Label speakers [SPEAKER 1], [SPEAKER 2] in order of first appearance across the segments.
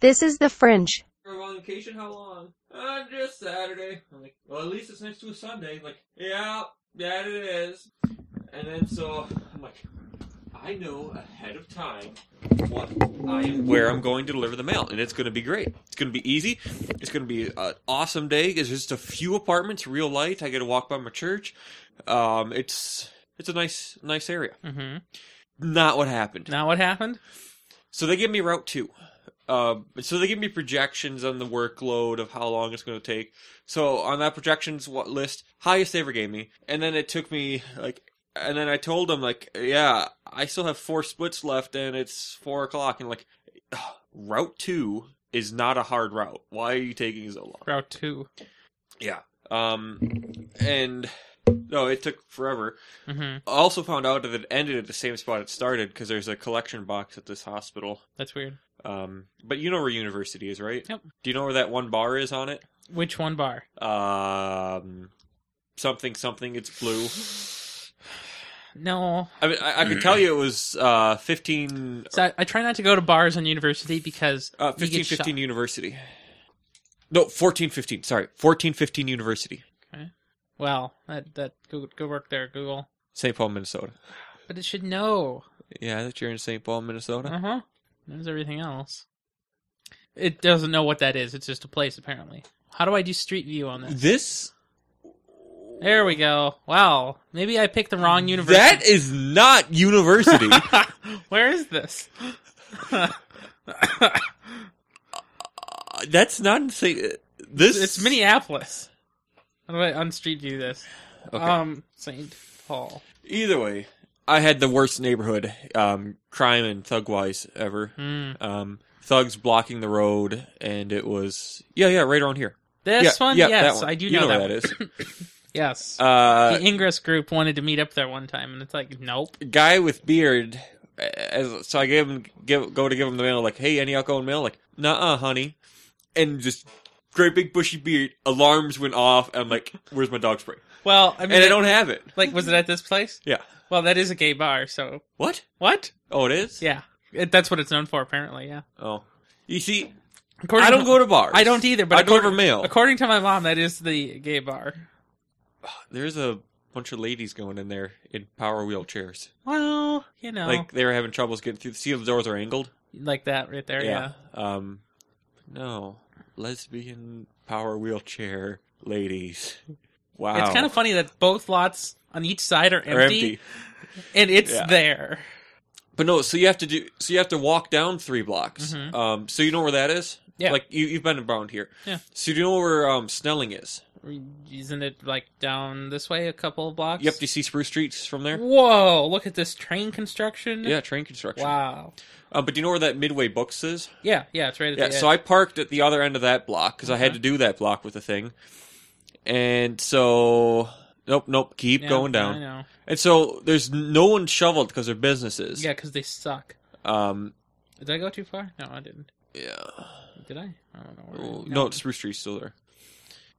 [SPEAKER 1] This is the fringe.
[SPEAKER 2] You're on vacation? How long? Uh, just Saturday. I'm like, well, at least it's next to a Sunday. Like, yeah, that it is. And then so I'm like, I know ahead of time what I am, where I'm going to deliver the mail, and it's going to be great. It's going to be easy. It's going to be an awesome day. It's just a few apartments, real light. I get to walk by my church. Um, it's it's a nice nice area.
[SPEAKER 3] Mm-hmm.
[SPEAKER 2] Not what happened.
[SPEAKER 3] Now what happened?
[SPEAKER 2] So they give me route two. Um, so they give me projections on the workload of how long it's going to take. So on that projections wa- list, highest they ever gave me, and then it took me like, and then I told them like, yeah, I still have four splits left, and it's four o'clock, and like, route two is not a hard route. Why are you taking so long?
[SPEAKER 3] Route two.
[SPEAKER 2] Yeah. Um, and no, it took forever.
[SPEAKER 3] Mm-hmm.
[SPEAKER 2] I also found out that it ended at the same spot it started because there's a collection box at this hospital.
[SPEAKER 3] That's weird.
[SPEAKER 2] Um, but you know where university is, right?
[SPEAKER 3] Yep.
[SPEAKER 2] Do you know where that one bar is on it?
[SPEAKER 3] Which one bar?
[SPEAKER 2] Um, something something. It's blue.
[SPEAKER 3] No,
[SPEAKER 2] I mean, I, I could tell you it was uh fifteen.
[SPEAKER 3] so I, I try not to go to bars in university because
[SPEAKER 2] Uh,
[SPEAKER 3] you
[SPEAKER 2] fifteen
[SPEAKER 3] get shot.
[SPEAKER 2] fifteen university. No, fourteen fifteen. Sorry, fourteen fifteen university,
[SPEAKER 3] Well, that that go go work there, Google.
[SPEAKER 2] Saint Paul, Minnesota.
[SPEAKER 3] But it should know.
[SPEAKER 2] Yeah, that you're in Saint Paul, Minnesota.
[SPEAKER 3] Uh huh. There's everything else. It doesn't know what that is. It's just a place, apparently. How do I do Street View on this?
[SPEAKER 2] This
[SPEAKER 3] There we go. Wow. Maybe I picked the wrong university.
[SPEAKER 2] that is not university.
[SPEAKER 3] Where is this?
[SPEAKER 2] Uh, That's not in Saint. This
[SPEAKER 3] it's Minneapolis. How do I on Street View this?
[SPEAKER 2] Okay.
[SPEAKER 3] Um, Saint Paul.
[SPEAKER 2] Either way, I had the worst neighborhood, um, crime and thug wise ever.
[SPEAKER 3] Hmm.
[SPEAKER 2] Um, thugs blocking the road, and it was yeah, yeah, right around here.
[SPEAKER 3] This
[SPEAKER 2] yeah,
[SPEAKER 3] one,
[SPEAKER 2] yeah,
[SPEAKER 3] yes,
[SPEAKER 2] that one.
[SPEAKER 3] I do
[SPEAKER 2] You know
[SPEAKER 3] that
[SPEAKER 2] where
[SPEAKER 3] one.
[SPEAKER 2] that
[SPEAKER 3] yes,
[SPEAKER 2] Uh,
[SPEAKER 3] the Ingress group wanted to meet up there one time, and it's like, nope.
[SPEAKER 2] Uh, guy with beard. eh, As so, I gave him give go to give him the mail. Like, hey, any alcohol in the mail? Like, nah, uh, honey. And just great big bushy beard. Alarms went off. And I'm like, where's my dog spray?
[SPEAKER 3] Well, I mean,
[SPEAKER 2] And I don't have it.
[SPEAKER 3] like. Was it at this place?
[SPEAKER 2] Yeah.
[SPEAKER 3] Well, that is a gay bar, so
[SPEAKER 2] What?
[SPEAKER 3] what?
[SPEAKER 2] Oh, it is.
[SPEAKER 3] Yeah, it, that's what it's known for, apparently. Yeah.
[SPEAKER 2] Oh, you see,
[SPEAKER 3] According
[SPEAKER 2] I don't go to bars.
[SPEAKER 3] I don't either, but
[SPEAKER 2] I deliver
[SPEAKER 3] according-
[SPEAKER 2] mail.
[SPEAKER 3] According to my mom, that is the gay bar.
[SPEAKER 2] There's a bunch of ladies going in there in power wheelchairs.
[SPEAKER 3] Well, you know,
[SPEAKER 2] Like
[SPEAKER 3] like,
[SPEAKER 2] they were having troubles getting through. See, the doors are angled.
[SPEAKER 3] that right there. Yeah.
[SPEAKER 2] Um, no, lesbian power wheelchair ladies. Wow,
[SPEAKER 3] It's kind of funny that both lots on each side are empty,
[SPEAKER 2] Are empty.
[SPEAKER 3] and it's
[SPEAKER 2] Yeah.
[SPEAKER 3] there.
[SPEAKER 2] But no, so you have to do. So you have to walk down three blocks.
[SPEAKER 3] Mhm.
[SPEAKER 2] Um, so you know where that is.
[SPEAKER 3] Yeah.
[SPEAKER 2] Like you, you've been around here.
[SPEAKER 3] Yeah.
[SPEAKER 2] So you know where um Snelling is.
[SPEAKER 3] Isn't it like down this way a couple of blocks?
[SPEAKER 2] Yep. Do you see Spruce Streets from there?
[SPEAKER 3] Whoa! Look at this train construction.
[SPEAKER 2] Yeah, train construction.
[SPEAKER 3] Wow.
[SPEAKER 2] Um, but do you know where that Midway Books is?
[SPEAKER 3] Yeah. Yeah. It's right at
[SPEAKER 2] Yeah,
[SPEAKER 3] the Uh-huh.
[SPEAKER 2] so
[SPEAKER 3] edge.
[SPEAKER 2] I parked at the other end of that block because I had to do that block with the thing. And so, nope, nope, keep
[SPEAKER 3] Yeah,
[SPEAKER 2] going
[SPEAKER 3] I
[SPEAKER 2] down.
[SPEAKER 3] know.
[SPEAKER 2] And so there's no one shoveled because they're businesses.
[SPEAKER 3] Yeah, because they suck.
[SPEAKER 2] Um,
[SPEAKER 3] Did I go too far? No, I didn't.
[SPEAKER 2] yeah.
[SPEAKER 3] Did I? I don't know. Where I-
[SPEAKER 2] Well, no, Spruce Street's still there.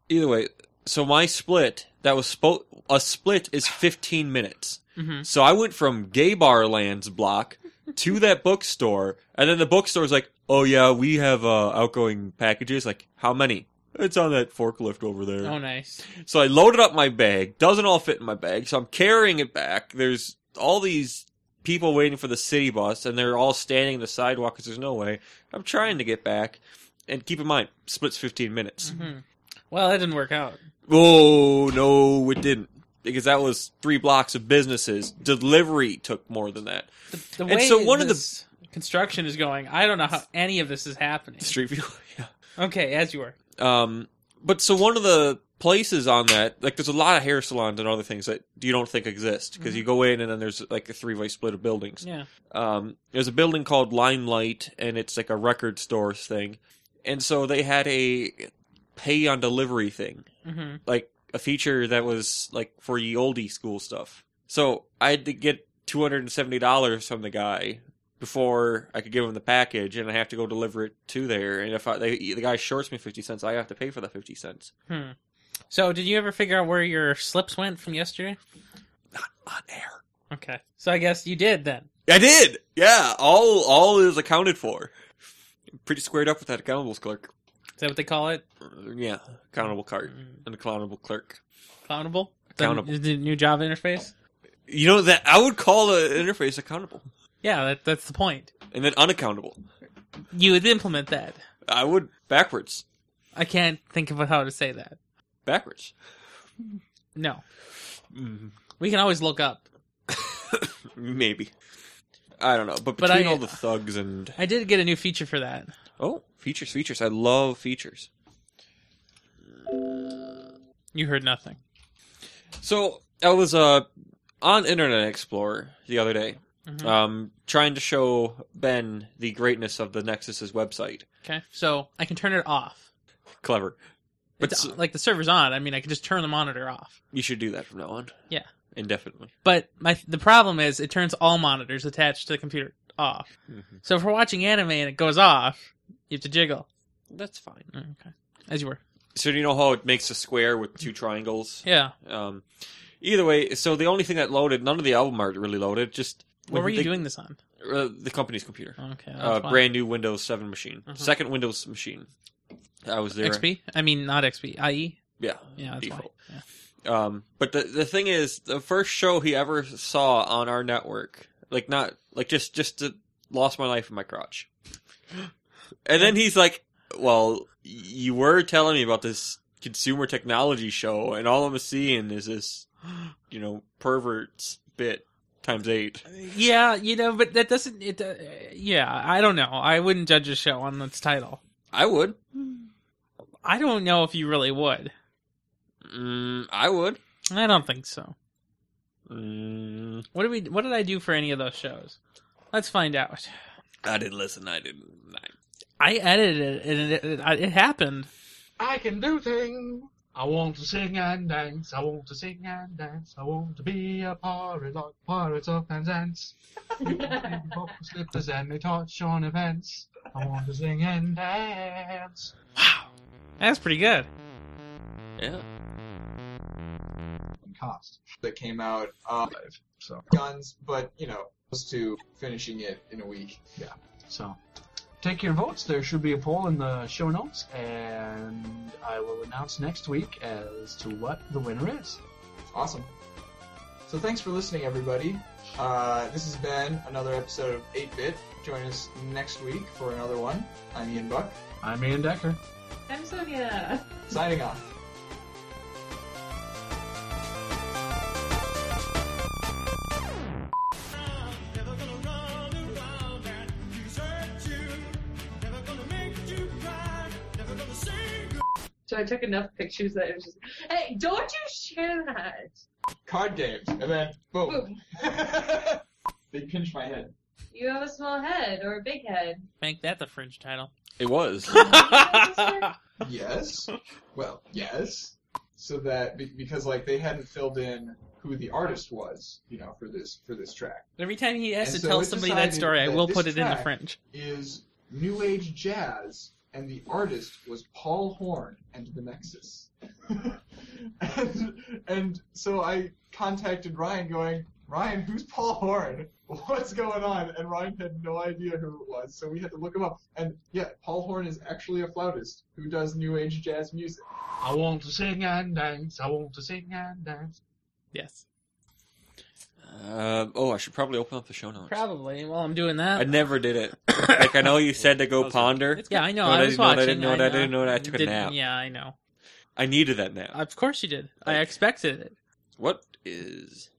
[SPEAKER 2] Either way, so my split, that was spo- a split is 15 minutes.
[SPEAKER 3] Mhm.
[SPEAKER 2] So I went from Gay Bar Lands block to that bookstore, and then the bookstore's like, "Oh yeah, we have uh, outgoing packages. Like, how many? It's on that forklift over there."
[SPEAKER 3] Oh, nice.
[SPEAKER 2] So I loaded up my bag. Doesn't all fit in my bag, so I'm carrying it back. There's all these people waiting for the city bus, and they're all standing on the sidewalk because there's no way. I'm trying to get back, and keep in mind, splits 15 minutes.
[SPEAKER 3] Mhm. Well, that didn't work out.
[SPEAKER 2] Oh no, it didn't. Because that was three blocks of businesses. Delivery took more than that.
[SPEAKER 3] The, the
[SPEAKER 2] And
[SPEAKER 3] way
[SPEAKER 2] so one of the-
[SPEAKER 3] this construction is going, I don't know how any of this is happening.
[SPEAKER 2] Street view. yeah.
[SPEAKER 3] Okay, as you were.
[SPEAKER 2] Um, but so one of the places on that, like, there's a lot of hair salons and other things that you don't think exist because you go in and then there's like a three way split of buildings.
[SPEAKER 3] Yeah.
[SPEAKER 2] Um, there's a building called Limelight, and it's like a record store thing, and so they had a pay on delivery thing,
[SPEAKER 3] hmm
[SPEAKER 2] like a feature that was like for the oldie school stuff. So I had to get two hundred and seventy dollars from the guy before I could give him the package, and I have to go deliver it to there. And if I, they, the guy shorts me fifty cents, I have to pay for the fifty cents.
[SPEAKER 3] Hmm. So, did you ever figure out where your slips went from yesterday?
[SPEAKER 2] On air,
[SPEAKER 3] Okay. So I guess you did then.
[SPEAKER 2] I did. Yeah, all all is accounted for. pretty squared up with that accountables clerk.
[SPEAKER 3] Is that what they call it?
[SPEAKER 2] Uh, yeah, accountable clerk,
[SPEAKER 3] Mm,
[SPEAKER 2] an accountable clerk.
[SPEAKER 3] Accountable.
[SPEAKER 2] Accountable.
[SPEAKER 3] The, the new Java interface.
[SPEAKER 2] You know that I would call an interface accountable,
[SPEAKER 3] Yeah, that, that's the point.
[SPEAKER 2] and then unaccountable.
[SPEAKER 3] You would implement that.
[SPEAKER 2] I would backwards,
[SPEAKER 3] I can't think of how to say that.
[SPEAKER 2] backwards.
[SPEAKER 3] No,
[SPEAKER 2] Mm,
[SPEAKER 3] we can always look up.
[SPEAKER 2] maybe. I don't know, but
[SPEAKER 3] But
[SPEAKER 2] between
[SPEAKER 3] I- uh,
[SPEAKER 2] all the thugs and
[SPEAKER 3] I did get a new feature for that.
[SPEAKER 2] oh, features, features. I love features.
[SPEAKER 3] You heard nothing.
[SPEAKER 2] So I was uh on Internet Explorer the other day,
[SPEAKER 3] Mhm.
[SPEAKER 2] um, trying to show Ben the greatness of the Nexus's website.
[SPEAKER 3] Okay, so I can turn it off.
[SPEAKER 2] Clever, but
[SPEAKER 3] It's
[SPEAKER 2] s-
[SPEAKER 3] like the server's on. I mean, I can just turn the monitor off.
[SPEAKER 2] you should do that from now on.
[SPEAKER 3] Yeah.
[SPEAKER 2] indefinitely.
[SPEAKER 3] But my the problem is it turns all monitors attached to the computer off.
[SPEAKER 2] Mhm.
[SPEAKER 3] So if we're watching anime and it goes off, you have to jiggle.
[SPEAKER 2] That's fine.
[SPEAKER 3] Mm, Okay, as you were.
[SPEAKER 2] So do you know how it makes a square with two triangles?
[SPEAKER 3] Yeah.
[SPEAKER 2] Um, either way, so the only thing that loaded, none of the album art really loaded. Just
[SPEAKER 3] What were you
[SPEAKER 2] the,
[SPEAKER 3] doing this on?
[SPEAKER 2] Uh, the company's computer,
[SPEAKER 3] Okay. That's
[SPEAKER 2] uh,
[SPEAKER 3] fine.
[SPEAKER 2] brand new Windows Seven machine,
[SPEAKER 3] Mhm.
[SPEAKER 2] second Windows machine. I was there.
[SPEAKER 3] XP. I mean, not XP. IE.
[SPEAKER 2] Yeah,
[SPEAKER 3] Yeah, that's
[SPEAKER 2] default.
[SPEAKER 3] why. Yeah.
[SPEAKER 2] Um, but the the thing is, the first show he ever saw on our network, like not like just just uh, lost my life in my crotch, and then he's like, "Well, y- you were telling me about this consumer technology show, and all I'm seeing is this, you know, perverts bit times eight.
[SPEAKER 3] Yeah, you know, but that doesn't. It. Uh, yeah, I don't know. I wouldn't judge a show on its title.
[SPEAKER 2] I would,
[SPEAKER 3] I don't know if you really would.
[SPEAKER 2] mm, I would.
[SPEAKER 3] I don't think so.
[SPEAKER 2] Mm,
[SPEAKER 3] What did we? What did I do for any of those shows? Let's find out.
[SPEAKER 2] I didn't listen. I didn't. I,
[SPEAKER 3] I edited it, and it, it, it happened.
[SPEAKER 4] I can do things. I want to sing and dance. I want to sing and dance. I want to be a pirate like pirates of Penzance. You can be pop slippers and they touch on events. I want to sing and dance.
[SPEAKER 3] Wow, that's pretty good.
[SPEAKER 2] yeah,
[SPEAKER 4] Cast.
[SPEAKER 5] that came out uh,
[SPEAKER 4] Live. So,
[SPEAKER 5] guns but you know close to finishing it in a week
[SPEAKER 4] so. Take your votes. There should be a poll in the show notes, and I will announce next week as to what the winner is.
[SPEAKER 5] awesome so thanks for listening everybody uh, this has been another episode of 8-bit join us next week for another one i'm ian buck
[SPEAKER 4] I'm Ian Decker.
[SPEAKER 6] I'm Sonia.
[SPEAKER 5] signing off
[SPEAKER 6] So I took enough pictures that it was just, hey, don't you share that.
[SPEAKER 5] card games and then boom
[SPEAKER 6] Boom.
[SPEAKER 5] they pinched my head
[SPEAKER 6] You have a small head or a big head.
[SPEAKER 3] Make that the fringe title.
[SPEAKER 2] it was.
[SPEAKER 5] yes well yes so that be- because like they hadn't filled in who the artist was you know for this for this track
[SPEAKER 3] Every time he has
[SPEAKER 5] And
[SPEAKER 3] to
[SPEAKER 5] so
[SPEAKER 3] tell
[SPEAKER 5] it
[SPEAKER 3] somebody that
[SPEAKER 5] decided
[SPEAKER 3] story, I
[SPEAKER 5] that
[SPEAKER 3] will
[SPEAKER 5] this
[SPEAKER 3] put it in the
[SPEAKER 5] track-
[SPEAKER 3] fringe.
[SPEAKER 5] is New Age jazz, and the artist was Paul Horn and the Nexus. and, and so I contacted Ryan, going, Ryan, who's Paul Horn? What's going on? And Ryan had no idea who it was, so we had to look him up. And yeah, Paul Horn is actually a flautist who does New Age jazz music.
[SPEAKER 4] I want to sing and dance. I want to sing and dance.
[SPEAKER 3] Yes,
[SPEAKER 2] Uh, oh, I should probably open up the show notes.
[SPEAKER 3] probably. While I'm doing
[SPEAKER 2] I
[SPEAKER 3] that,
[SPEAKER 2] never did it. like I know you said to go
[SPEAKER 4] Puzzle.
[SPEAKER 2] ponder.
[SPEAKER 3] yeah, I know.
[SPEAKER 2] No,
[SPEAKER 3] I
[SPEAKER 2] I
[SPEAKER 3] was
[SPEAKER 2] didn't know
[SPEAKER 3] watching.
[SPEAKER 2] that, I didn't know that, I
[SPEAKER 3] know.
[SPEAKER 2] didn't know that, I took a
[SPEAKER 3] Didn't-
[SPEAKER 2] nap.
[SPEAKER 3] Yeah, I know.
[SPEAKER 2] I needed that now.
[SPEAKER 3] Uh, Of course you did. I expected it.
[SPEAKER 2] What is?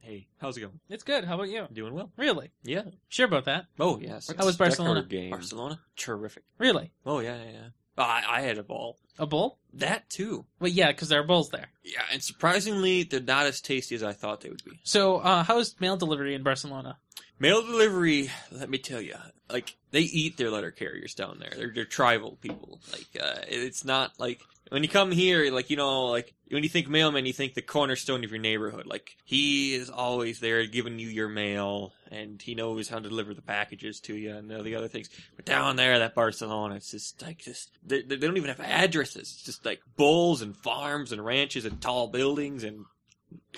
[SPEAKER 2] Hey, how's it going?
[SPEAKER 3] It's good. How about you?
[SPEAKER 2] Doing well?
[SPEAKER 3] Really?
[SPEAKER 2] Yeah.
[SPEAKER 3] Sure about that?
[SPEAKER 2] Oh yes.
[SPEAKER 3] How was
[SPEAKER 2] Decker
[SPEAKER 3] Barcelona?
[SPEAKER 2] Game. Barcelona. Terrific.
[SPEAKER 3] Really?
[SPEAKER 2] Oh yeah, yeah. yeah. Oh, I, I had a ball.
[SPEAKER 3] A bull?
[SPEAKER 2] That too.
[SPEAKER 3] Well, yeah, because there are bulls there.
[SPEAKER 2] Yeah, and surprisingly, they're not as tasty as I thought they would be.
[SPEAKER 3] So, uh, how's mail delivery in Barcelona?
[SPEAKER 2] Mail delivery. Let me tell you, like they eat their letter carriers down there. They're they're tribal people. Like uh, it's not like when you come here, like you know, like when you think mailman, you think the cornerstone of your neighborhood. Like he is always there giving you your mail, and he knows how to deliver the packages to you and all the other things. But down there, that Barcelona, it's just like just they, they don't even have addresses. It's just like bulls and farms and ranches and tall buildings and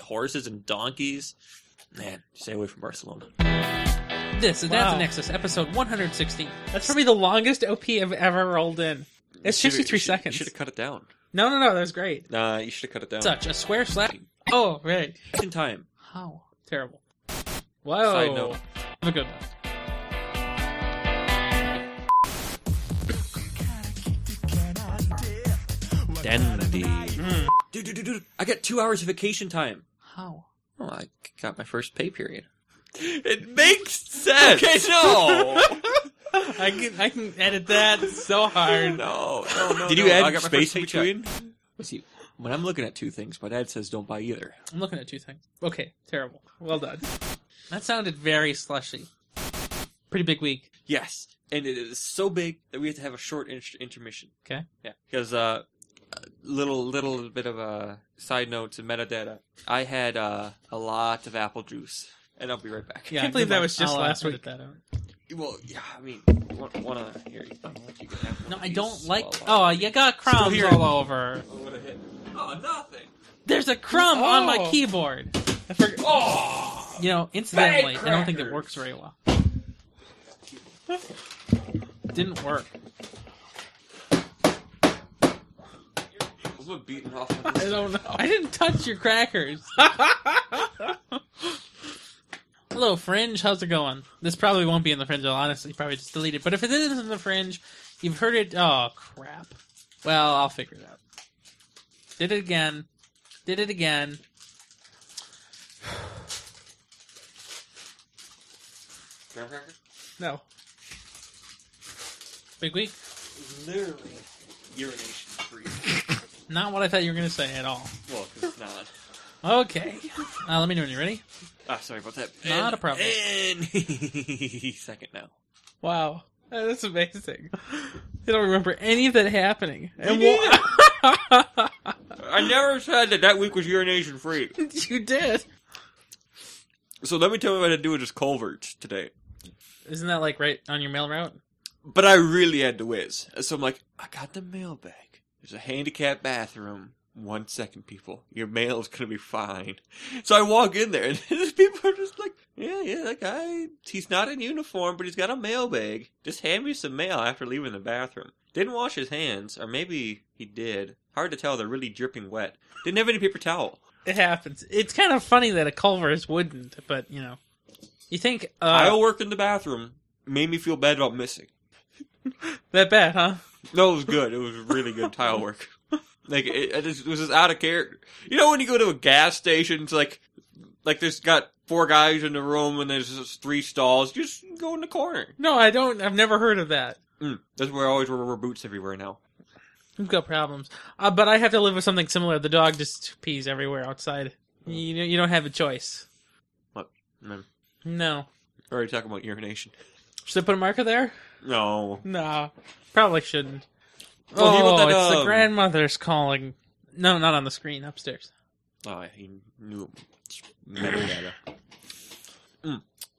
[SPEAKER 2] horses and donkeys. Man, stay away from Barcelona.
[SPEAKER 3] this is That's
[SPEAKER 4] Wow.
[SPEAKER 3] Nexus, episode 116. That's
[SPEAKER 4] That's-
[SPEAKER 3] probably the longest OP I've ever rolled in. It's 63 seconds.
[SPEAKER 2] You should have cut it down.
[SPEAKER 3] No, no, no, that was great.
[SPEAKER 2] Nah, you should have cut it down.
[SPEAKER 3] Such a square slap. Oh, right.
[SPEAKER 2] Just in time.
[SPEAKER 3] How terrible. Wow.
[SPEAKER 2] Side note.
[SPEAKER 3] Have a good one.
[SPEAKER 2] Dandy. Dude, dude, dude, dude. I got two hours of vacation time.
[SPEAKER 3] How?
[SPEAKER 2] Oh, I got my first pay period. It makes sense. Okay, no.
[SPEAKER 3] I can I can edit that so hard.
[SPEAKER 2] no, no, no.
[SPEAKER 4] Did you
[SPEAKER 2] no.
[SPEAKER 4] add
[SPEAKER 2] I got my
[SPEAKER 4] space
[SPEAKER 2] first
[SPEAKER 4] in
[SPEAKER 2] paycheck.
[SPEAKER 4] between?
[SPEAKER 2] See, when I'm looking at two things, my dad says don't buy either.
[SPEAKER 3] I'm looking at two things. Okay, terrible. Well done. That sounded very slushy. Pretty big week.
[SPEAKER 2] Yes, and it is so big that we have to have a short inter- intermission.
[SPEAKER 3] Okay.
[SPEAKER 2] Yeah, because uh, a little little bit of a side note to metadata. I had uh, a lot of apple juice, and I'll be right back.
[SPEAKER 3] Yeah,
[SPEAKER 4] Can't
[SPEAKER 3] good
[SPEAKER 4] believe that
[SPEAKER 3] luck.
[SPEAKER 4] was just
[SPEAKER 3] I'll, uh,
[SPEAKER 4] last
[SPEAKER 3] edit
[SPEAKER 4] week.
[SPEAKER 3] that out.
[SPEAKER 2] Well, yeah. I mean, one, one of the- here. You can have one
[SPEAKER 3] No,
[SPEAKER 2] of
[SPEAKER 3] I
[SPEAKER 2] these
[SPEAKER 3] don't like.
[SPEAKER 2] while
[SPEAKER 3] Oh,
[SPEAKER 2] I-
[SPEAKER 3] you got
[SPEAKER 2] Still
[SPEAKER 3] crumbs
[SPEAKER 2] here.
[SPEAKER 3] all over.
[SPEAKER 2] Oh, what a hit! Oh, nothing.
[SPEAKER 3] There's a crumb on my
[SPEAKER 4] Oh.
[SPEAKER 3] keyboard.
[SPEAKER 4] I forgot.
[SPEAKER 2] Oh.
[SPEAKER 3] You know, incidentally, I don't think it
[SPEAKER 2] crackers.
[SPEAKER 3] works very well. Didn't work.
[SPEAKER 2] I'm gonna beat it off. on this.
[SPEAKER 3] don't know. I didn't touch your crackers. Hello, Fringe. How's it going? This probably won't be in the Fringe. I'll honestly probably just delete it. But if it is in the Fringe, you've heard it. Oh, crap. Well, I'll figure it out. Did it again. Did it again.
[SPEAKER 2] Graham cracker?
[SPEAKER 3] No. Big week.
[SPEAKER 2] Literally urination free.
[SPEAKER 3] Not what I thought you were going to say at all.
[SPEAKER 2] Well, 'cause it's not.
[SPEAKER 3] Okay. Uh, let me know when you're ready.
[SPEAKER 2] Ah, sorry about that.
[SPEAKER 3] Not a problem.
[SPEAKER 2] And second now.
[SPEAKER 3] Wow. That's amazing. I don't remember any of that happening. And
[SPEAKER 2] Me
[SPEAKER 3] wha-
[SPEAKER 2] I never said that that week was urination free.
[SPEAKER 3] you did.
[SPEAKER 2] So let me tell you what I had to do with this culvert today.
[SPEAKER 3] Isn't that like right on your mail route?
[SPEAKER 2] But I really had to whiz. So I'm like, I got the mail bag. There's a handicapped bathroom. One second, people. Your mail's gonna be fine. So I walk in there, and these people are just like, "Yeah, yeah, that guy. He's not in uniform, but he's got a mail bag. Just hand me some mail after leaving the bathroom. Didn't wash his hands, or maybe he did. Hard to tell. They're really dripping wet. Didn't have any paper towel.
[SPEAKER 3] It happens. It's kind of funny that a Culver's wouldn't, but you know, you think uh,
[SPEAKER 2] I worked in the bathroom. Made me feel bad about missing.
[SPEAKER 3] that bad, huh?
[SPEAKER 2] No, it was good. It was really good tile work. Like it, it, just, it was just out of character. You know when you go to a gas station, it's like like there's got four guys in the room and there's just three stalls. You just go in the corner.
[SPEAKER 3] No, I don't. I've never heard of that.
[SPEAKER 2] Mm, that's where I always wear rubber boots everywhere now.
[SPEAKER 3] We've got problems, uh, but I have to live with something similar. The dog just pees everywhere outside. You know, you don't have a choice.
[SPEAKER 2] Mm,
[SPEAKER 3] No.
[SPEAKER 2] we're already talking about urination.
[SPEAKER 3] Should I put a marker there?
[SPEAKER 2] No,
[SPEAKER 3] No, probably shouldn't.
[SPEAKER 2] Well, you know
[SPEAKER 3] oh,
[SPEAKER 2] that,
[SPEAKER 3] it's the
[SPEAKER 2] um,
[SPEAKER 3] grandmother's calling. No, not on the screen upstairs.
[SPEAKER 2] oh, he knew metadata.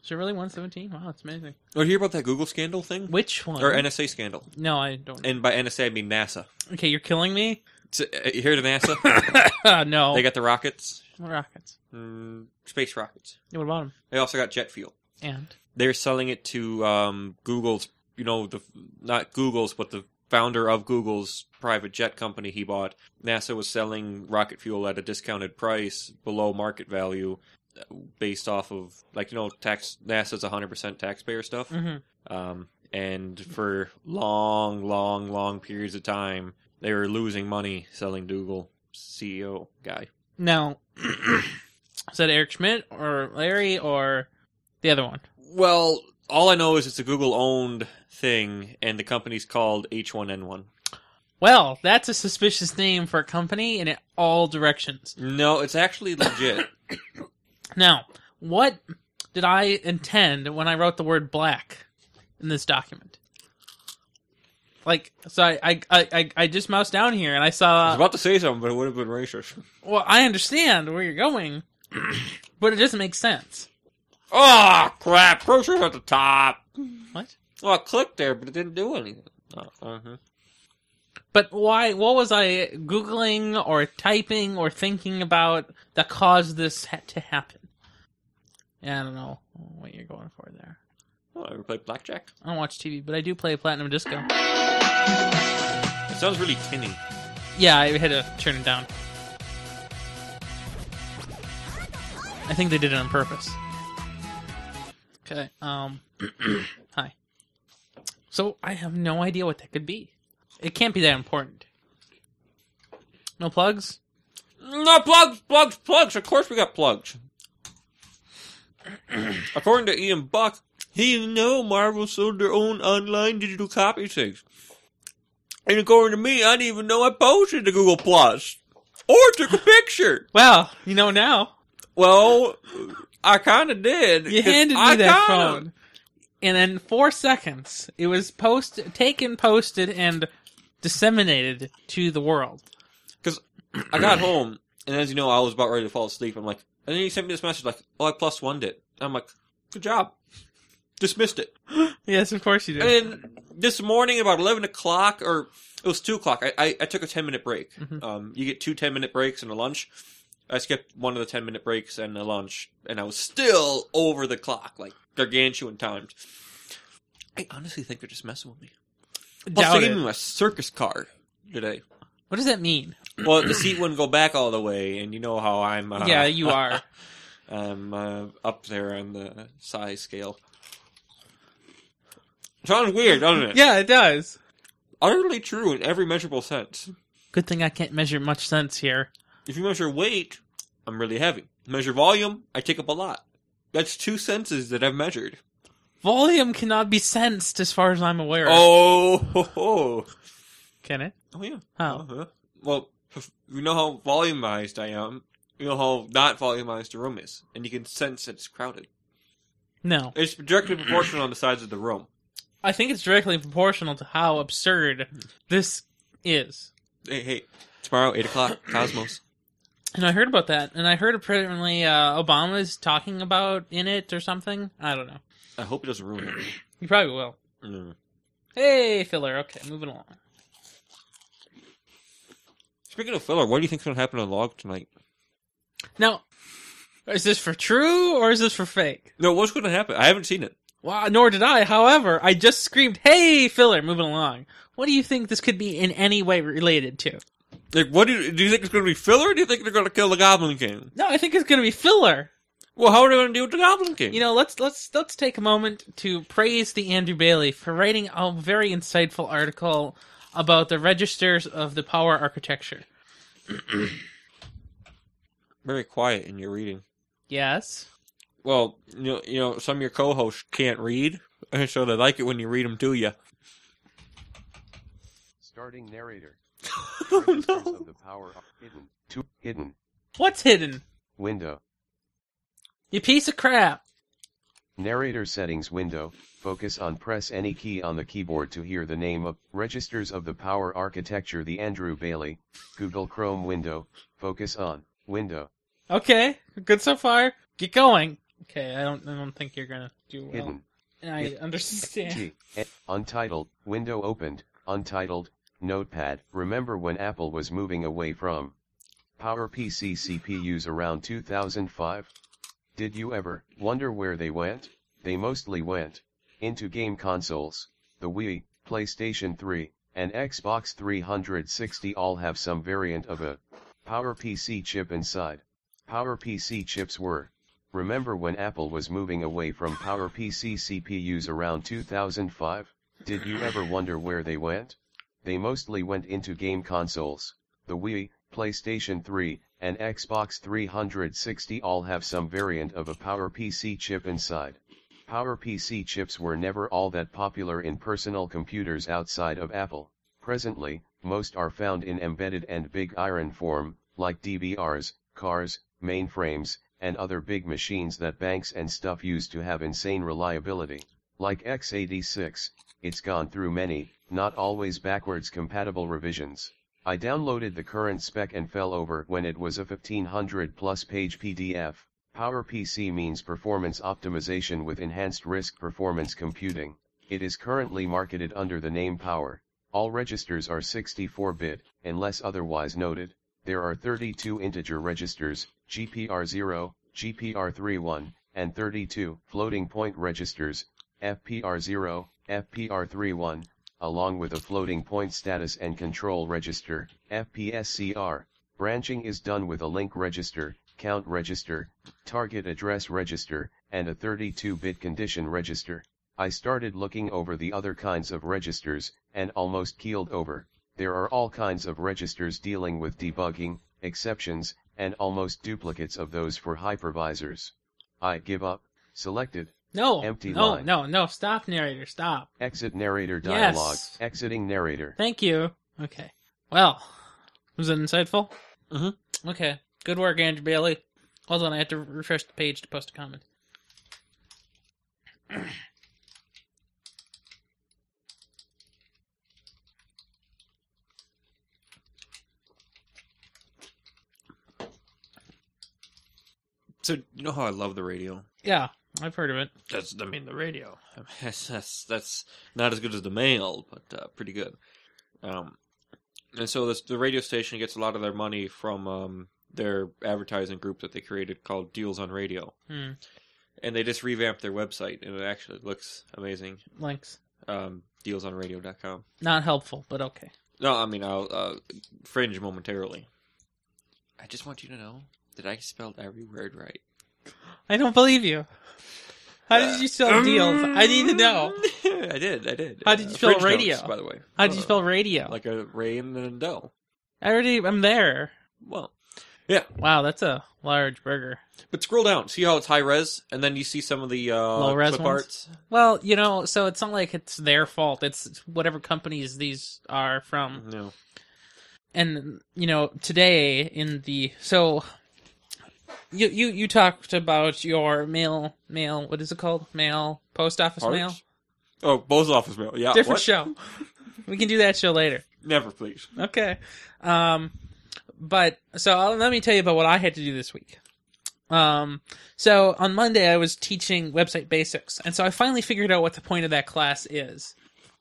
[SPEAKER 3] She really one seventeen. Wow, that's amazing.
[SPEAKER 2] Oh, did you hear about that Google scandal thing
[SPEAKER 3] Which one?
[SPEAKER 2] or NSA scandal?
[SPEAKER 3] no, I don't.
[SPEAKER 2] And by NSA I mean NASA.
[SPEAKER 3] Okay, you're killing me.
[SPEAKER 2] So, uh, you heard of NASA?
[SPEAKER 3] no.
[SPEAKER 2] they got the rockets,
[SPEAKER 3] rockets.
[SPEAKER 2] mm, space rockets.
[SPEAKER 3] Yeah, What about them?
[SPEAKER 2] They also got jet fuel.
[SPEAKER 3] And
[SPEAKER 2] they're selling it to um, Google's, you know, the not Google's, but the founder of Google's private jet company he bought. NASA was selling rocket fuel at a discounted price below market value, uh, based off of like you know tax. NASA's 100% taxpayer stuff,
[SPEAKER 3] hmm
[SPEAKER 2] um, and for long, long, long periods of time, they were losing money selling Google CEO guy.
[SPEAKER 3] now, is that Eric Schmidt or Larry or the other one?
[SPEAKER 2] Well, all I know is it's a Google-owned thing, and the company's called H1N1.
[SPEAKER 3] Well, that's a suspicious name for a company in all directions.
[SPEAKER 2] No, it's actually legit.
[SPEAKER 3] Now, what did I intend when I wrote the word black in this document? Like, so I I I, I- I just moused down here and I
[SPEAKER 2] I
[SPEAKER 3] saw.
[SPEAKER 2] was about to say something, but it would have been racist.
[SPEAKER 3] well, I understand where you're going, but it doesn't make sense.
[SPEAKER 2] Oh crap! Groceries at the top.
[SPEAKER 3] What?
[SPEAKER 2] Well, I clicked there, but it didn't do anything. Oh, uh-huh.
[SPEAKER 3] But why? What was I googling or typing or thinking about that caused this ha- to happen? Yeah, I don't know what you're going for there.
[SPEAKER 2] Oh, I ever played blackjack?
[SPEAKER 3] I don't watch TV, but I do play Platinum Disco.
[SPEAKER 2] It sounds really tinny.
[SPEAKER 3] Yeah, I had to turn it down. I think they did it on purpose. Okay. Um. hi. So I have no idea what that could be. It can't be that important. No plugs.
[SPEAKER 2] No plugs, plugs, plugs. Of course we got plugs. According to Ian Buck, he know Marvel sold their own online digital copy things. And according to me, I didn't even know I posted to Google Plus or took a picture.
[SPEAKER 3] Well, you know now.
[SPEAKER 2] Well, I kind of did.
[SPEAKER 3] You
[SPEAKER 2] 'cause
[SPEAKER 3] handed me
[SPEAKER 2] I
[SPEAKER 3] that
[SPEAKER 2] kinda-
[SPEAKER 3] phone, and in four seconds, it was posted, taken, posted, and disseminated to the world.
[SPEAKER 2] I got home, and as you know, I was about ready to fall asleep. I'm like, and then he sent me this message like, "Oh, I plus one it." I'm like, "Good job." Dismissed it.
[SPEAKER 3] Yes, of course you did.
[SPEAKER 2] And then this morning, about 11 o'clock, or it was 2 o'clock, I, I, I took a 10 minute break.
[SPEAKER 3] Mhm.
[SPEAKER 2] Um, you get two 10 minute breaks and a lunch. I skipped one of the 10 minute breaks and a lunch, and I was still over the clock, like gargantuan times. I honestly think they're just messing with me. Plus,
[SPEAKER 3] Doubt
[SPEAKER 2] they gave
[SPEAKER 3] it.
[SPEAKER 2] me my circus car today.
[SPEAKER 3] What does that mean?
[SPEAKER 2] Well, the seat wouldn't go back all the way, and you know how I'm. Uh,
[SPEAKER 3] yeah, you are.
[SPEAKER 2] I'm uh, up there on the size scale. Sounds weird, doesn't it?
[SPEAKER 3] yeah, it does.
[SPEAKER 2] utterly true in every measurable sense.
[SPEAKER 3] Good thing I can't measure much sense here.
[SPEAKER 2] If you measure weight, I'm really heavy. Measure volume, I take up a lot. That's two senses that I've measured.
[SPEAKER 3] Volume cannot be sensed, as far as I'm aware.
[SPEAKER 2] Oh, ho, ho.
[SPEAKER 3] can it?
[SPEAKER 2] oh yeah.
[SPEAKER 3] Oh,
[SPEAKER 2] Uh-huh. Well, f- you know how volumized I am. You know how not volumized the room is, and you can sense that it's crowded.
[SPEAKER 3] no.
[SPEAKER 2] It's directly proportional on the size of the room.
[SPEAKER 3] I think it's directly proportional to how absurd this is.
[SPEAKER 2] Hey, hey, tomorrow eight o'clock, Cosmos.
[SPEAKER 3] And I heard about that, and I heard apparently uh, Obama's talking about in it or something. I don't know.
[SPEAKER 2] I hope it doesn't ruin it.
[SPEAKER 3] You probably will.
[SPEAKER 2] Mm.
[SPEAKER 3] Hey, filler. Okay, moving along.
[SPEAKER 2] Speaking of filler, what do you think's gonna happen on log tonight?
[SPEAKER 3] Now, is this for true or is this for fake?
[SPEAKER 2] No, what's gonna happen? I haven't seen it.
[SPEAKER 3] Well, nor did I. However, I just screamed, "Hey, filler!" Moving along. What do you think this could be in any way related to?
[SPEAKER 2] Like, what do you, do you think it's going to be filler? Or do you think they're going to kill the Goblin King?
[SPEAKER 3] No, I think it's going to be filler.
[SPEAKER 2] Well, how are they going to deal with the Goblin King?
[SPEAKER 3] You know, let's let's let's take a moment to praise the Andrew Bailey for writing a very insightful article about the registers of the power architecture.
[SPEAKER 2] very quiet in your reading.
[SPEAKER 3] Yes.
[SPEAKER 2] Well, you know, you know, some of your co-hosts can't read, and so they like it when you read them to you.
[SPEAKER 7] Starting narrator.
[SPEAKER 2] oh
[SPEAKER 7] Registers
[SPEAKER 2] no!
[SPEAKER 7] Of the power of hidden. Two hidden.
[SPEAKER 3] What's hidden?
[SPEAKER 7] Window.
[SPEAKER 3] You piece of crap.
[SPEAKER 7] Narrator settings window. Focus on press any key on the keyboard to hear the name of registers of the power architecture. The Andrew Bailey. Google Chrome window. Focus on window.
[SPEAKER 3] Okay, good so far. Get going. Okay, I don't I don't think you're gonna do well.
[SPEAKER 7] Hidden.
[SPEAKER 3] And I
[SPEAKER 7] Hidden.
[SPEAKER 3] understand.
[SPEAKER 7] G. E- Untitled. Window opened. Untitled. Notepad. Remember when Apple was moving away from PowerPC CPUs around 2005? Did you ever wonder where they went? They mostly went into game consoles. The Wii, PlayStation 3, and Xbox 360 all have some variant of a PowerPC chip inside. PowerPC chips were Remember when Apple was moving away from PowerPC CPUs around 2005? Did you ever wonder where they went? They mostly went into game consoles. The Wii, PlayStation 3, and Xbox 360 all have some variant of a PowerPC chip inside. PowerPC chips were never all that popular in personal computers outside of Apple. Presently, most are found in embedded and big iron form, like DVRs, cars, mainframes, and other big machines that banks and stuff use to have insane reliability. Like x86, it's gone through many, not always backwards compatible revisions. I downloaded the current spec and fell over when it was a 1500 plus page PDF. PowerPC means performance optimization with enhanced risk performance computing. It is currently marketed under the name Power. All registers are 64 bit, unless otherwise noted. There are 32 integer registers, GPR0, GPR31, and 32 floating point registers, FPR0, FPR31, along with a floating point status and control register, FPSCR. Branching is done with a link register, count register, target address register, and a 32-bit condition register. I started looking over the other kinds of registers, and almost keeled over. There are all kinds of registers dealing with debugging, exceptions, and almost duplicates of those for hypervisors. I give up, selected,
[SPEAKER 3] No.
[SPEAKER 7] Empty
[SPEAKER 3] no,
[SPEAKER 7] line.
[SPEAKER 3] no, no. Stop, narrator. Stop.
[SPEAKER 7] exit narrator dialog,
[SPEAKER 3] Yes.
[SPEAKER 7] exiting narrator.
[SPEAKER 3] Thank you. Okay. Well, was it insightful?
[SPEAKER 7] Mhm.
[SPEAKER 3] Mm-hmm. Okay. Good work, Andrew Bailey. Hold on, I have to refresh the page to post a comment.
[SPEAKER 2] So you know how I love the radio.
[SPEAKER 3] Yeah, I've heard of it.
[SPEAKER 2] That's I mean the radio. That's that's, that's not as good as the mail, but uh, pretty good. Um, and so this, the radio station gets a lot of their money from um, their advertising group that they created called Deals on Radio,
[SPEAKER 3] Hmm.
[SPEAKER 2] and they just revamped their website, and it actually looks amazing.
[SPEAKER 3] Links.
[SPEAKER 2] Um, dealsonradio.com.
[SPEAKER 3] Not helpful, but okay.
[SPEAKER 2] No, I mean I'll uh, fringe momentarily. I just want you to know that I spelled every word right.
[SPEAKER 3] I don't believe you. How did you spell Oh, deals? I need to know.
[SPEAKER 2] I did. I did.
[SPEAKER 3] How did you spell
[SPEAKER 2] French
[SPEAKER 3] radio?
[SPEAKER 2] notes, by the way,
[SPEAKER 3] How did you
[SPEAKER 2] Uh,
[SPEAKER 3] spell radio?
[SPEAKER 2] Like a ray and a dough.
[SPEAKER 3] I already, I'm there.
[SPEAKER 2] Well,
[SPEAKER 3] Wow, that's a large burger.
[SPEAKER 2] but scroll down, see how it's high res, and then you see some of the uh,
[SPEAKER 3] Low res
[SPEAKER 2] clip
[SPEAKER 3] ones?
[SPEAKER 2] arts.
[SPEAKER 3] Well, you know, so it's not like it's their fault. It's whatever companies these are from.
[SPEAKER 2] No,
[SPEAKER 3] and you know today in the so you you you talked about your mail mail what is it called mail post office
[SPEAKER 2] Art?
[SPEAKER 3] mail
[SPEAKER 2] Oh, both office mail. Yeah,
[SPEAKER 3] different
[SPEAKER 2] what?
[SPEAKER 3] show we can do that show later
[SPEAKER 2] Never, please.
[SPEAKER 3] okay um but so I'll, let me tell you about what i had to do this week um so on monday i was teaching website basics and so i finally figured out what the point of that class is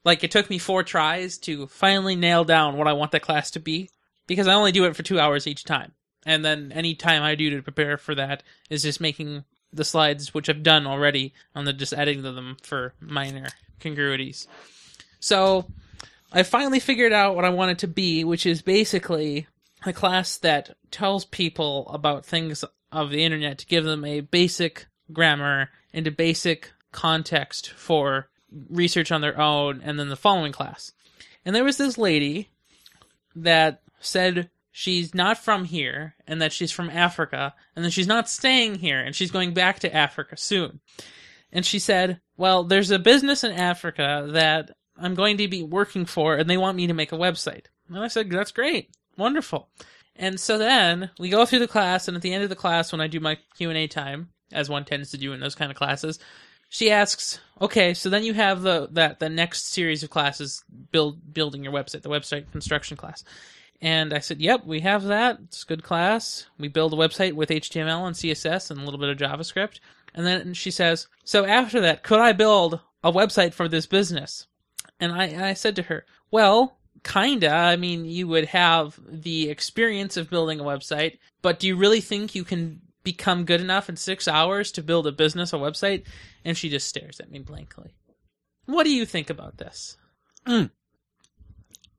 [SPEAKER 3] like it took me four tries to finally nail down what i want that class to be because i only do it for two hours each time and then any time i do to prepare for that is just making the slides which i've done already and then just adding to them for minor congruities so I finally figured out what I want it to be, which is basically a class that tells people about things of the internet to give them a basic grammar and a basic context for research on their own, and then the following class. And there was this lady that said she's not from here and that she's from Africa and that she's not staying here and she's going back to Africa soon. And she said, Well, there's a business in Africa that I'm going to be working for, and they want me to make a website. And I said, That's great. Wonderful. And so then we go through the class, and at the end of the class, when I do my Q&A time, as one tends to do in those kind of classes, she asks, "Okay, so then you have the that the next series of classes build building your website, the website construction class." And I said, "Yep, we have that. It's a good class. We build a website with HTML and CSS and a little bit of JavaScript." And then she says, "So after that, could I build a website for this business?" And I, and I said to her, Well, kinda. I mean, you would have the experience of building a website, but do you really think you can become good enough in six hours to build a business, a website? And she just stares at me blankly. What do you think about this?
[SPEAKER 2] You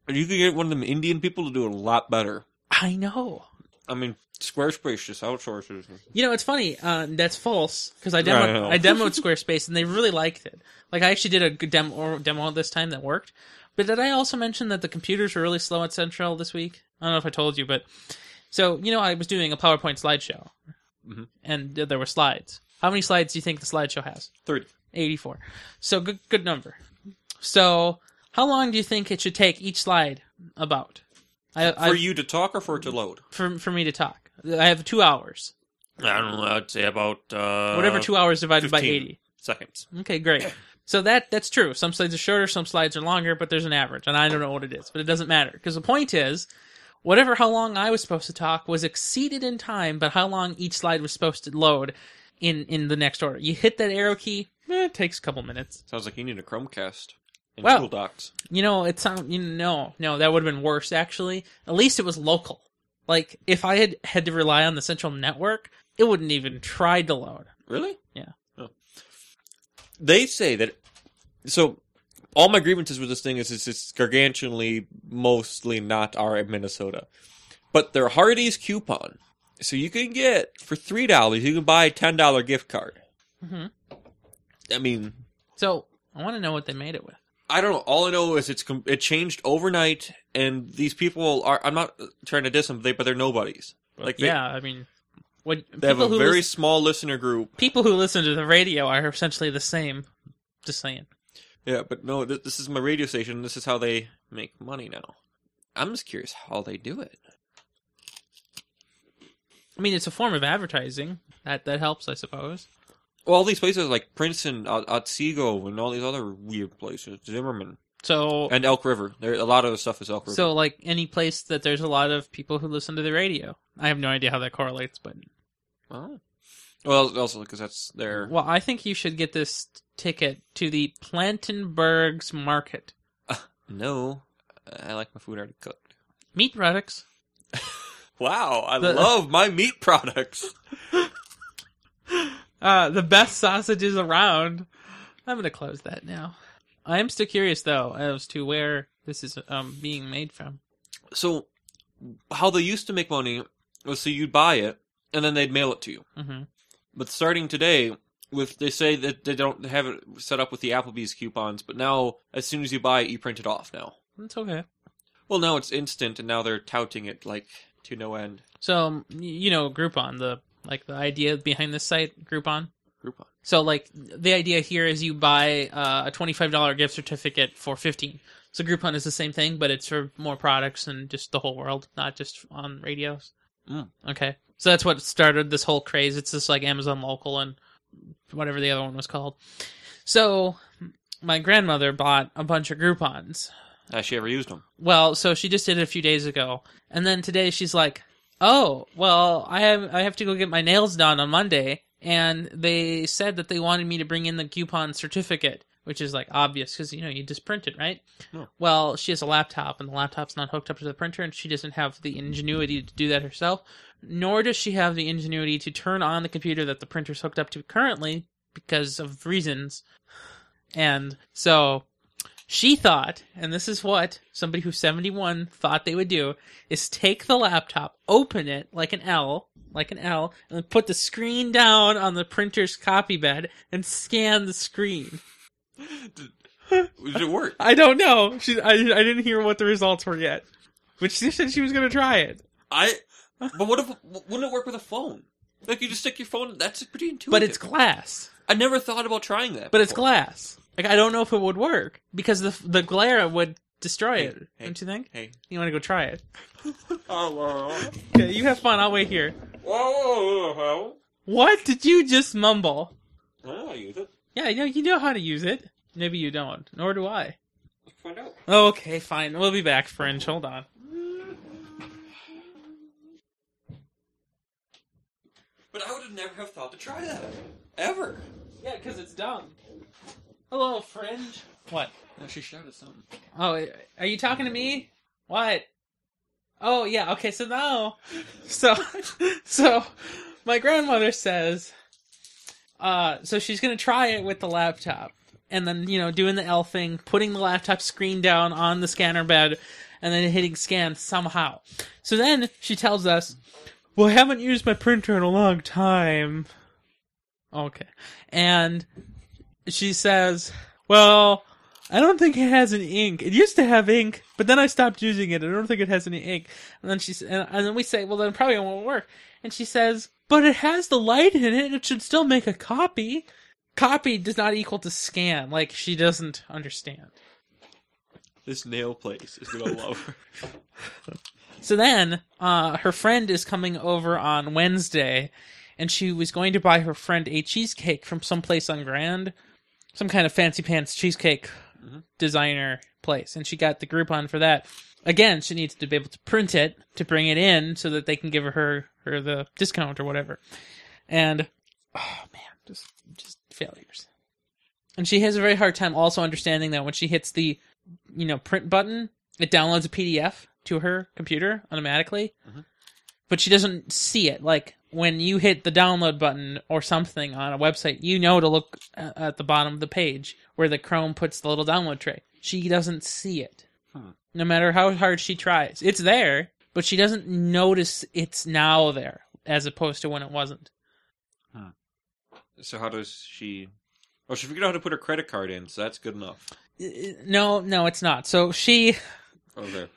[SPEAKER 2] could get one of them Indian people to do it a lot better.
[SPEAKER 3] I know.
[SPEAKER 2] I mean, Squarespace just outsources.
[SPEAKER 3] You know, it's funny. Uh, that's false because I
[SPEAKER 2] I
[SPEAKER 3] demoed,
[SPEAKER 2] know.
[SPEAKER 3] I demoed Squarespace and they really liked it. Like I actually did a good demo demo this time that worked. But did I also mention that the computers were really slow at Central this week? I don't know if I told you, but so you know, I was doing a PowerPoint slideshow,
[SPEAKER 2] Mhm.
[SPEAKER 3] and there were slides. How many slides do you think the slideshow has?
[SPEAKER 2] Thirty.
[SPEAKER 3] 84. So good good number. So how long do you think it should take each slide about? I,
[SPEAKER 2] For
[SPEAKER 3] I,
[SPEAKER 2] you to talk or for it to load?
[SPEAKER 3] for for me to talk. I have 2 hours.
[SPEAKER 2] I don't know. I'd say about uh,
[SPEAKER 3] Whatever 2 hours divided by
[SPEAKER 2] 15.
[SPEAKER 3] 80.
[SPEAKER 2] seconds.
[SPEAKER 3] Okay, great. So that that's true. Some slides are shorter, some slides are longer, but there's an average, and I don't know what it is, but it doesn't matter because the point is, whatever how long I was supposed to talk was exceeded in time, but how long each slide was supposed to load in in the next order. You hit that arrow key, eh, it takes a couple minutes.
[SPEAKER 2] Sounds like you need a Chromecast and
[SPEAKER 3] Well-
[SPEAKER 2] Google Docs.
[SPEAKER 3] You know, it sound you know, no, that would have been worse actually. At least it was local. Like if I had had to rely on the central network, it wouldn't even try to load.
[SPEAKER 2] Really?
[SPEAKER 3] Yeah.
[SPEAKER 2] Oh. They say that so all my grievances with this thing is it's, it's gargantuanly mostly not our Minnesota, but their Hardee's coupon. So you can get for three dollars, you can buy a ten dollar gift card.
[SPEAKER 3] hmm
[SPEAKER 2] I mean,
[SPEAKER 3] So I want to know what they made it with.
[SPEAKER 2] I don't know. All I know is it's com- it changed overnight, and these people are. I'm not trying to diss them, they, but they're nobodies. Like they,
[SPEAKER 3] yeah, I mean, what
[SPEAKER 2] they have a
[SPEAKER 3] people who
[SPEAKER 2] very
[SPEAKER 3] lis-
[SPEAKER 2] small listener group.
[SPEAKER 3] people who listen to the radio are essentially the same. Just saying.
[SPEAKER 2] Yeah, but no, th- this is my radio station. This is how they make money now. I'm just curious how they do it.
[SPEAKER 3] I mean, it's a form of advertising that that helps, I suppose.
[SPEAKER 2] Well, all these places like Princeton, Ot- Otsego, and all these other weird places, Zimmerman
[SPEAKER 3] So
[SPEAKER 2] and Elk River. There, a lot of the stuff is Elk River.
[SPEAKER 3] so like any place that there's a lot of people who listen to the radio. I have no idea how that correlates, but
[SPEAKER 2] Oh. well, also because that's their.
[SPEAKER 3] well, I think you should get this ticket to the Plantenberg's Market.
[SPEAKER 2] No, I like my food already cooked.
[SPEAKER 3] Meat products.
[SPEAKER 2] Wow, I
[SPEAKER 3] The-
[SPEAKER 2] love my meat products.
[SPEAKER 3] Uh, the best sausages around. I'm gonna close that now. I am still curious though as to where this is um being made from.
[SPEAKER 2] So, how they used to make money was so you'd buy it and then they'd mail it to you.
[SPEAKER 3] hmm
[SPEAKER 2] But starting today, with they say that they don't have it set up with the Applebee's coupons, but now as soon as you buy it, you print it off now.
[SPEAKER 3] That's okay.
[SPEAKER 2] Well, now it's instant, and now they're touting it like to no end.
[SPEAKER 3] So um, y- you know Groupon, the like the idea behind this site, Groupon.
[SPEAKER 2] Groupon.
[SPEAKER 3] So like the idea here is you buy uh, a twenty five dollar gift certificate for fifteen. So Groupon is the same thing, but it's for more products and just the whole world, not just on radios.
[SPEAKER 2] Mm.
[SPEAKER 3] Okay, so that's what started this whole craze. It's just like Amazon Local and whatever the other one was called. So my grandmother bought a bunch of Groupons.
[SPEAKER 2] Has she ever used them?
[SPEAKER 3] Well, so she just did it a few days ago, and then today she's like, "Oh, well, I have I have to go get my nails done on Monday, and they said that they wanted me to bring in the coupon certificate, which is like obvious because you know you just print it, right?
[SPEAKER 2] No.
[SPEAKER 3] Well, she has a laptop, and the laptop's not hooked up to the printer, and she doesn't have the ingenuity to do that herself, nor does she have the ingenuity to turn on the computer that the printer's hooked up to currently because of reasons, and so she thought, and this is what somebody who's 71 thought they would do, is take the laptop, open it like an L, like an L, and then put the screen down on the printer's copy bed and scan the screen.
[SPEAKER 2] Did, did it work?
[SPEAKER 3] I don't know. She, I, I didn't hear what the results were yet. But she said she was going to try it.
[SPEAKER 2] I. But what if wouldn't it work with a phone? Like you just stick your phone. That's pretty intuitive.
[SPEAKER 3] But it's glass.
[SPEAKER 2] I never thought about trying that.
[SPEAKER 3] But it's
[SPEAKER 2] before.
[SPEAKER 3] glass. Like, I don't know if it would work because the, the glare would destroy
[SPEAKER 2] Hey,
[SPEAKER 3] it.
[SPEAKER 2] hey.
[SPEAKER 3] Don't you think?
[SPEAKER 2] Hey.
[SPEAKER 3] You want to go try it?
[SPEAKER 8] Oh, well.
[SPEAKER 3] Okay, you have fun. I'll wait here.
[SPEAKER 8] Oh, well.
[SPEAKER 3] What did you just mumble?
[SPEAKER 8] Oh, I use it.
[SPEAKER 3] Yeah, I know you know how to use it. Maybe you don't, nor do I.
[SPEAKER 8] Let's find out.
[SPEAKER 3] Okay, fine. We'll be back, Fringe. Hold on.
[SPEAKER 2] But I would have never have thought to try that ever.
[SPEAKER 3] Yeah, because it's dumb. Hello, Fringe. What?
[SPEAKER 2] No, she shouted something.
[SPEAKER 3] Oh, are you talking to me? What? Oh, yeah. Okay, so now, so, so, my grandmother says, uh, so she's gonna try it with the laptop, and then you know doing the L thing, putting the laptop screen down on the scanner bed, and then hitting scan somehow. So then she tells us, "Well, I haven't used my printer in a long time." Okay, and she says, "Well." I don't think it has any ink. It used to have ink, but then I stopped using it. I don't think it has any ink. And then she s- and, and then we say, well, then it probably won't work. And she says, but it has the light in it. It should still make a copy. Copy does not equal to scan. Like she doesn't understand.
[SPEAKER 2] This nail place is gonna love her.
[SPEAKER 3] So then, uh, her friend is coming over on Wednesday, and she was going to buy her friend a cheesecake from some place on Grand, some kind of fancy pants cheesecake
[SPEAKER 2] Mhm.
[SPEAKER 3] designer place, and she got the Groupon for that. Again, she needs to be able to print it to bring it in so that they can give her her the discount or whatever. And oh man, just just failures. And she has a very hard time also understanding that when she hits the you know print button, it downloads a PDF to her computer automatically.
[SPEAKER 2] Mhm.
[SPEAKER 3] but she doesn't see it. Like when you hit the download button or something on a website, you know to look a- at the bottom of the page where the Chrome puts the little download tray. She doesn't see it.
[SPEAKER 9] Hmm.
[SPEAKER 3] No matter how hard she tries, it's there, but she doesn't notice it's now there as opposed to when it wasn't.
[SPEAKER 2] So how does she? Oh, she figured out how to put her credit card in, so that's good enough.
[SPEAKER 3] Uh, uh, No, no, it's not. So she
[SPEAKER 2] Okay.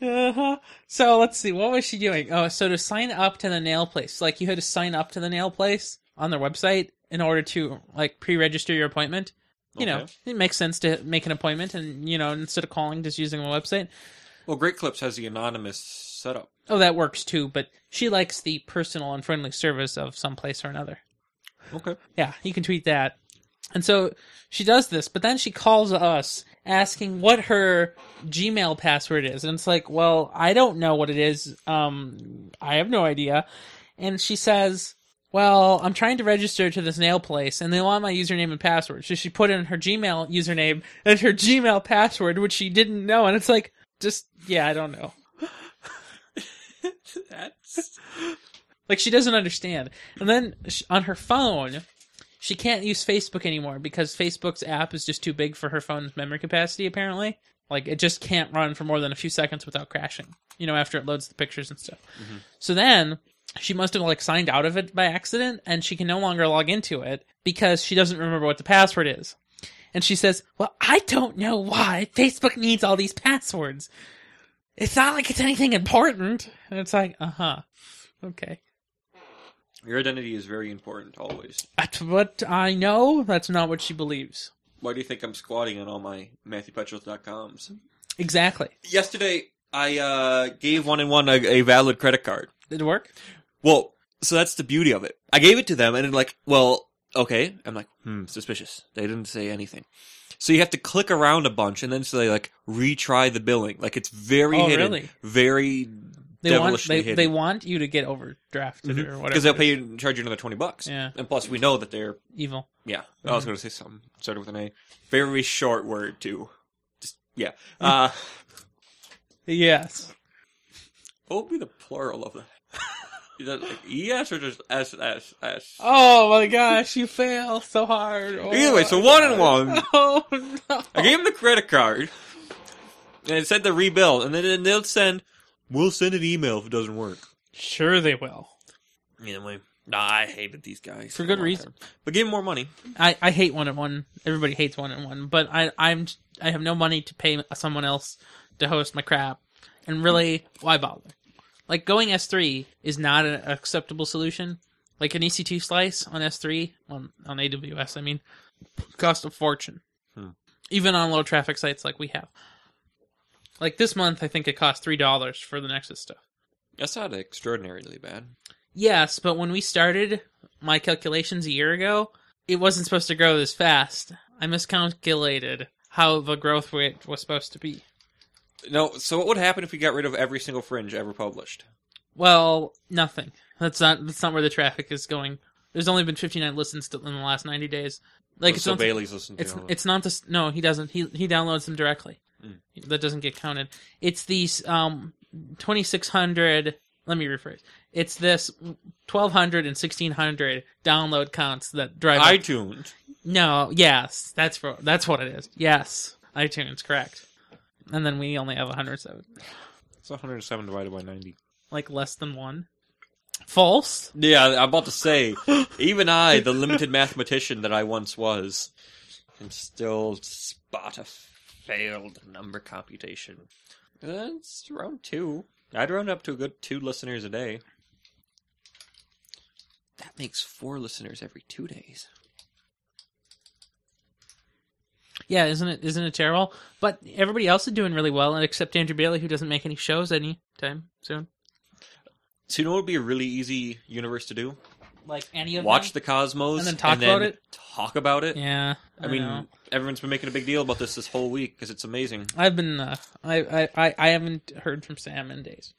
[SPEAKER 3] uh-huh. So let's see, what was she doing? Oh, so to sign up to the nail place, like you had to sign up to the nail place on their website in order to like pre-register your appointment. You know,
[SPEAKER 2] Okay.
[SPEAKER 3] it makes sense to make an appointment, and you know, instead of calling, just using a website.
[SPEAKER 2] Well, Great Clips has the anonymous setup.
[SPEAKER 3] Oh, that works too. But she likes the personal and friendly service of some place or another.
[SPEAKER 2] Okay.
[SPEAKER 3] Yeah, you can tweet that. And so she does this, but then she calls us asking what her Gmail password is. And it's like, well, I don't know what it is. Um, I have no idea. And she says, well, I'm trying to register to this nail place and they want my username and password. So she put in her Gmail username and her Gmail password, which she didn't know. And it's like, just, yeah, I don't know.
[SPEAKER 2] That's
[SPEAKER 3] Like she doesn't understand. And then sh on her phone, she can't use Facebook anymore because Facebook's app is just too big for her phone's memory capacity. Apparently, like it just can't run for more than a few seconds without crashing. You know, after it loads the pictures and stuff. So then she must have like signed out of it by accident, and she can no longer log into it because she doesn't remember what the password is. And she says, "Well, I don't know why Facebook needs all these passwords. It's not like it's anything important." And it's like, "Uh huh, okay."
[SPEAKER 2] your identity is very important always.
[SPEAKER 3] That's what I know. That's not what she believes.
[SPEAKER 2] Why do you think I'm squatting on all my MatthewPetros.coms?
[SPEAKER 3] Exactly.
[SPEAKER 2] Yesterday, I uh, gave one and one a, a valid credit card.
[SPEAKER 3] Did it work?
[SPEAKER 2] Well, so that's the beauty of it. I gave it to them, and it like, well, okay. I'm like, hmm, suspicious. They didn't say anything. So you have to click around a bunch, and then so they like retry the billing. Like it's very
[SPEAKER 3] Oh,
[SPEAKER 2] hidden,
[SPEAKER 3] really?
[SPEAKER 2] very
[SPEAKER 3] They want
[SPEAKER 2] devilishly
[SPEAKER 3] they,
[SPEAKER 2] hidden.
[SPEAKER 3] they want you to get overdrafted or whatever.
[SPEAKER 2] because they'll pay you charge you another twenty bucks.
[SPEAKER 3] Yeah. Mm-hmm.
[SPEAKER 2] and plus we know that they're
[SPEAKER 3] evil.
[SPEAKER 2] yeah. Oh, I was going to say something started with an A. Very short word too. Just yeah. Uh,
[SPEAKER 3] Mm. Yes.
[SPEAKER 2] what would be the plural of that? Is that like ES or just S S S?
[SPEAKER 3] Oh my gosh, you fail so hard. Oh,
[SPEAKER 2] Either way, so
[SPEAKER 3] my
[SPEAKER 2] one and
[SPEAKER 3] God.
[SPEAKER 2] one.
[SPEAKER 3] Oh no.
[SPEAKER 2] I gave him the credit card, and it said to rebuild, and then and they'll send, we'll send an email if it doesn't work.
[SPEAKER 3] Sure they will.
[SPEAKER 2] Anyway, nah, I hated these guys
[SPEAKER 3] For good
[SPEAKER 2] a long
[SPEAKER 3] reason.
[SPEAKER 2] time. But give him more money.
[SPEAKER 3] I, I hate one and one. Everybody hates one and one, but I I'm I have no money to pay someone else to host my crap, and really, why bother? Like going S three is not an acceptable solution. Like an EC two slice on S three on on AWS, I mean, cost a fortune.
[SPEAKER 2] Hmm.
[SPEAKER 3] Even on low traffic sites like we have. Like this month, I think it cost three dollars for the Nexus stuff.
[SPEAKER 2] That's not extraordinarily bad.
[SPEAKER 3] Yes, but when we started my calculations a year ago, it wasn't supposed to grow this fast. I miscalculated how the growth rate was supposed to be.
[SPEAKER 2] No, so what would happen if we got rid of every single fringe ever published?
[SPEAKER 3] Well, nothing. That's not that's not where the traffic is going. There's only been 59 listens to, in the last 90 days. Like it's
[SPEAKER 2] Oh, so
[SPEAKER 3] not
[SPEAKER 2] Bailey's listening to
[SPEAKER 3] it's
[SPEAKER 2] all of
[SPEAKER 3] it's not this. No, he doesn't. He he downloads them directly.
[SPEAKER 2] Mm.
[SPEAKER 3] That doesn't get counted. It's these um 2600. Let me rephrase. It's this 1200 and 1600 download counts that drive. up-
[SPEAKER 2] iTunes.
[SPEAKER 3] No, yes, that's for, that's what it is. Yes, iTunes, correct. And then we only have 107,
[SPEAKER 2] It's 107 divided by 90.
[SPEAKER 3] like less than one. False.
[SPEAKER 2] Yeah, I'm about to say, even I, the limited mathematician that I once was, can still spot a failed number computation. That's around two. I'd round up to a good two listeners a day. That makes four listeners every two days.
[SPEAKER 3] Yeah, isn't it? Isn't it terrible? But everybody else is doing really well, except Andrew Bailey, who doesn't make any shows anytime soon.
[SPEAKER 2] So you know what would be a really easy universe to do?
[SPEAKER 3] Like any of
[SPEAKER 2] Watch
[SPEAKER 3] them.
[SPEAKER 2] the cosmos
[SPEAKER 3] And then talk about it?
[SPEAKER 2] Talk about it.
[SPEAKER 3] Yeah,
[SPEAKER 2] I, mean,
[SPEAKER 3] know.
[SPEAKER 2] everyone's been making a big deal about this this whole week because it's amazing.
[SPEAKER 3] I've been. Uh, I, I I I haven't heard from Sam in days.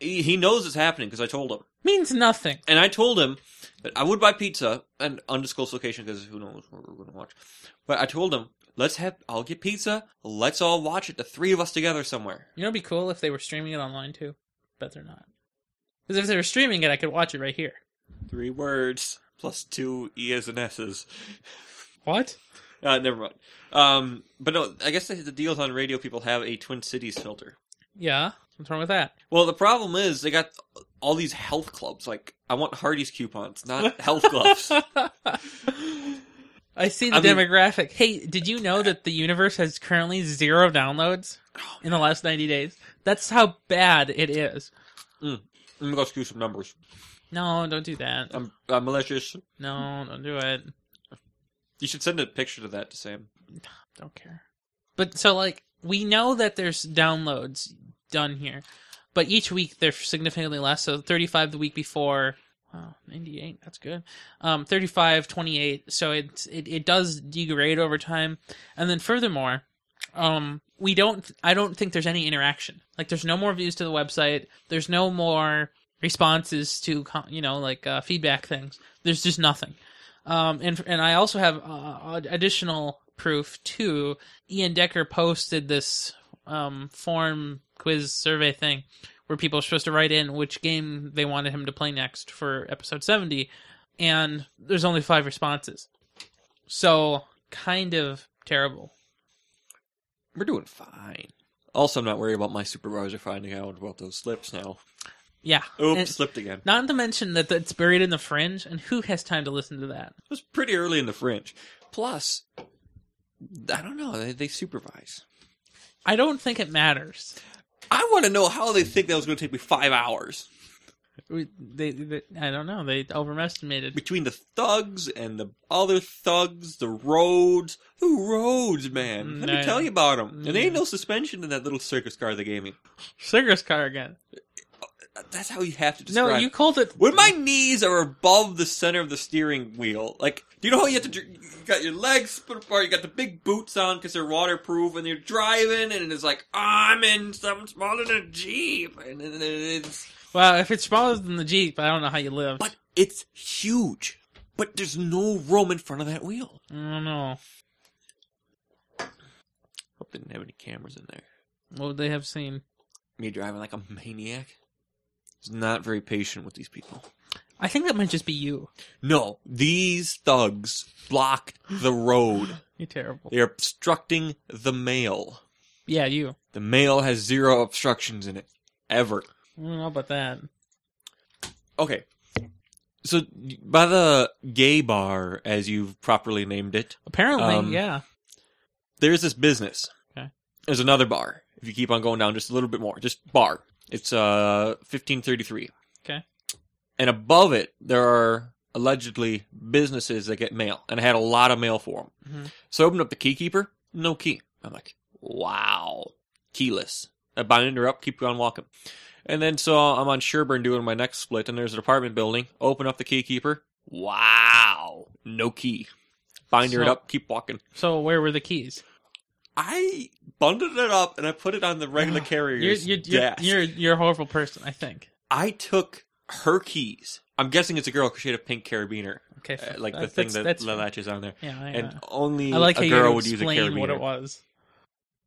[SPEAKER 2] He, he knows it's happening because I told him.
[SPEAKER 3] Means nothing.
[SPEAKER 2] And I told him that I would buy pizza and undisclosed location because who knows what we're going to watch. But I told him, let's have, I'll get pizza. Let's all watch it, the three of us together somewhere.
[SPEAKER 3] You know, it'd be cool if they were streaming it online too. but they're not. Because if they were streaming it, I could watch it right here.
[SPEAKER 2] Three words plus two E's and S's.
[SPEAKER 3] What?
[SPEAKER 2] Uh, never mind. Um, but no, I guess the, the deals on radio people have a Twin Cities filter.
[SPEAKER 3] Yeah. What's wrong with that?
[SPEAKER 2] Well, the problem is they got all these health clubs. Like, I want Hardy's coupons, not health clubs.
[SPEAKER 3] I see the
[SPEAKER 2] I mean-
[SPEAKER 3] demographic. Hey, did you know that the universe has currently zero downloads in the last 90 days? That's how bad it is.
[SPEAKER 2] Let me go screw some numbers.
[SPEAKER 3] No, don't do that.
[SPEAKER 2] I'm, I'm malicious.
[SPEAKER 3] No, don't do it.
[SPEAKER 2] You should send a picture of that to Sam.
[SPEAKER 3] Don't care. But so, like, we know that there's downloads done here, but each week they're significantly less. So 35 the week before. Wow, 98. That's good. Um, 35, 28. So it's, it, it does degrade over time. And then furthermore, um, we don't, I don't think there's any interaction. Like, there's no more views to the website. There's no more responses to, co- you know, like, uh, feedback things. There's just nothing. Um, and and I also have uh, additional proof too. Ian Decker posted this um, form quiz survey thing where people are supposed to write in which game they wanted him to play next for episode seventy, and there's only five responses. So kind of terrible.
[SPEAKER 2] We're doing fine. Also, I'm not worried about my supervisor finding out about those slips now.
[SPEAKER 3] Yeah.
[SPEAKER 2] Oops,
[SPEAKER 3] And-
[SPEAKER 2] slipped again.
[SPEAKER 3] not to mention that it's buried in the fringe, and who has time to listen to that?
[SPEAKER 2] It was pretty early in the fringe. Plus, I don't know. They, they supervise.
[SPEAKER 3] I don't think it matters.
[SPEAKER 2] I want to know how they think that was going to take me five hours
[SPEAKER 3] We, they, they, I don't know. They overestimated.
[SPEAKER 2] between the thugs and the other thugs, the roads. The roads, man. Let
[SPEAKER 3] No.
[SPEAKER 2] me tell you about them. And there ain't
[SPEAKER 3] No.
[SPEAKER 2] no suspension in that little circus car they gave me.
[SPEAKER 3] Circus car again.
[SPEAKER 2] That's how you have to describe.
[SPEAKER 3] No, you called it.
[SPEAKER 2] When my knees are above the center of the steering wheel, like, do you know how you have to? dr- You got your legs split apart. You got the big boots on because they're waterproof, and you're driving, and it's like I'm in something smaller than a jeep, and then it's
[SPEAKER 3] Well, if it's smaller than the Jeep, I don't know how you live.
[SPEAKER 2] but it's huge. But there's no room in front of that wheel.
[SPEAKER 3] I don't know.
[SPEAKER 2] Hope they didn't have any cameras in there.
[SPEAKER 3] What would they have seen?
[SPEAKER 2] Me driving like a maniac. It's not very patient with these people.
[SPEAKER 3] I think that might just be you.
[SPEAKER 2] No, these thugs blocked the road.
[SPEAKER 3] You're terrible.
[SPEAKER 2] They are obstructing the mail.
[SPEAKER 3] Yeah, you.
[SPEAKER 2] The mail has zero obstructions in it. Ever.
[SPEAKER 3] I don't know about that.
[SPEAKER 2] Okay. So, by the gay bar, as you've properly named it,
[SPEAKER 3] Apparently,
[SPEAKER 2] Um,
[SPEAKER 3] yeah.
[SPEAKER 2] there's this business.
[SPEAKER 3] Okay.
[SPEAKER 2] There's another bar. If you keep on going down just a little bit more, just bar. It's uh 1533.
[SPEAKER 3] Okay.
[SPEAKER 2] And above it, there are allegedly businesses that get mail, and I had a lot of mail for them.
[SPEAKER 3] Mhm.
[SPEAKER 2] So I opened up the key keeper, no key. I'm like, wow, keyless. I bind her up, keep on walking. And then so I'm on Sherburne doing my next split, and there's an apartment building. Open up the key keeper. Wow, no key. Bind her
[SPEAKER 3] So-
[SPEAKER 2] up, keep walking.
[SPEAKER 3] So where were the keys?
[SPEAKER 2] I bundled it up and I put it on the regular
[SPEAKER 3] You're
[SPEAKER 2] carrier's
[SPEAKER 3] you're, you're,
[SPEAKER 2] desk.
[SPEAKER 3] you're you're a horrible person. I think.
[SPEAKER 2] I took her keys. I'm guessing it's a girl because she had a pink carabiner,
[SPEAKER 3] Okay,
[SPEAKER 2] uh,
[SPEAKER 3] fine.
[SPEAKER 2] like the
[SPEAKER 3] That-
[SPEAKER 2] thing
[SPEAKER 3] that's-
[SPEAKER 2] that
[SPEAKER 3] that's-
[SPEAKER 2] latches on there.
[SPEAKER 3] yeah, I,
[SPEAKER 2] And
[SPEAKER 3] know.
[SPEAKER 2] only
[SPEAKER 3] I like how
[SPEAKER 2] a
[SPEAKER 3] you had
[SPEAKER 2] girl
[SPEAKER 3] to
[SPEAKER 2] would use a
[SPEAKER 3] explain
[SPEAKER 2] carabiner
[SPEAKER 3] what it was.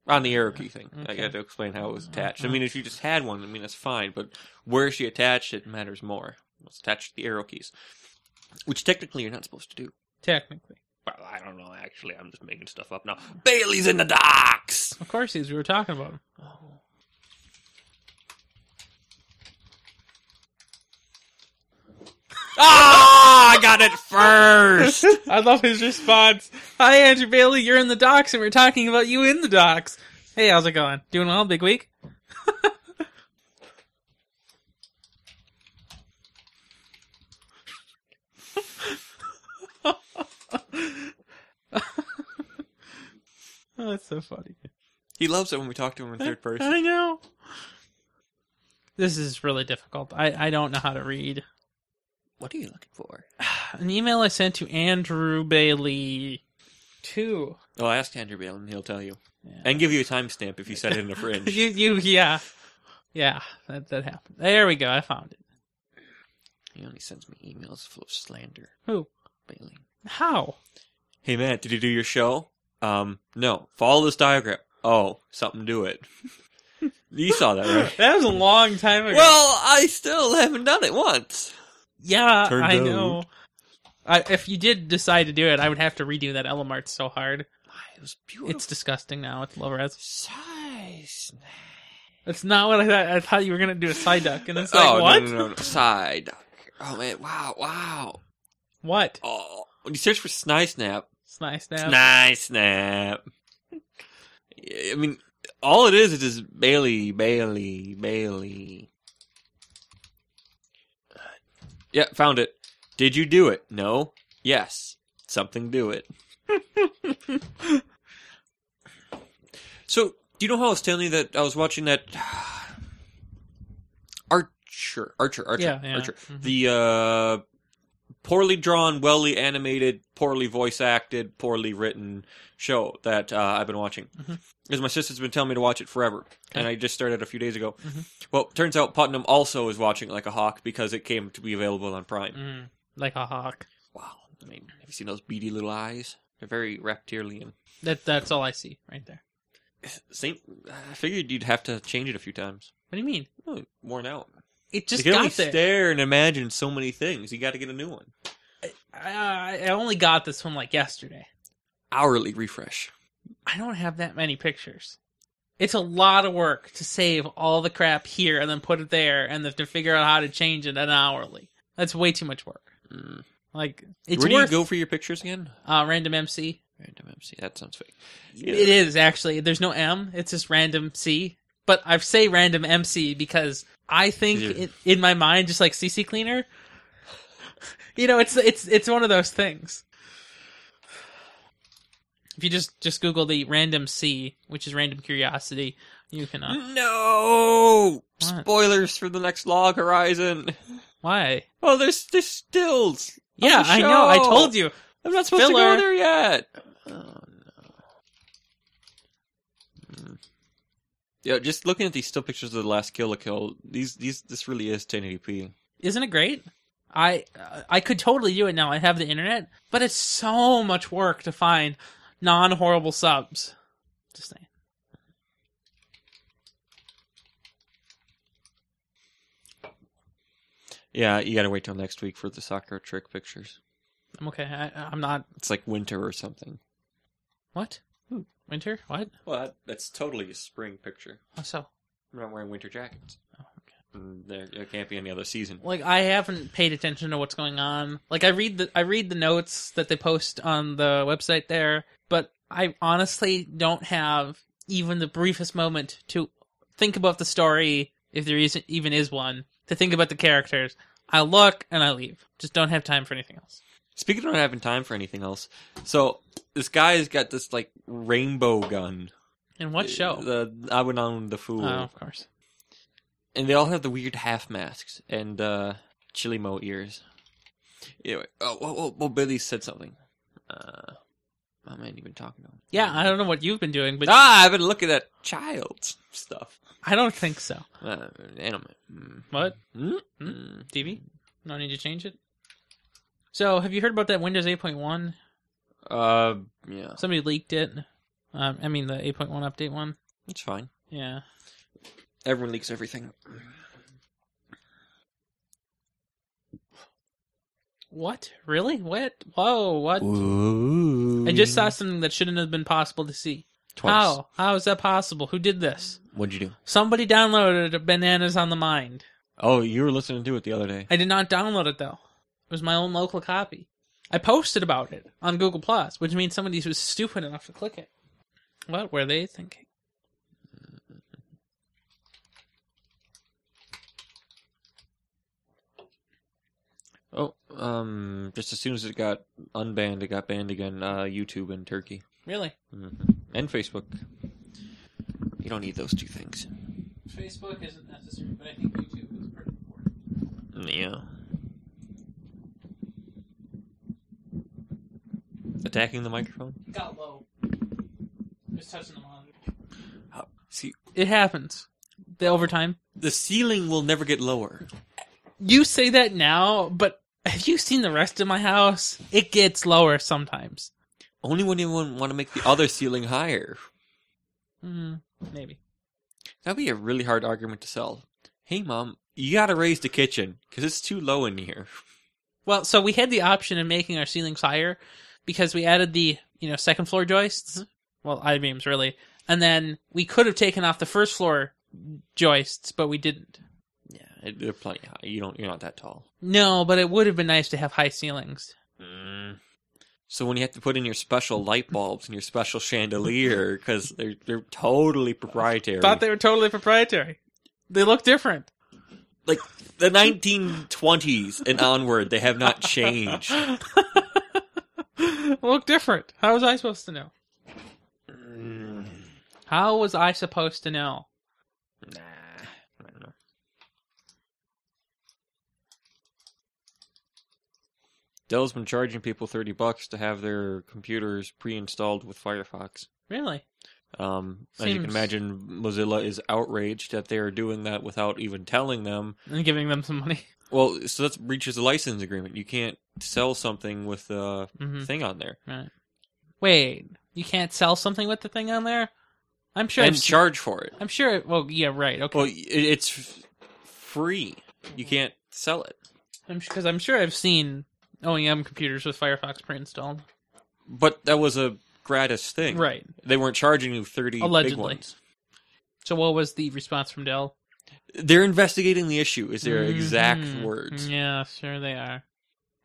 [SPEAKER 2] on the arrow key thing. I
[SPEAKER 3] Okay. Uh-huh.
[SPEAKER 2] had to explain how it was attached. I mean, if you just had one, I mean that's fine. But where she attached it matters more. It's attached to the arrow keys, which technically you're not supposed to do.
[SPEAKER 3] Technically,
[SPEAKER 2] Well, I don't know. Actually, I'm just making stuff up now. Bailey's in the docks.
[SPEAKER 3] of course, these we were talking about. 'em.
[SPEAKER 2] Ah, I got it first.
[SPEAKER 3] I love his response. Hi, Andrew Bailey. You're in the docs, and we're talking about you in the docs. Hey, how's it going? Doing well? Big week? oh, that's so funny.
[SPEAKER 2] He loves it when we talk to him in third person.
[SPEAKER 3] I know. This is really difficult. I, I don't know how to read.
[SPEAKER 2] What are you looking for?
[SPEAKER 3] An email I sent to Andrew Bailey. Two.
[SPEAKER 2] Oh, ask Andrew Bale and he'll tell you.
[SPEAKER 3] Yeah.
[SPEAKER 2] And give you a timestamp if you set it in the fridge.
[SPEAKER 3] you, you, yeah, yeah, that that happened. There we go. I found it.
[SPEAKER 2] he only sends me emails full of slander.
[SPEAKER 3] Who?
[SPEAKER 2] Bailey.
[SPEAKER 3] How?
[SPEAKER 2] Hey Matt, did you do your show? Um, no. Follow this diagram. Oh, something to it. You saw that, right?
[SPEAKER 3] That was a long time ago.
[SPEAKER 2] well, I still haven't done it once.
[SPEAKER 3] yeah,
[SPEAKER 2] Turned
[SPEAKER 3] I
[SPEAKER 2] out.
[SPEAKER 3] know. I, if you did decide to do it, I would have to redo that Elamart so hard.
[SPEAKER 2] It was beautiful.
[SPEAKER 3] It's disgusting now. It's low res.
[SPEAKER 2] size.
[SPEAKER 3] That's not what I thought. I thought you were gonna do a side duck, and it's like
[SPEAKER 2] oh
[SPEAKER 3] what?
[SPEAKER 2] No, no, no, no. side. Oh man! Wow! Wow!
[SPEAKER 3] What?
[SPEAKER 2] Oh, when you search for Sny Snap,
[SPEAKER 3] Snipe snap.
[SPEAKER 2] Sny Snap. I mean, all it is is just Bailey, Bailey, Bailey. Yeah, found it. Did you do it? No. Yes. Something do it. so, do you know how I was telling you that I was watching that Archer, Archer, Archer,
[SPEAKER 3] Yeah, yeah.
[SPEAKER 2] Archer.
[SPEAKER 3] Mhm.
[SPEAKER 2] The uh, poorly drawn, poorly animated, poorly voice acted, poorly written show that uh, I've been watching.
[SPEAKER 3] Mhm.
[SPEAKER 2] Because my sister's been telling me to watch it forever, and
[SPEAKER 3] Okay.
[SPEAKER 2] I just started a few days ago.
[SPEAKER 3] Mhm.
[SPEAKER 2] Well, turns out Putnam also is watching Like a Hawk because it came to be available on Prime.
[SPEAKER 3] Mm, like a hawk.
[SPEAKER 2] Wow. I mean, have you seen those beady little eyes? They're very reptilian.
[SPEAKER 3] That that's all I see right there.
[SPEAKER 2] Same. I figured you'd have to change it a few times.
[SPEAKER 3] What do you mean?
[SPEAKER 2] Oh, worn out.
[SPEAKER 3] It just
[SPEAKER 2] you can
[SPEAKER 3] got
[SPEAKER 2] only
[SPEAKER 3] there.
[SPEAKER 2] stare and imagine so many things. You got to get a new one.
[SPEAKER 3] I, I only got this one like yesterday.
[SPEAKER 2] Hourly refresh.
[SPEAKER 3] I don't have that many pictures. It's a lot of work to save all the crap here and then put it there and then to figure out how to change it an hourly. That's way too much work.
[SPEAKER 2] Mm.
[SPEAKER 3] Like it's
[SPEAKER 2] Where do
[SPEAKER 3] worth
[SPEAKER 2] you go for your pictures again?
[SPEAKER 3] uh, random MC.
[SPEAKER 2] Random MC. That sounds fake.
[SPEAKER 3] It is actually. There's no M. It's just random C. But I say random MC because I think
[SPEAKER 2] Yeah.
[SPEAKER 3] in, in my mind, just like CC cleaner. You know, it's it's it's one of those things. If you just just Google the random C, which is random curiosity, you can. Uh,
[SPEAKER 2] No
[SPEAKER 3] What?
[SPEAKER 2] spoilers for the next log horizon.
[SPEAKER 3] why?
[SPEAKER 2] Oh, there's there's stills.
[SPEAKER 3] Yeah, I know. I
[SPEAKER 2] show.
[SPEAKER 3] told you.
[SPEAKER 2] I'm not supposed to
[SPEAKER 3] Filler.
[SPEAKER 2] go there yet. Oh no. Mm. Yeah, just looking at these still pictures of the last Kill a Kill, these these this really is 1080p.
[SPEAKER 3] Isn't it great? I I could totally do it now. I have the internet, but it's so much work to find non horrible subs. Just saying.
[SPEAKER 2] Yeah, you gotta wait till next week for the soccer trick pictures.
[SPEAKER 3] I'm okay. I, I'm not.
[SPEAKER 2] It's like winter or something.
[SPEAKER 3] What? Winter? What?
[SPEAKER 2] Well, that, that's totally a spring picture.
[SPEAKER 3] Oh, so
[SPEAKER 2] I'm not wearing winter jackets.
[SPEAKER 3] Oh,
[SPEAKER 2] Mm, There, there can't be any other season.
[SPEAKER 3] like I haven't paid attention to what's going on. Like I read the I read the notes that they post on the website there, but I honestly don't have even the briefest moment to think about the story if there isn't even is one. To think about the characters. I look and I leave. Just don't have time for anything else.
[SPEAKER 2] Speaking of not having time for anything else, so this guy's got this like rainbow gun. Uh,
[SPEAKER 3] And what show?
[SPEAKER 2] The I went on the fool,
[SPEAKER 3] oh, of course.
[SPEAKER 2] and they all have the weird half masks and uh chili mo ears. Anyway, oh, whoa, whoa, whoa, Billy said something. Uh, I'm not even talking to him.
[SPEAKER 3] Yeah, I don't know what you've been doing, but
[SPEAKER 2] Ah, I've been looking at child stuff.
[SPEAKER 3] I don't think so.
[SPEAKER 2] Uh, anime. Mm.
[SPEAKER 3] What?
[SPEAKER 2] Mm?
[SPEAKER 3] Hmm?
[SPEAKER 2] Mm.
[SPEAKER 3] TV? No need to change it. So, have you heard about that Windows 8.1?
[SPEAKER 2] Uh, yeah,
[SPEAKER 3] Somebody leaked it. Um, I mean, the 8.1 update one.
[SPEAKER 2] it's fine.
[SPEAKER 3] Yeah.
[SPEAKER 2] Everyone leaks everything.
[SPEAKER 3] What? Really? What? Whoa, what?
[SPEAKER 2] Ooh.
[SPEAKER 3] I just saw something that shouldn't have been possible to see.
[SPEAKER 2] Twice.
[SPEAKER 3] How? How is that possible? Who did this?
[SPEAKER 2] What'd you do?
[SPEAKER 3] Somebody downloaded Bananas on the Mind.
[SPEAKER 2] Oh, you were listening to it the other day.
[SPEAKER 3] I did not download it, though. It was my own local copy. I posted about it on Google Plus, which means somebody was stupid enough to click it. What were they thinking?
[SPEAKER 2] Oh, um, just as soon as it got unbanned, it got banned again. Uh, YouTube and Turkey
[SPEAKER 3] Really?
[SPEAKER 2] hmm and Facebook. You don't need those two things.
[SPEAKER 3] Facebook isn't necessary, but I think YouTube is pretty important.
[SPEAKER 2] Yeah. Attacking the microphone.
[SPEAKER 3] It got low. Just touching the monitor.
[SPEAKER 2] See,
[SPEAKER 3] It happens. The overtime.
[SPEAKER 2] the ceiling will never get lower.
[SPEAKER 3] You say that now, but have you seen the rest of my house? It gets lower sometimes.
[SPEAKER 2] Only when you want to make the other ceiling higher.
[SPEAKER 3] Mm, maybe.
[SPEAKER 2] That'd be a really hard argument to sell. Hey, mom, you gotta raise the kitchen because it's too low in here.
[SPEAKER 3] Well, so we had the option of making our ceilings higher because we added the, you know, second floor joists. Well, I beams really. And then we could have taken off the first floor joists, but we didn't.
[SPEAKER 2] Yeah, it- they're plenty high. You don't. You're not that tall.
[SPEAKER 3] No, but it would have been nice to have high ceilings.
[SPEAKER 2] Mm. So when you have to put in your special light bulbs and your special chandelier because they're they're totally proprietary.
[SPEAKER 3] Thought they were totally proprietary. They look different.
[SPEAKER 2] like the 1920s and onward, they have not changed.
[SPEAKER 3] look different. How was I supposed to know?
[SPEAKER 2] Mm.
[SPEAKER 3] How was I supposed to know?
[SPEAKER 2] Nah, I don't know. Dell's been charging people thirty bucks to have their computers pre-installed with Firefox.
[SPEAKER 3] Really?
[SPEAKER 2] Um, as you can
[SPEAKER 3] Seems-
[SPEAKER 2] imagine, Mozilla is outraged that they are doing that without even telling them.
[SPEAKER 3] And giving them some money.
[SPEAKER 2] Well, so that breaches the license agreement. You can't sell something with a
[SPEAKER 3] hmm
[SPEAKER 2] thing on there
[SPEAKER 3] Wait, you can't sell something with the thing on there? I'm sure.
[SPEAKER 2] and
[SPEAKER 3] I've-
[SPEAKER 2] charge for it.
[SPEAKER 3] I'm sure. It, well, yeah, right. Okay.
[SPEAKER 2] Well, it, it's f- free. You can't sell it.
[SPEAKER 3] I'm because I'm sure I've seen OEM computers with Firefox pre-installed.
[SPEAKER 2] But that was a gratis thing.
[SPEAKER 3] Right.
[SPEAKER 2] They weren't charging you 30 big
[SPEAKER 3] Allegedly.
[SPEAKER 2] ones.
[SPEAKER 3] So what was the response from Dell?
[SPEAKER 2] They're investigating the issue, is their exact
[SPEAKER 3] Mhm.
[SPEAKER 2] words.
[SPEAKER 3] Yeah, sure they are.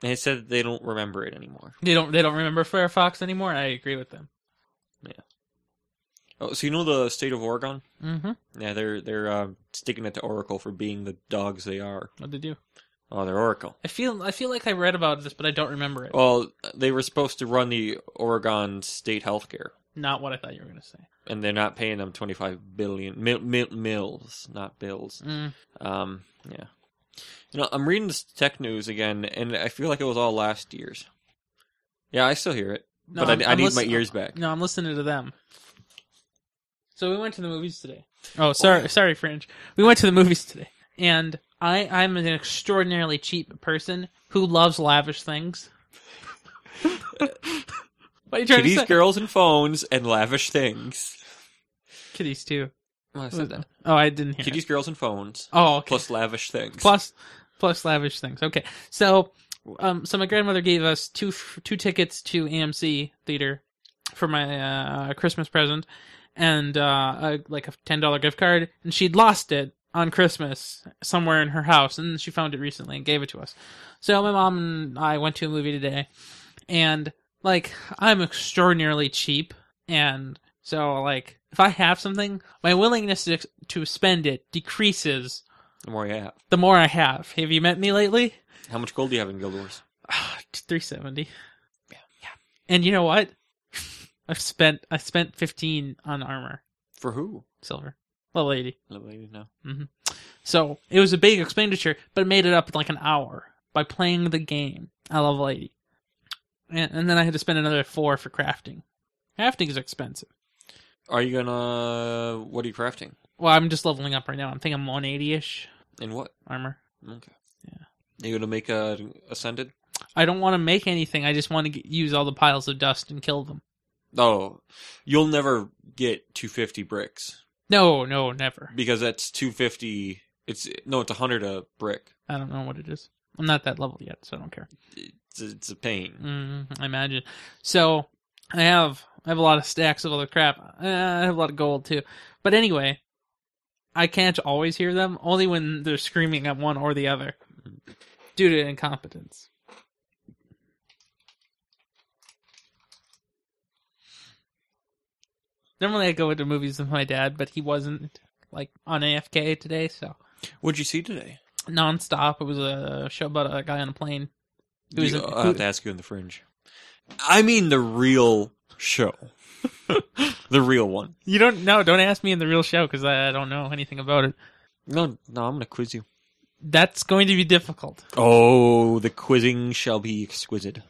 [SPEAKER 2] They said that they don't remember it anymore.
[SPEAKER 3] They don't. They don't remember Firefox anymore. I agree with them.
[SPEAKER 2] Oh, so you know the state of Oregon?
[SPEAKER 3] Mm-hmm.
[SPEAKER 2] Yeah, they're they're uh, sticking it to Oracle for being the dogs they are.
[SPEAKER 3] What they do?
[SPEAKER 2] Oh, they're Oracle.
[SPEAKER 3] I feel. I feel like I read about this, but I don't remember it.
[SPEAKER 2] Well, they were supposed to run the Oregon state healthcare,
[SPEAKER 3] Not what I thought you were going to say.
[SPEAKER 2] and they're not paying them twenty five billion mil, mil, mills, not bills.
[SPEAKER 3] Mm.
[SPEAKER 2] Um, yeah. You know, I'm reading this tech news again, and I feel like it was all last year's. Yeah, I still hear it,
[SPEAKER 3] No,
[SPEAKER 2] but
[SPEAKER 3] I'm-
[SPEAKER 2] I, I
[SPEAKER 3] I'm
[SPEAKER 2] need
[SPEAKER 3] listen-
[SPEAKER 2] my ears back.
[SPEAKER 3] No, I'm listening to them. So we went to the movies today. Oh, sorry, sorry, Fringe. We went to the movies today, and I I'm an extraordinarily cheap person who loves lavish things. what are you trying
[SPEAKER 2] Kitties,
[SPEAKER 3] to say?
[SPEAKER 2] girls, and phones, and lavish things.
[SPEAKER 3] Kitties too.
[SPEAKER 2] Well, I said that.
[SPEAKER 3] Oh, I didn't hear.
[SPEAKER 2] Kitties, Hmm. girls, and phones,
[SPEAKER 3] It. Oh, okay.
[SPEAKER 2] plus lavish things.
[SPEAKER 3] plus plus lavish things. Okay, so um, so my grandmother gave us two f- two tickets to AMC theater for my uh, Christmas present, and uh, a, like a ten dollar gift card, and she'd lost it on Christmas somewhere in her house, and she found it recently and gave it to us. So my mom and I went to a movie today, and like I'm extraordinarily cheap, and so like if I have something, my willingness to, to spend it decreases
[SPEAKER 2] the more you have.
[SPEAKER 3] the more I have. Have you met me lately? Ah,
[SPEAKER 2] How much gold do you have in Guild Wars?
[SPEAKER 3] 370. Yeah. And you know what? I've spent I spent 15 on armor,
[SPEAKER 2] For who?
[SPEAKER 3] silver. Little lady.
[SPEAKER 2] Little lady, no.
[SPEAKER 3] So, it was a big expenditure, but made it up in like an hour by playing the game. I love lady. And, and then I had to spend another 4 for crafting. Crafting is expensive.
[SPEAKER 2] Are you gonna? What are you crafting?
[SPEAKER 3] Well, I'm just leveling up right now. I'm thinking 180ish
[SPEAKER 2] And what?
[SPEAKER 3] armor.
[SPEAKER 2] Okay. Yeah. Are you gonna make a ascended?
[SPEAKER 3] I don't want to make anything. I just want to get, use all the piles of dust and kill them.
[SPEAKER 2] Oh, you'll never get 250 bricks
[SPEAKER 3] No, no, never.
[SPEAKER 2] because that's 250. It's no, it's 100 a brick.
[SPEAKER 3] I don't know what it is. I'm not that level yet, so I don't care.
[SPEAKER 2] It's, it's a pain.
[SPEAKER 3] Mm, I imagine. So I have I have a lot of stacks of other crap. Uh, I have a lot of gold too. But anyway, I can't always hear them. Only when they're screaming at one or the other, due to incompetence. Normally I go into movies with my dad, but he wasn't like on AFK today, so
[SPEAKER 2] What'd you see today?
[SPEAKER 3] nonstop. It was a show about a guy on a plane. It was
[SPEAKER 2] You-
[SPEAKER 3] a-
[SPEAKER 2] I'll have to ask you in the fringe. I mean the real show, the real one.
[SPEAKER 3] You don't know. Don't ask me in the real show because I, I don't know anything about it.
[SPEAKER 2] No, no, I'm gonna quiz you.
[SPEAKER 3] That's going to be difficult.
[SPEAKER 2] Oh, the quizzing shall be exquisite.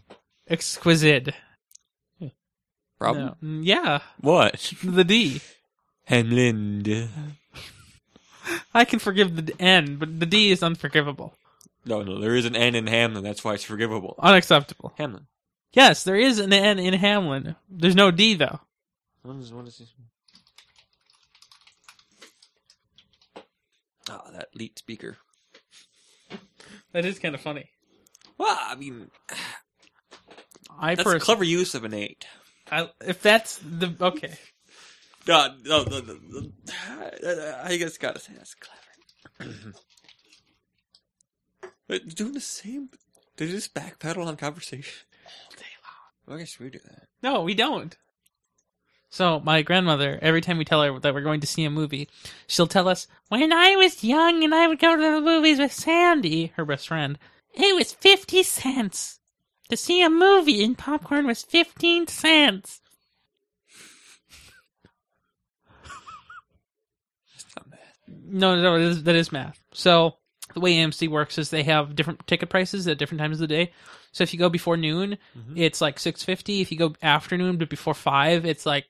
[SPEAKER 3] Exquisite.
[SPEAKER 2] Problem?
[SPEAKER 3] No. Mm, Yeah,
[SPEAKER 2] What?
[SPEAKER 3] the D.
[SPEAKER 2] Hamlind.
[SPEAKER 3] I can forgive the N, but the D is unforgivable,
[SPEAKER 2] No, no, there is an N in Hamlin. That's why it's forgivable.
[SPEAKER 3] unacceptable.
[SPEAKER 2] Hamlin.
[SPEAKER 3] Yes, there is an N in Hamlin. There's no D though.
[SPEAKER 2] What is, what is this? Ah, that leet speaker.
[SPEAKER 3] That is kind of funny.
[SPEAKER 2] Well, I mean,
[SPEAKER 3] I
[SPEAKER 2] that's
[SPEAKER 3] personally,
[SPEAKER 2] clever use of an eight.
[SPEAKER 3] I, if that's the okay,
[SPEAKER 2] No, no, no, no, no. I just gotta say that's clever. They're doing the same. They just backpedal on conversation. I guess we do that.
[SPEAKER 3] no, we don't. So my grandmother, every time we tell her that we're going to see a movie, she'll tell us, "When I was young and I would go to the movies with Sandy, her best friend, it was fifty cents to see a movie, and popcorn was fifteen cents."
[SPEAKER 2] That's not bad.
[SPEAKER 3] No, no, that is, that is math. So the way AMC works is they have different ticket prices at different times of the day. So if you go before noon,
[SPEAKER 2] Mhm.
[SPEAKER 3] it's like six fifty. If you go afternoon but before five, it's like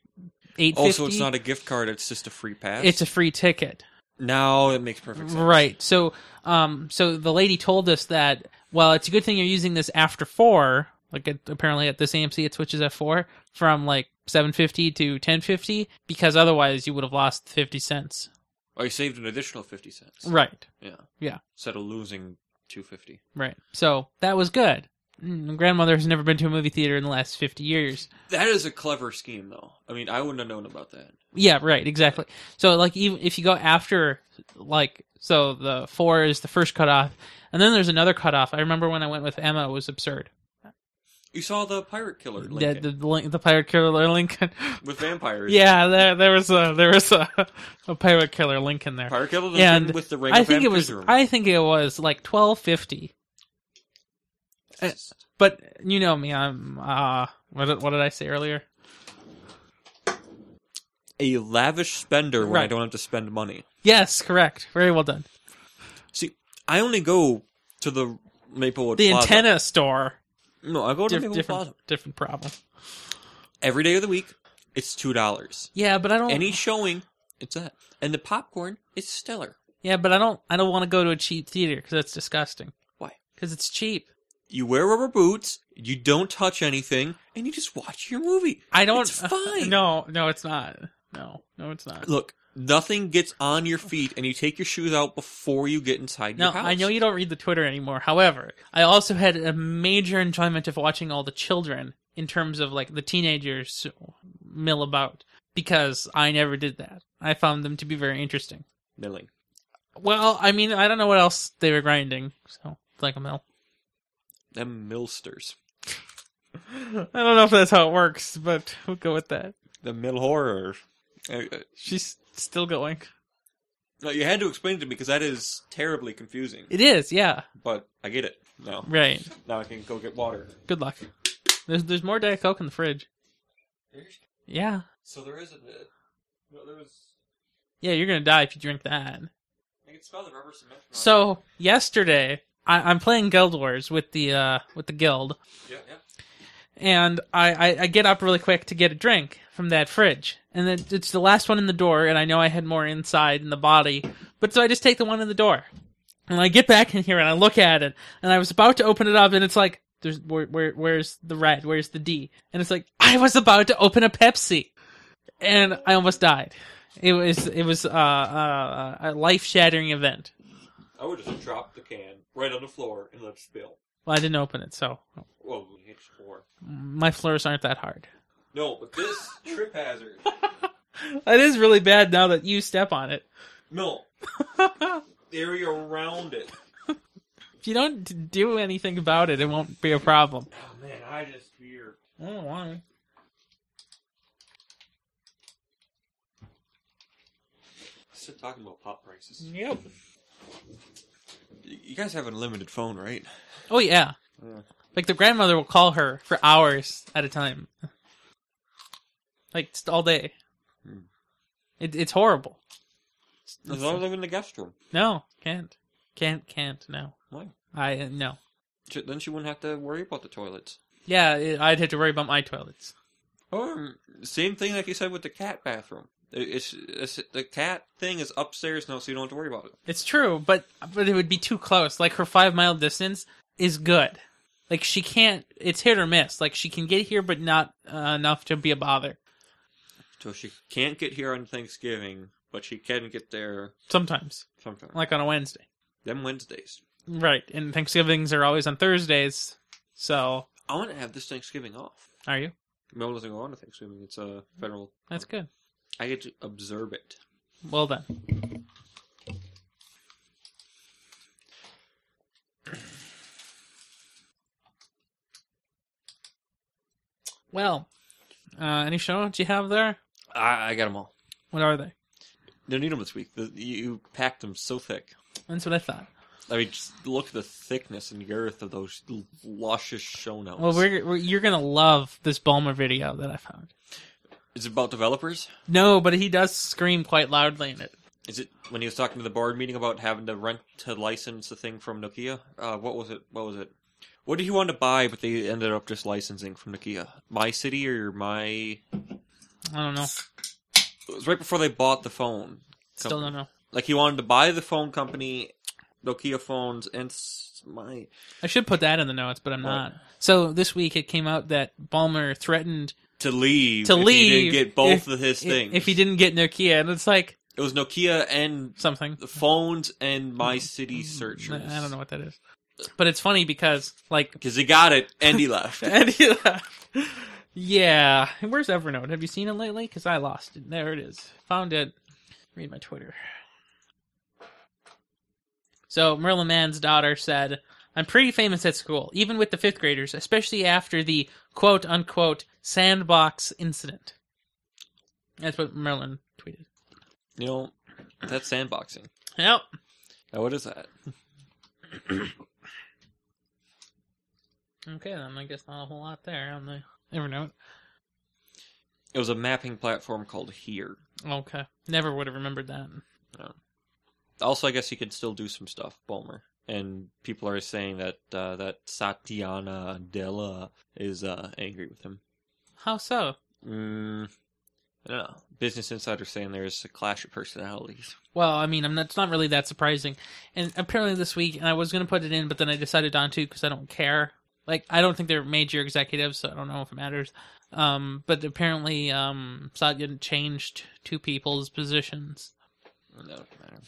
[SPEAKER 3] eight fifty.
[SPEAKER 2] Also, Oh, it's not a gift card; it's just a free pass.
[SPEAKER 3] It's a free ticket,
[SPEAKER 2] now it makes perfect sense.
[SPEAKER 3] right? So, um, so the lady told us that. Well, it's a good thing you're using this after four. Like it, apparently at this AMC, it switches at four from like seven fifty to ten fifty because otherwise you would have lost fifty cents.
[SPEAKER 2] Oh, you saved an additional fifty cents.
[SPEAKER 3] Right.
[SPEAKER 2] Yeah.
[SPEAKER 3] Yeah.
[SPEAKER 2] Instead of losing two fifty.
[SPEAKER 3] Right. So that was good. Mm, Grandmother has never been to a movie theater in the last 50 years.
[SPEAKER 2] That is a clever scheme, though. I mean, I wouldn't have known about that.
[SPEAKER 3] Yeah, right, exactly. So like even if you go after like so the 4 is the first cutoff and then there's another cutoff. I remember when I went with Emma it was absurd.
[SPEAKER 2] You saw the pirate killer
[SPEAKER 3] The,
[SPEAKER 2] Lincoln,
[SPEAKER 3] the, the, Lin- the pirate killer Lincoln.
[SPEAKER 2] with vampires.
[SPEAKER 3] yeah, there there was a there was a, a pirate killer Lincoln there.
[SPEAKER 2] pirate killer Lincoln
[SPEAKER 3] And
[SPEAKER 2] with the ring.
[SPEAKER 3] I
[SPEAKER 2] of
[SPEAKER 3] think it
[SPEAKER 2] Van
[SPEAKER 3] was
[SPEAKER 2] Prism.
[SPEAKER 3] I think it was like 1250. uh, But you know me, I'm uh what did, what did I say earlier?
[SPEAKER 2] a lavish spender when I
[SPEAKER 3] Right.
[SPEAKER 2] don't have to spend money.
[SPEAKER 3] Yes, correct. Very well done.
[SPEAKER 2] See, I only go to the Maplewood
[SPEAKER 3] The
[SPEAKER 2] Plaza.
[SPEAKER 3] antenna store.
[SPEAKER 2] No, I go to
[SPEAKER 3] Dif-
[SPEAKER 2] Maplewood
[SPEAKER 3] different,
[SPEAKER 2] Plaza
[SPEAKER 3] different problem.
[SPEAKER 2] every day of the week. It's two dollars.
[SPEAKER 3] Yeah, but I don't.
[SPEAKER 2] Any showing, it's that, and the popcorn is stellar.
[SPEAKER 3] yeah, but I don't. I don't want to go to a cheap theater because that's disgusting.
[SPEAKER 2] Why?
[SPEAKER 3] Because it's cheap.
[SPEAKER 2] You wear rubber boots, you don't touch anything, and you just watch your movie.
[SPEAKER 3] I don't.
[SPEAKER 2] It's fine.
[SPEAKER 3] no, no, it's not. No, no, it's not.
[SPEAKER 2] Look, nothing gets on your feet, and you take your shoes out before you get inside
[SPEAKER 3] No,
[SPEAKER 2] your house.
[SPEAKER 3] I know you don't read the Twitter anymore. However, I also had a major enjoyment of watching all the children in terms of like the teenagers mill about because I never did that. I found them to be very interesting.
[SPEAKER 2] milling.
[SPEAKER 3] Well, I mean, I don't know what else they were grinding, so it's like a mill.
[SPEAKER 2] Them millsters.
[SPEAKER 3] I don't know if that's how it works, but we'll go with that.
[SPEAKER 2] The mill horror. Uh, uh,
[SPEAKER 3] She's still going.
[SPEAKER 2] No, you had to explain it to me because that is terribly confusing.
[SPEAKER 3] It is, yeah.
[SPEAKER 2] But I get it now.
[SPEAKER 3] Right.
[SPEAKER 2] Now I can go get water.
[SPEAKER 3] Good luck. There's there's more Diet Coke in the fridge. Yeah.
[SPEAKER 2] So there is a bit. No, there was.
[SPEAKER 3] Yeah, you're gonna die if you drink that.
[SPEAKER 2] I can smell the rubber cement.
[SPEAKER 3] So yesterday I, I'm playing Guild Wars with the uh with the guild
[SPEAKER 2] Yeah, yeah.
[SPEAKER 3] and I, I, I get up really quick to get a drink from that fridge. And then it's the last one in the door, and I know I had more inside in the body, but so I just take the one in the door. And I get back in here and I look at it, and I was about to open it up, and it's like, there's where, where where's the red? Where's the D? And it's like I was about to open a Pepsi, and I almost died. It was it was uh, uh, a life shattering event.
[SPEAKER 2] I would just drop the can right on the floor and let it spill.
[SPEAKER 3] Well, I didn't open it, so
[SPEAKER 2] Whoa, we hit four.
[SPEAKER 3] my floors aren't that hard.
[SPEAKER 2] No, but this trip hazard.
[SPEAKER 3] That is really bad now that you step on it.
[SPEAKER 2] No, the area around it.
[SPEAKER 3] If you don't d- do anything about it, it won't be a problem.
[SPEAKER 2] Oh man, I just fear.
[SPEAKER 3] I don't know why.
[SPEAKER 2] Still talking about pop prices.
[SPEAKER 3] Yep.
[SPEAKER 2] You guys have an unlimited phone, right?
[SPEAKER 3] Oh yeah.
[SPEAKER 2] Yeah.
[SPEAKER 3] Like the grandmother will call her for hours at a time, like just all day.
[SPEAKER 2] Hmm.
[SPEAKER 3] It, it's horrible.
[SPEAKER 2] As long as I'm in the guest room.
[SPEAKER 3] No, can't, can't, can't. No,
[SPEAKER 2] Why?
[SPEAKER 3] I uh, no.
[SPEAKER 2] Sh- Then she wouldn't have to worry about the toilets.
[SPEAKER 3] Yeah, it, I'd have to worry about my toilets.
[SPEAKER 2] Or same thing like you said with the cat bathroom. It- It's, it's the cat thing is upstairs now, so you don't have to worry about it.
[SPEAKER 3] It's true, but but it would be too close. Like her five mile distance is good. Like she can't. It's hit or miss. Like she can get here, but not uh, enough to be a bother.
[SPEAKER 2] So she can't get here on Thanksgiving, but she can get there
[SPEAKER 3] Sometimes,
[SPEAKER 2] sometime.
[SPEAKER 3] like on a Wednesday.
[SPEAKER 2] Them Wednesdays.
[SPEAKER 3] Right. And Thanksgivings are always on Thursdays. So,
[SPEAKER 2] I want to have this Thanksgiving off.
[SPEAKER 3] are you?
[SPEAKER 2] My mom doesn't go on to Thanksgiving. It's a federal.
[SPEAKER 3] That's good.
[SPEAKER 2] I get to observe it.
[SPEAKER 3] Well done. Well, uh, any show notes you have there?
[SPEAKER 2] I, I got them all.
[SPEAKER 3] What are they?
[SPEAKER 2] Don't need them this week. The, you packed them so thick.
[SPEAKER 3] That's what I thought.
[SPEAKER 2] I mean, just look at the thickness and girth of those l- luscious show notes.
[SPEAKER 3] Well, we're, we're you're gonna love this Bulmer video that I found.
[SPEAKER 2] Is it about developers?
[SPEAKER 3] No, but he does scream quite loudly in it.
[SPEAKER 2] Is it when he was talking to the board meeting about having to rent to license the thing from Nokia? Uh, what was it? What was it? What did he want to buy, but they ended up just licensing from Nokia? My City or My? It
[SPEAKER 3] I don't know.
[SPEAKER 2] was right before they bought the phone.
[SPEAKER 3] Still don't
[SPEAKER 2] company.
[SPEAKER 3] know.
[SPEAKER 2] Like he wanted to buy the phone company, Nokia phones, and s- my.
[SPEAKER 3] I should put that in the notes, but I'm
[SPEAKER 2] Right.
[SPEAKER 3] not. So this week it came out that Balmer threatened
[SPEAKER 2] To leave.
[SPEAKER 3] To
[SPEAKER 2] if He
[SPEAKER 3] leave
[SPEAKER 2] didn't get both
[SPEAKER 3] if-
[SPEAKER 2] of his
[SPEAKER 3] i-
[SPEAKER 2] things.
[SPEAKER 3] if he didn't get Nokia, and it's like
[SPEAKER 2] It was Nokia and
[SPEAKER 3] something.
[SPEAKER 2] the phones and My City searchers.
[SPEAKER 3] Mm, I I don't know what that is, but it's funny because like
[SPEAKER 2] Because he got it and he left.
[SPEAKER 3] and he laughed. yeah. Where's Evernote? Have you seen it lately? Because I lost it. There it is. Found it. Read my Twitter. So Merlin Mann's daughter said, "I'm pretty famous at school, even with the fifth graders, especially after the quote unquote sandbox incident." That's what Merlin tweeted.
[SPEAKER 2] You know, that's sandboxing.
[SPEAKER 3] Yep.
[SPEAKER 2] Now, what is that?
[SPEAKER 3] Okay, then I guess not a whole lot there on the Evernote.
[SPEAKER 2] It was a mapping platform called Here.
[SPEAKER 3] Okay, never would have remembered that.
[SPEAKER 2] Also, I guess he can still do some stuff, Bulmer. And people are saying that uh, that Satyana Della is uh, angry with him.
[SPEAKER 3] How so?
[SPEAKER 2] Mm, I don't know. Business Insider saying there's a clash of personalities.
[SPEAKER 3] Well, I mean, I'm not, it's not really that surprising. And apparently this week, and I was going to put it in, but then I decided not to because I don't care. Like, I don't think they're major executives, so I don't know if it matters. Um, but apparently, um, Satya changed two people's positions.
[SPEAKER 2] No, it doesn't matter.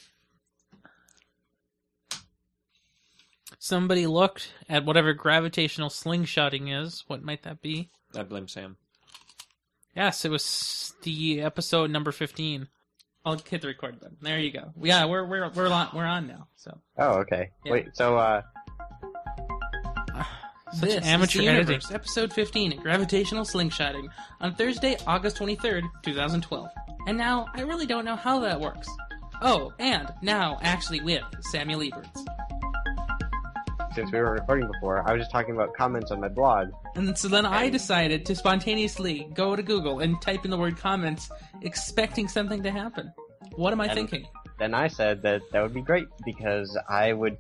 [SPEAKER 3] Somebody looked at whatever gravitational slingshotting is. What might that be?
[SPEAKER 2] I blame Sam.
[SPEAKER 3] Yes, it was the episode number 15. I'll hit the record button. There you go.
[SPEAKER 10] Mm-hmm.
[SPEAKER 3] Yeah, we're we're we're on, we're on now. So
[SPEAKER 9] Oh, okay.
[SPEAKER 3] Yeah.
[SPEAKER 9] Wait, so, uh,
[SPEAKER 3] Such
[SPEAKER 10] This is
[SPEAKER 3] amateur
[SPEAKER 10] The
[SPEAKER 3] editing.
[SPEAKER 10] Universe, episode 15, Gravitational Slingshotting, on Thursday, August 23rd, 2012. And now, I really don't know how that works. Oh, and now, actually with Samuel Eberts.
[SPEAKER 9] since we were recording before, I was just talking about comments on my blog.
[SPEAKER 10] And so then I decided to spontaneously go to Google and type in the word comments, expecting something to happen. What am I
[SPEAKER 9] And-
[SPEAKER 10] thinking?
[SPEAKER 9] Then I said that that would be great because I would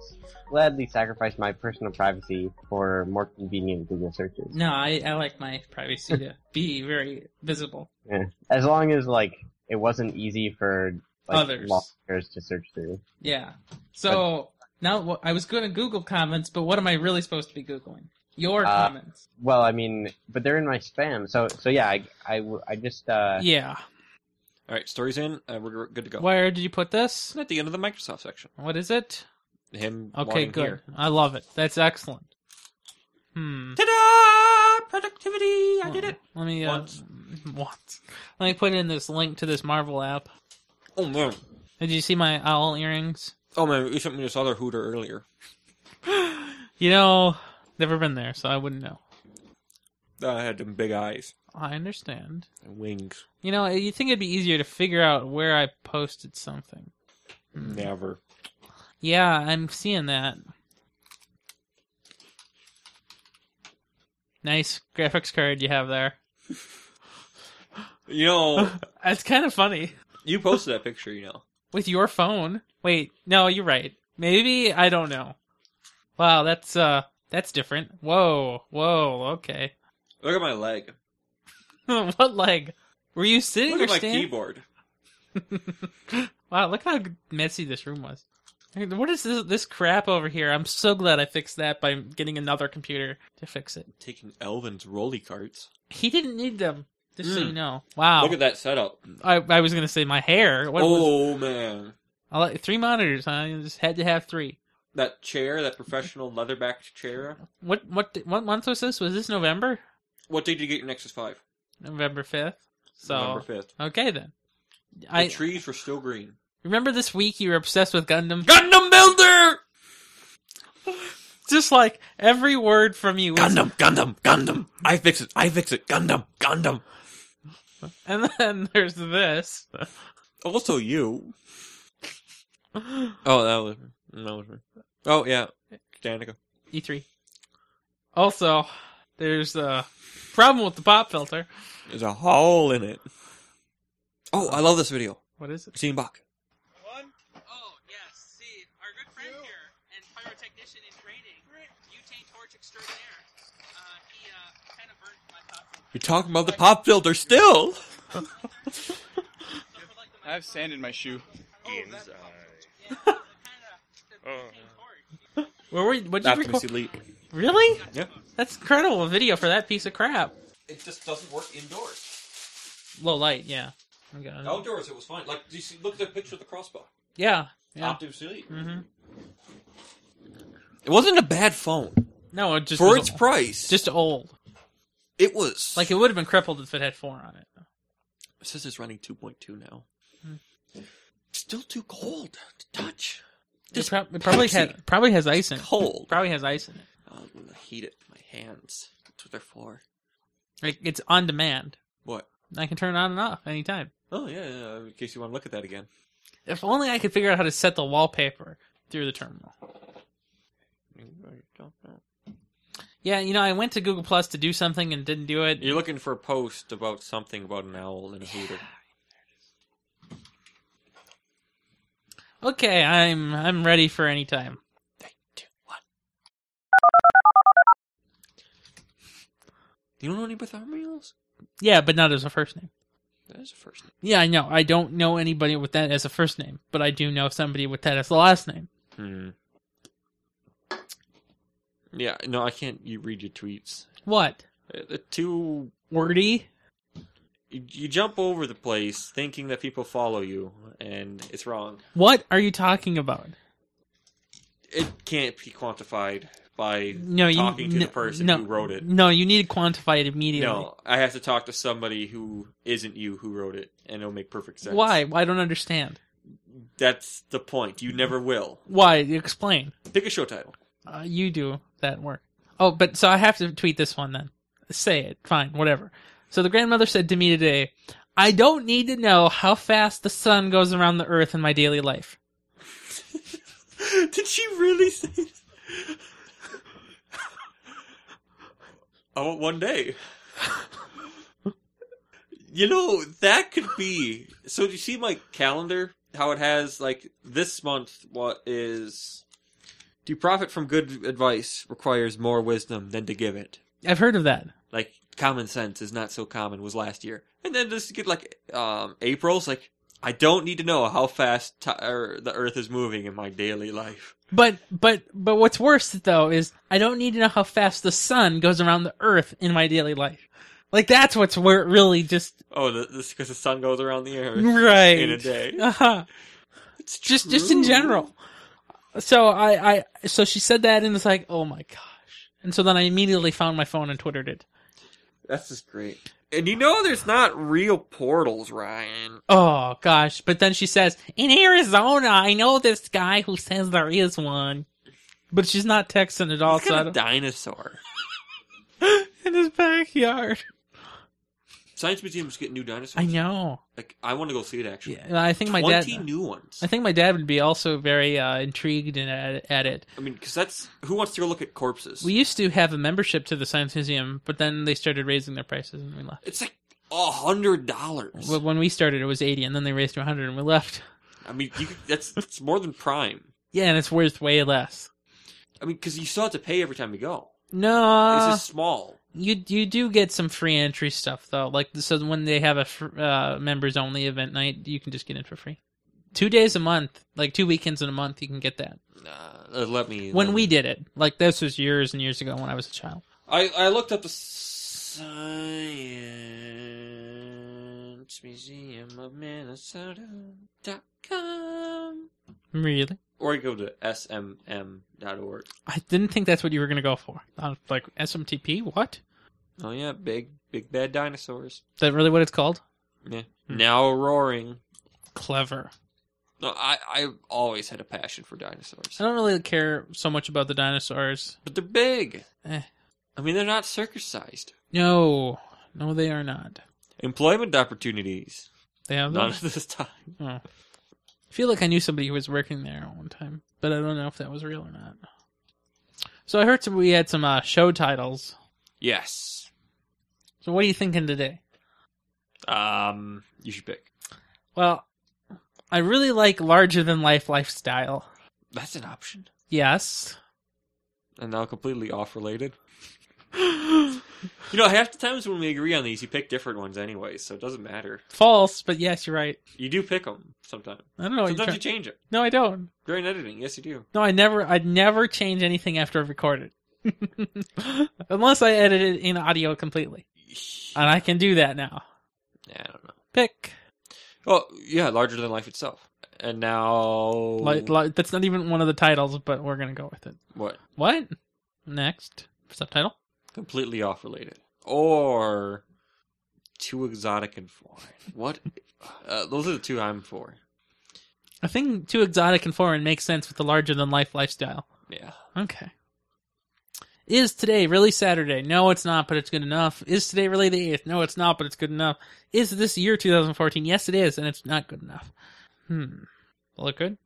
[SPEAKER 9] gladly sacrifice my personal privacy for more convenient Google searches.
[SPEAKER 10] No, I, I like my privacy to be very visible.
[SPEAKER 9] Eh. As long as, like, it wasn't easy for like,
[SPEAKER 10] Others.
[SPEAKER 9] bloggers to search through.
[SPEAKER 10] Yeah. So now what- I was going to Google comments, but what am I really supposed to be Googling? Your
[SPEAKER 9] Uh,
[SPEAKER 10] comments.
[SPEAKER 9] Well, I mean, but they're in my spam. So, so yeah, I, I, w- I just, uh,
[SPEAKER 3] yeah.
[SPEAKER 2] All right, stories in. Uh, we're good to go.
[SPEAKER 3] Where did you put this?
[SPEAKER 2] It's at the end of the Microsoft section.
[SPEAKER 3] What is it?
[SPEAKER 2] Him.
[SPEAKER 3] Okay,
[SPEAKER 2] wanting
[SPEAKER 3] good.
[SPEAKER 2] Here.
[SPEAKER 3] I love it. That's excellent. Hmm.
[SPEAKER 2] Ta-da! Productivity! I did it.
[SPEAKER 3] Let me uh,
[SPEAKER 2] Once.
[SPEAKER 3] once. Let me put in this link to this Marvel app.
[SPEAKER 2] Oh man.
[SPEAKER 3] Did you see my owl earrings?
[SPEAKER 2] Oh man, you sent me this other hooter earlier.
[SPEAKER 3] You know, never been there, so I wouldn't know.
[SPEAKER 2] I had them big eyes
[SPEAKER 3] I understand.
[SPEAKER 2] and wings.
[SPEAKER 3] You know, you think it'd be easier to figure out where I posted something. Hmm.
[SPEAKER 2] Never.
[SPEAKER 3] Yeah, I'm seeing that. Nice graphics card you have there.
[SPEAKER 2] You know,
[SPEAKER 3] That's kind of funny.
[SPEAKER 2] you posted that picture, you know.
[SPEAKER 3] With your phone? Wait, no, you're right. Maybe I don't know. Wow, that's uh that's different. Whoa, whoa, okay.
[SPEAKER 2] Look at my leg.
[SPEAKER 3] what leg? Were you sitting
[SPEAKER 2] Look
[SPEAKER 3] or
[SPEAKER 2] at my
[SPEAKER 3] standing?
[SPEAKER 2] keyboard.
[SPEAKER 3] wow, look how messy this room was. What is this, this crap over here? I'm so glad I fixed that by getting another computer to fix it.
[SPEAKER 2] Taking Elvin's rolly carts.
[SPEAKER 3] He didn't need them. Just so
[SPEAKER 2] Mm.
[SPEAKER 3] you know. Wow.
[SPEAKER 2] Look at that setup.
[SPEAKER 3] I, I was gonna say my hair. What was-
[SPEAKER 2] oh man,
[SPEAKER 3] I like three monitors. huh? I just had to have three.
[SPEAKER 2] that chair, that professional leather-backed chair.
[SPEAKER 3] What what what month was this? Was this November?
[SPEAKER 2] What date did you get your Nexus Five?
[SPEAKER 3] November fifth. So
[SPEAKER 2] November fifth.
[SPEAKER 3] okay then.
[SPEAKER 2] The
[SPEAKER 3] I
[SPEAKER 2] trees were still green.
[SPEAKER 3] remember this week you were obsessed with Gundam.
[SPEAKER 2] Gundam Builder.
[SPEAKER 3] Just like every word from you. Was,
[SPEAKER 2] Gundam, Gundam, Gundam. I fix it. I fix it. Gundam, Gundam.
[SPEAKER 3] And then there's this.
[SPEAKER 2] Also you. Oh, that was that was. her. Oh yeah, Danica.
[SPEAKER 3] E3. E Also, there's a problem with the pop filter.
[SPEAKER 2] There's a hole in it. Oh, I love this video.
[SPEAKER 3] What is it?
[SPEAKER 2] Seeing Bach.
[SPEAKER 3] One. Oh, yes. See, our good friend here and pyrotechnician in training, Utah Torch Extraordinaire, uh, he uh, kind of burnt my pop filter.
[SPEAKER 2] You're talking about the pop filter still.
[SPEAKER 11] I have sand in my shoe.
[SPEAKER 3] Where were you? What did you
[SPEAKER 2] Optimus
[SPEAKER 3] record?
[SPEAKER 2] Elite.
[SPEAKER 3] Really?
[SPEAKER 2] Yeah.
[SPEAKER 3] That's incredible video for that piece of crap.
[SPEAKER 2] It just doesn't work indoors.
[SPEAKER 3] Low light, yeah. Oh Okay.
[SPEAKER 2] Outdoors, it was fine. Like, do you see, look at the picture of the crossbar.
[SPEAKER 3] Yeah. Yeah.
[SPEAKER 2] Optimus Elite.
[SPEAKER 3] hmm
[SPEAKER 2] It wasn't a bad phone
[SPEAKER 3] No, it just
[SPEAKER 2] for
[SPEAKER 3] was
[SPEAKER 2] its
[SPEAKER 3] o-
[SPEAKER 2] price.
[SPEAKER 3] just old.
[SPEAKER 2] it was
[SPEAKER 3] Like it would have been crippled if it had four on it.
[SPEAKER 2] It says it's running 2.2 now. Still too cold to touch.
[SPEAKER 3] It,
[SPEAKER 2] Just
[SPEAKER 3] prob- it probably
[SPEAKER 2] Pepsi.
[SPEAKER 3] had probably has ice in it.
[SPEAKER 2] cold.
[SPEAKER 3] Probably has ice in it.
[SPEAKER 2] I'm gonna heat it with my hands. That's what they're for.
[SPEAKER 3] Like it's on demand.
[SPEAKER 2] What?
[SPEAKER 3] I can turn it on and off anytime.
[SPEAKER 2] Oh yeah, yeah. In case you want to look at that again,
[SPEAKER 3] If only I could figure out how to set the wallpaper through the terminal. Yeah, you know, I went to Google Plus to do something and didn't do it.
[SPEAKER 2] you're looking for a post about something about an owl and a hooter.
[SPEAKER 3] Okay, I'm I'm ready for any time.
[SPEAKER 2] Two, one. You don't know any Bartholomews?
[SPEAKER 3] Yeah, but not as a first name.
[SPEAKER 2] That is the first name.
[SPEAKER 3] Yeah, I know. I don't know anybody with that as a first name, but I do know somebody with that as the last name.
[SPEAKER 2] Hmm. Yeah, no, I can't. You read your tweets.
[SPEAKER 3] What?
[SPEAKER 2] Uh, The two
[SPEAKER 3] Wordy?
[SPEAKER 2] you, you jump over the place thinking that people follow you, and it's wrong.
[SPEAKER 3] What are you talking about?
[SPEAKER 2] It can't be quantified by
[SPEAKER 3] No, you
[SPEAKER 2] talking to
[SPEAKER 3] no,
[SPEAKER 2] the person
[SPEAKER 3] no,
[SPEAKER 2] who wrote it.
[SPEAKER 3] No, you need to quantify it immediately.
[SPEAKER 2] No, I have to talk to somebody who isn't you who wrote it, and it'll make perfect sense.
[SPEAKER 3] Why? I don't understand.
[SPEAKER 2] That's the point. You never will.
[SPEAKER 3] Why? Explain.
[SPEAKER 2] Pick a show title.
[SPEAKER 3] Uh, you do that work. Oh, but so I have to tweet this one then. Say it. Fine, whatever. So the grandmother said to me today, I don't need to know how fast the sun goes around the earth in my daily life.
[SPEAKER 2] Did she really say? I want one day. you know that could be. So do you see my calendar? How it has like this month? What is? To profit from good advice requires more wisdom than to give it.
[SPEAKER 3] I've heard of that.
[SPEAKER 2] Like common sense is not so common was last year, and then just get like um April's like I don't need to know how fast ti er, the Earth is moving in my daily life.
[SPEAKER 3] But but but what's worse though is I don't need to know how fast the sun goes around the earth in my daily life. Like that's what's where it really just
[SPEAKER 2] Oh, th- this because the sun goes around the earth
[SPEAKER 3] right
[SPEAKER 2] in a day.
[SPEAKER 3] Uh-huh.
[SPEAKER 2] It's
[SPEAKER 3] Just just in
[SPEAKER 2] true.
[SPEAKER 3] general. So I I so she said that and it's like oh my gosh. And so then I immediately found my phone and twittered it.
[SPEAKER 2] That's just great. And you know, there's not real portals, Ryan.
[SPEAKER 3] Oh gosh. But then she says in Arizona I know this guy who says there is one. But she's not texting at all.
[SPEAKER 2] It's
[SPEAKER 3] So I
[SPEAKER 2] got a
[SPEAKER 3] don't-
[SPEAKER 2] dinosaur.
[SPEAKER 3] in his backyard.
[SPEAKER 2] Science museums get new dinosaurs.
[SPEAKER 3] I know.
[SPEAKER 2] Like, I want to go see it actually.
[SPEAKER 3] Yeah, I think my dad.
[SPEAKER 2] Twenty new ones.
[SPEAKER 3] I think my dad would be also very uh, intrigued and at, at it.
[SPEAKER 2] I mean, because that's who wants to go look at corpses.
[SPEAKER 3] We used to have a membership to the Science Museum, but then they started raising their prices and we left.
[SPEAKER 2] It's like a hundred dollars.
[SPEAKER 3] Wh- When we started, it was eighty, and then they raised to hundred, and we left.
[SPEAKER 2] I mean, you could, that's it's more than prime.
[SPEAKER 3] Yeah, and it's worth way less.
[SPEAKER 2] I mean, because you still have to pay every time you go.
[SPEAKER 3] No, uh,
[SPEAKER 2] it's just small.
[SPEAKER 3] you you do get some free entry stuff though. Like so, when they have a fr- uh, members only event night, you can just get in for free. Two days a month, like two weekends in a month, you can get that.
[SPEAKER 2] Uh, let me.
[SPEAKER 3] When
[SPEAKER 2] let
[SPEAKER 3] we
[SPEAKER 2] me-
[SPEAKER 3] did it, like this was years and years ago when I was a child.
[SPEAKER 2] I I looked up the science SearchMuseumOfMinnesota.com.
[SPEAKER 3] Really?
[SPEAKER 2] Or you go to smm.org.
[SPEAKER 3] I didn't think that's what you were going to go for. I was like, SMTP? What?
[SPEAKER 2] Oh, yeah, big, big bad dinosaurs.
[SPEAKER 3] Is that really what it's called?
[SPEAKER 2] Yeah. Now roaring.
[SPEAKER 3] Clever.
[SPEAKER 2] No, I, I've always had a passion for dinosaurs.
[SPEAKER 3] I don't really care so much about the dinosaurs.
[SPEAKER 2] But they're big.
[SPEAKER 3] Eh.
[SPEAKER 2] I mean, they're not circus sized.
[SPEAKER 3] No. No, they are not.
[SPEAKER 2] Employment opportunities.
[SPEAKER 3] They have
[SPEAKER 2] None
[SPEAKER 3] those.
[SPEAKER 2] at this time.
[SPEAKER 3] Oh. I feel like I knew somebody who was working there at one time, but I don't know if that was real or not. So I heard some, we had some uh, show titles.
[SPEAKER 2] Yes.
[SPEAKER 3] So what are you thinking today?
[SPEAKER 2] Um, you should pick.
[SPEAKER 3] Well, I really like larger than life lifestyle.
[SPEAKER 2] That's an option.
[SPEAKER 3] Yes.
[SPEAKER 2] And now completely off related. You know, half the times when we agree on these, you pick different ones anyway, so it doesn't matter.
[SPEAKER 3] False, but yes, you're right.
[SPEAKER 2] You do pick them sometimes.
[SPEAKER 3] I don't know. What you're
[SPEAKER 2] sometimes
[SPEAKER 3] Oh, try-
[SPEAKER 2] you change it
[SPEAKER 3] no, I don't.
[SPEAKER 2] during editing. Yes, you do.
[SPEAKER 3] No, I never. I'd never change anything after I've recorded, unless I edit it in audio completely, and I can do that now.
[SPEAKER 2] Yeah, I don't know.
[SPEAKER 3] Pick.
[SPEAKER 2] Well, yeah, larger than life itself. And now,
[SPEAKER 3] Like,
[SPEAKER 2] Oh.
[SPEAKER 3] like that's not even one of the titles, but we're gonna go with it.
[SPEAKER 2] what?
[SPEAKER 3] What? Next subtitle.
[SPEAKER 2] Completely off related, or too exotic and foreign. What? uh, those are the two I'm for.
[SPEAKER 3] I think too exotic and foreign makes sense with the larger than life lifestyle.
[SPEAKER 2] Yeah.
[SPEAKER 3] Okay. Is today really Saturday? No, it's not, but it's good enough. Is today really the 8th? No, it's not, but it's good enough. Is this year 2014? Yes, it is, and it's not good enough. Hmm. Look good?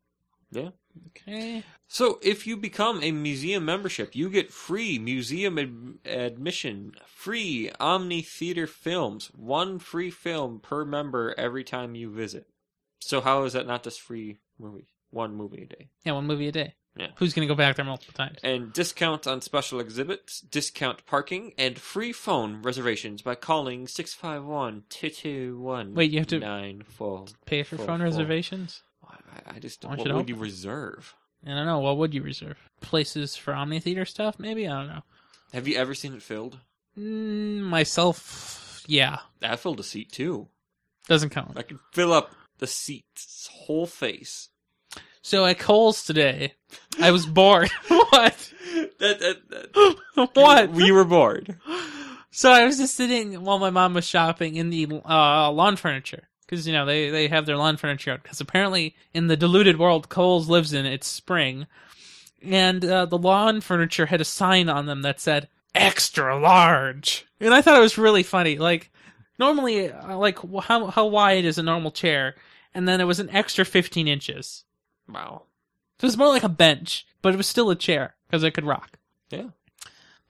[SPEAKER 2] Yeah.
[SPEAKER 3] Okay.
[SPEAKER 2] So, if you become a museum membership, you get free museum ad- admission, free Omni Theater films, one free film per member every time you visit. So, how is that not just free movies? One movie a day.
[SPEAKER 3] Yeah, one movie a day.
[SPEAKER 2] Yeah.
[SPEAKER 3] Who's going to go back there multiple times?
[SPEAKER 2] And discounts on special exhibits, discount parking, and free phone reservations by calling 651 221
[SPEAKER 3] Wait, you have to- Pay for
[SPEAKER 2] Full,
[SPEAKER 3] phone
[SPEAKER 2] full.
[SPEAKER 3] reservations?
[SPEAKER 2] I just
[SPEAKER 3] I
[SPEAKER 2] don't. What
[SPEAKER 3] should
[SPEAKER 2] would
[SPEAKER 3] hope
[SPEAKER 2] you
[SPEAKER 3] not.
[SPEAKER 2] reserve?
[SPEAKER 3] I don't know. What would you reserve? Places for Omni Theater stuff, maybe? I don't know.
[SPEAKER 2] Have you ever seen it filled?
[SPEAKER 3] Mm, myself, yeah.
[SPEAKER 2] I filled a seat too.
[SPEAKER 3] Doesn't count.
[SPEAKER 2] I could fill up the seat's whole face.
[SPEAKER 3] So at Cole's today, I was bored. what?
[SPEAKER 2] That, that, that-
[SPEAKER 3] what?
[SPEAKER 2] We were bored.
[SPEAKER 3] So I was just sitting while my mom was shopping in the uh, lawn furniture because you know they they have their lawn furniture out because apparently in the deluded world Cole's lives in it's spring, and uh, the lawn furniture had a sign on them that said extra large, and I thought it was really funny. Like normally, uh, like wh- how how wide is a normal chair, and then it was an extra fifteen inches.
[SPEAKER 2] Wow.
[SPEAKER 3] So it's more like a bench, but it was still a chair because I could rock.
[SPEAKER 2] Yeah.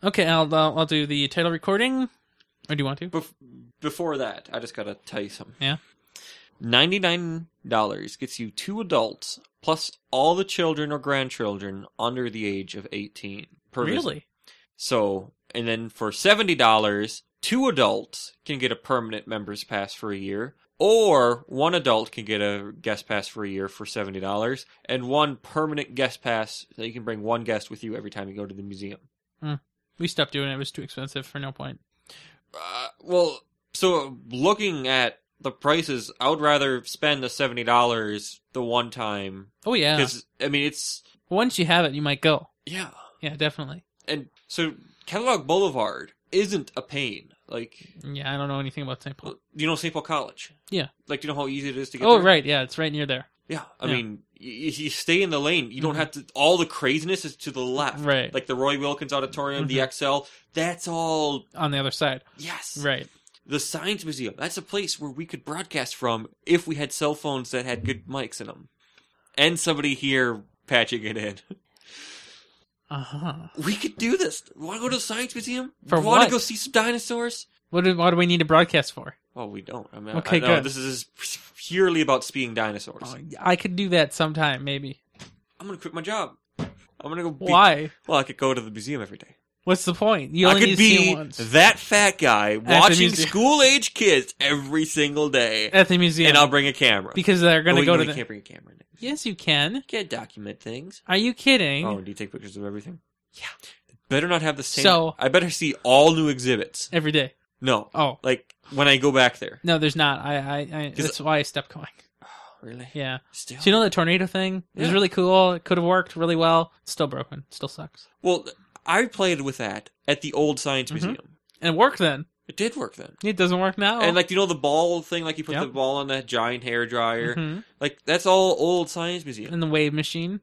[SPEAKER 3] Okay, I'll uh, I'll I'll do the title recording. Or do you want to?
[SPEAKER 2] Bef- before that, I just gotta tell you something.
[SPEAKER 3] Yeah.
[SPEAKER 2] Ninety-nine dollars gets you two adults plus all the children or grandchildren under the age of eighteen. Per visit.
[SPEAKER 3] Really?
[SPEAKER 2] So, and then for seventy dollars, two adults can get a permanent members pass for a year, or one adult can get a guest pass for a year for seventy dollars, and one permanent guest pass that you can bring one guest with you every time you go to the museum.
[SPEAKER 3] We stopped doing it. It was too expensive for no point.
[SPEAKER 2] Uh, well, so looking at the prices, I would rather spend the seventy dollars the one time
[SPEAKER 3] Oh yeah.
[SPEAKER 2] because I mean it's
[SPEAKER 3] Once you have it, you might go.
[SPEAKER 2] yeah,
[SPEAKER 3] Yeah, definitely.
[SPEAKER 2] and so Catalog Boulevard isn't a pain. Like
[SPEAKER 3] Yeah, I don't know anything about St. Paul.
[SPEAKER 2] Well, you know St. Paul College?
[SPEAKER 3] Yeah.
[SPEAKER 2] Like, do you know how easy it is to get
[SPEAKER 3] Oh
[SPEAKER 2] there?
[SPEAKER 3] right, yeah, it's right near there.
[SPEAKER 2] Yeah. I
[SPEAKER 3] Yeah.
[SPEAKER 2] mean, you, you stay in the lane. You don't
[SPEAKER 3] Mhm.
[SPEAKER 2] have to, all the craziness is to the left.
[SPEAKER 3] Right Mm-hmm.
[SPEAKER 2] Like the Roy Wilkins Auditorium, the XL. That's all,
[SPEAKER 3] on the other side.
[SPEAKER 2] yes.
[SPEAKER 3] Right.
[SPEAKER 2] The Science Museum. That's a place where we could broadcast from if we had cell phones that had good mics in them. And somebody here patching it in.
[SPEAKER 3] Uh huh.
[SPEAKER 2] We could do this. Want to go to the Science Museum?
[SPEAKER 3] For
[SPEAKER 2] Want
[SPEAKER 3] what?
[SPEAKER 2] to go see some dinosaurs?
[SPEAKER 3] What do, what do we need to broadcast for?
[SPEAKER 2] Well, we don't. I mean, I-
[SPEAKER 3] Okay,
[SPEAKER 2] I know
[SPEAKER 3] good.
[SPEAKER 2] this is purely about speeding dinosaurs.
[SPEAKER 3] Oh, I could do that sometime, maybe.
[SPEAKER 2] I'm gonna quit my job. I'm gonna go. Be-
[SPEAKER 3] Why?
[SPEAKER 2] Well, I could go to the museum every day.
[SPEAKER 3] What's the point? You
[SPEAKER 2] I
[SPEAKER 3] only
[SPEAKER 2] could
[SPEAKER 3] need to see
[SPEAKER 2] be
[SPEAKER 3] it once.
[SPEAKER 2] that fat guy watching
[SPEAKER 3] museum.
[SPEAKER 2] school age kids every single day,
[SPEAKER 3] at the museum.
[SPEAKER 2] and I'll bring a camera.
[SPEAKER 3] because they're going
[SPEAKER 2] Oh,
[SPEAKER 3] to
[SPEAKER 2] wait,
[SPEAKER 3] go
[SPEAKER 2] no,
[SPEAKER 3] to
[SPEAKER 2] you
[SPEAKER 3] the.
[SPEAKER 2] can't bring a camera. In.
[SPEAKER 3] Yes, you can.
[SPEAKER 2] You can't document things.
[SPEAKER 3] Are you kidding?
[SPEAKER 2] Oh, do you take pictures of everything? Yeah. Better not have the same.
[SPEAKER 3] So-
[SPEAKER 2] I better see all new exhibits.
[SPEAKER 3] Every day.
[SPEAKER 2] No,
[SPEAKER 3] Oh
[SPEAKER 2] like when I go back there.
[SPEAKER 3] no, there's not. I I, I
[SPEAKER 2] 'Cause-
[SPEAKER 3] that's why I stopped going.
[SPEAKER 2] Really?
[SPEAKER 3] Yeah.
[SPEAKER 2] Still.
[SPEAKER 3] Oh, So you know that tornado thing? It was
[SPEAKER 2] Yeah.
[SPEAKER 3] really cool. It could have worked really well. It's still broken. It still sucks.
[SPEAKER 2] Well, I played with that at the old science
[SPEAKER 3] Mhm.
[SPEAKER 2] museum.
[SPEAKER 3] And it worked then.
[SPEAKER 2] It did work then.
[SPEAKER 3] It doesn't work now.
[SPEAKER 2] And like you know the ball thing, like you put
[SPEAKER 3] Oh. Yep.
[SPEAKER 2] the ball on that giant hair dryer.
[SPEAKER 3] Mhm.
[SPEAKER 2] Like that's all old science museum.
[SPEAKER 3] and the wave machine.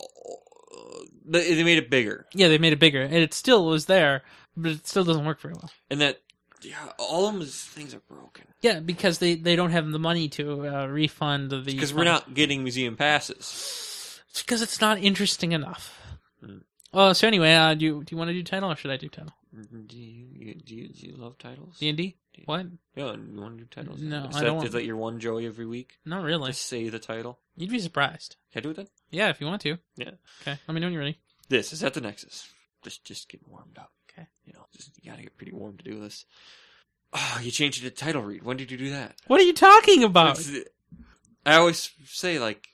[SPEAKER 2] Uh, They they made it bigger,
[SPEAKER 3] Yeah, they made it bigger, and it still was there, but it still doesn't work very well.
[SPEAKER 2] and that yeah, all of them things are broken
[SPEAKER 3] Yeah, because they they don't have the money to uh, refund the
[SPEAKER 2] because we're not getting museum passes.
[SPEAKER 3] It's because it's not interesting enough.
[SPEAKER 2] Mm.
[SPEAKER 3] Oh, so anyway, uh, do you, do you want to do title or should I do title?
[SPEAKER 2] Do you, you- do you, do you love titles?
[SPEAKER 3] D and D? What?
[SPEAKER 2] Yeah, you want to do titles?
[SPEAKER 3] No, I
[SPEAKER 2] is
[SPEAKER 3] don't
[SPEAKER 2] that,
[SPEAKER 3] want-
[SPEAKER 2] is that your one Joey every week?
[SPEAKER 3] Not really.
[SPEAKER 2] Just say the title.
[SPEAKER 3] You'd be surprised.
[SPEAKER 2] Can I do it then?
[SPEAKER 3] Yeah, if you want to.
[SPEAKER 2] Yeah.
[SPEAKER 3] Okay. Let me know when you're ready.
[SPEAKER 2] This is at the Nexus. Just just get warmed up.
[SPEAKER 3] Okay.
[SPEAKER 2] You know, just, you gotta get pretty warm to do this. Oh, you changed it to title read. When did you do that?
[SPEAKER 3] What are you talking about?
[SPEAKER 2] It's- I always say like,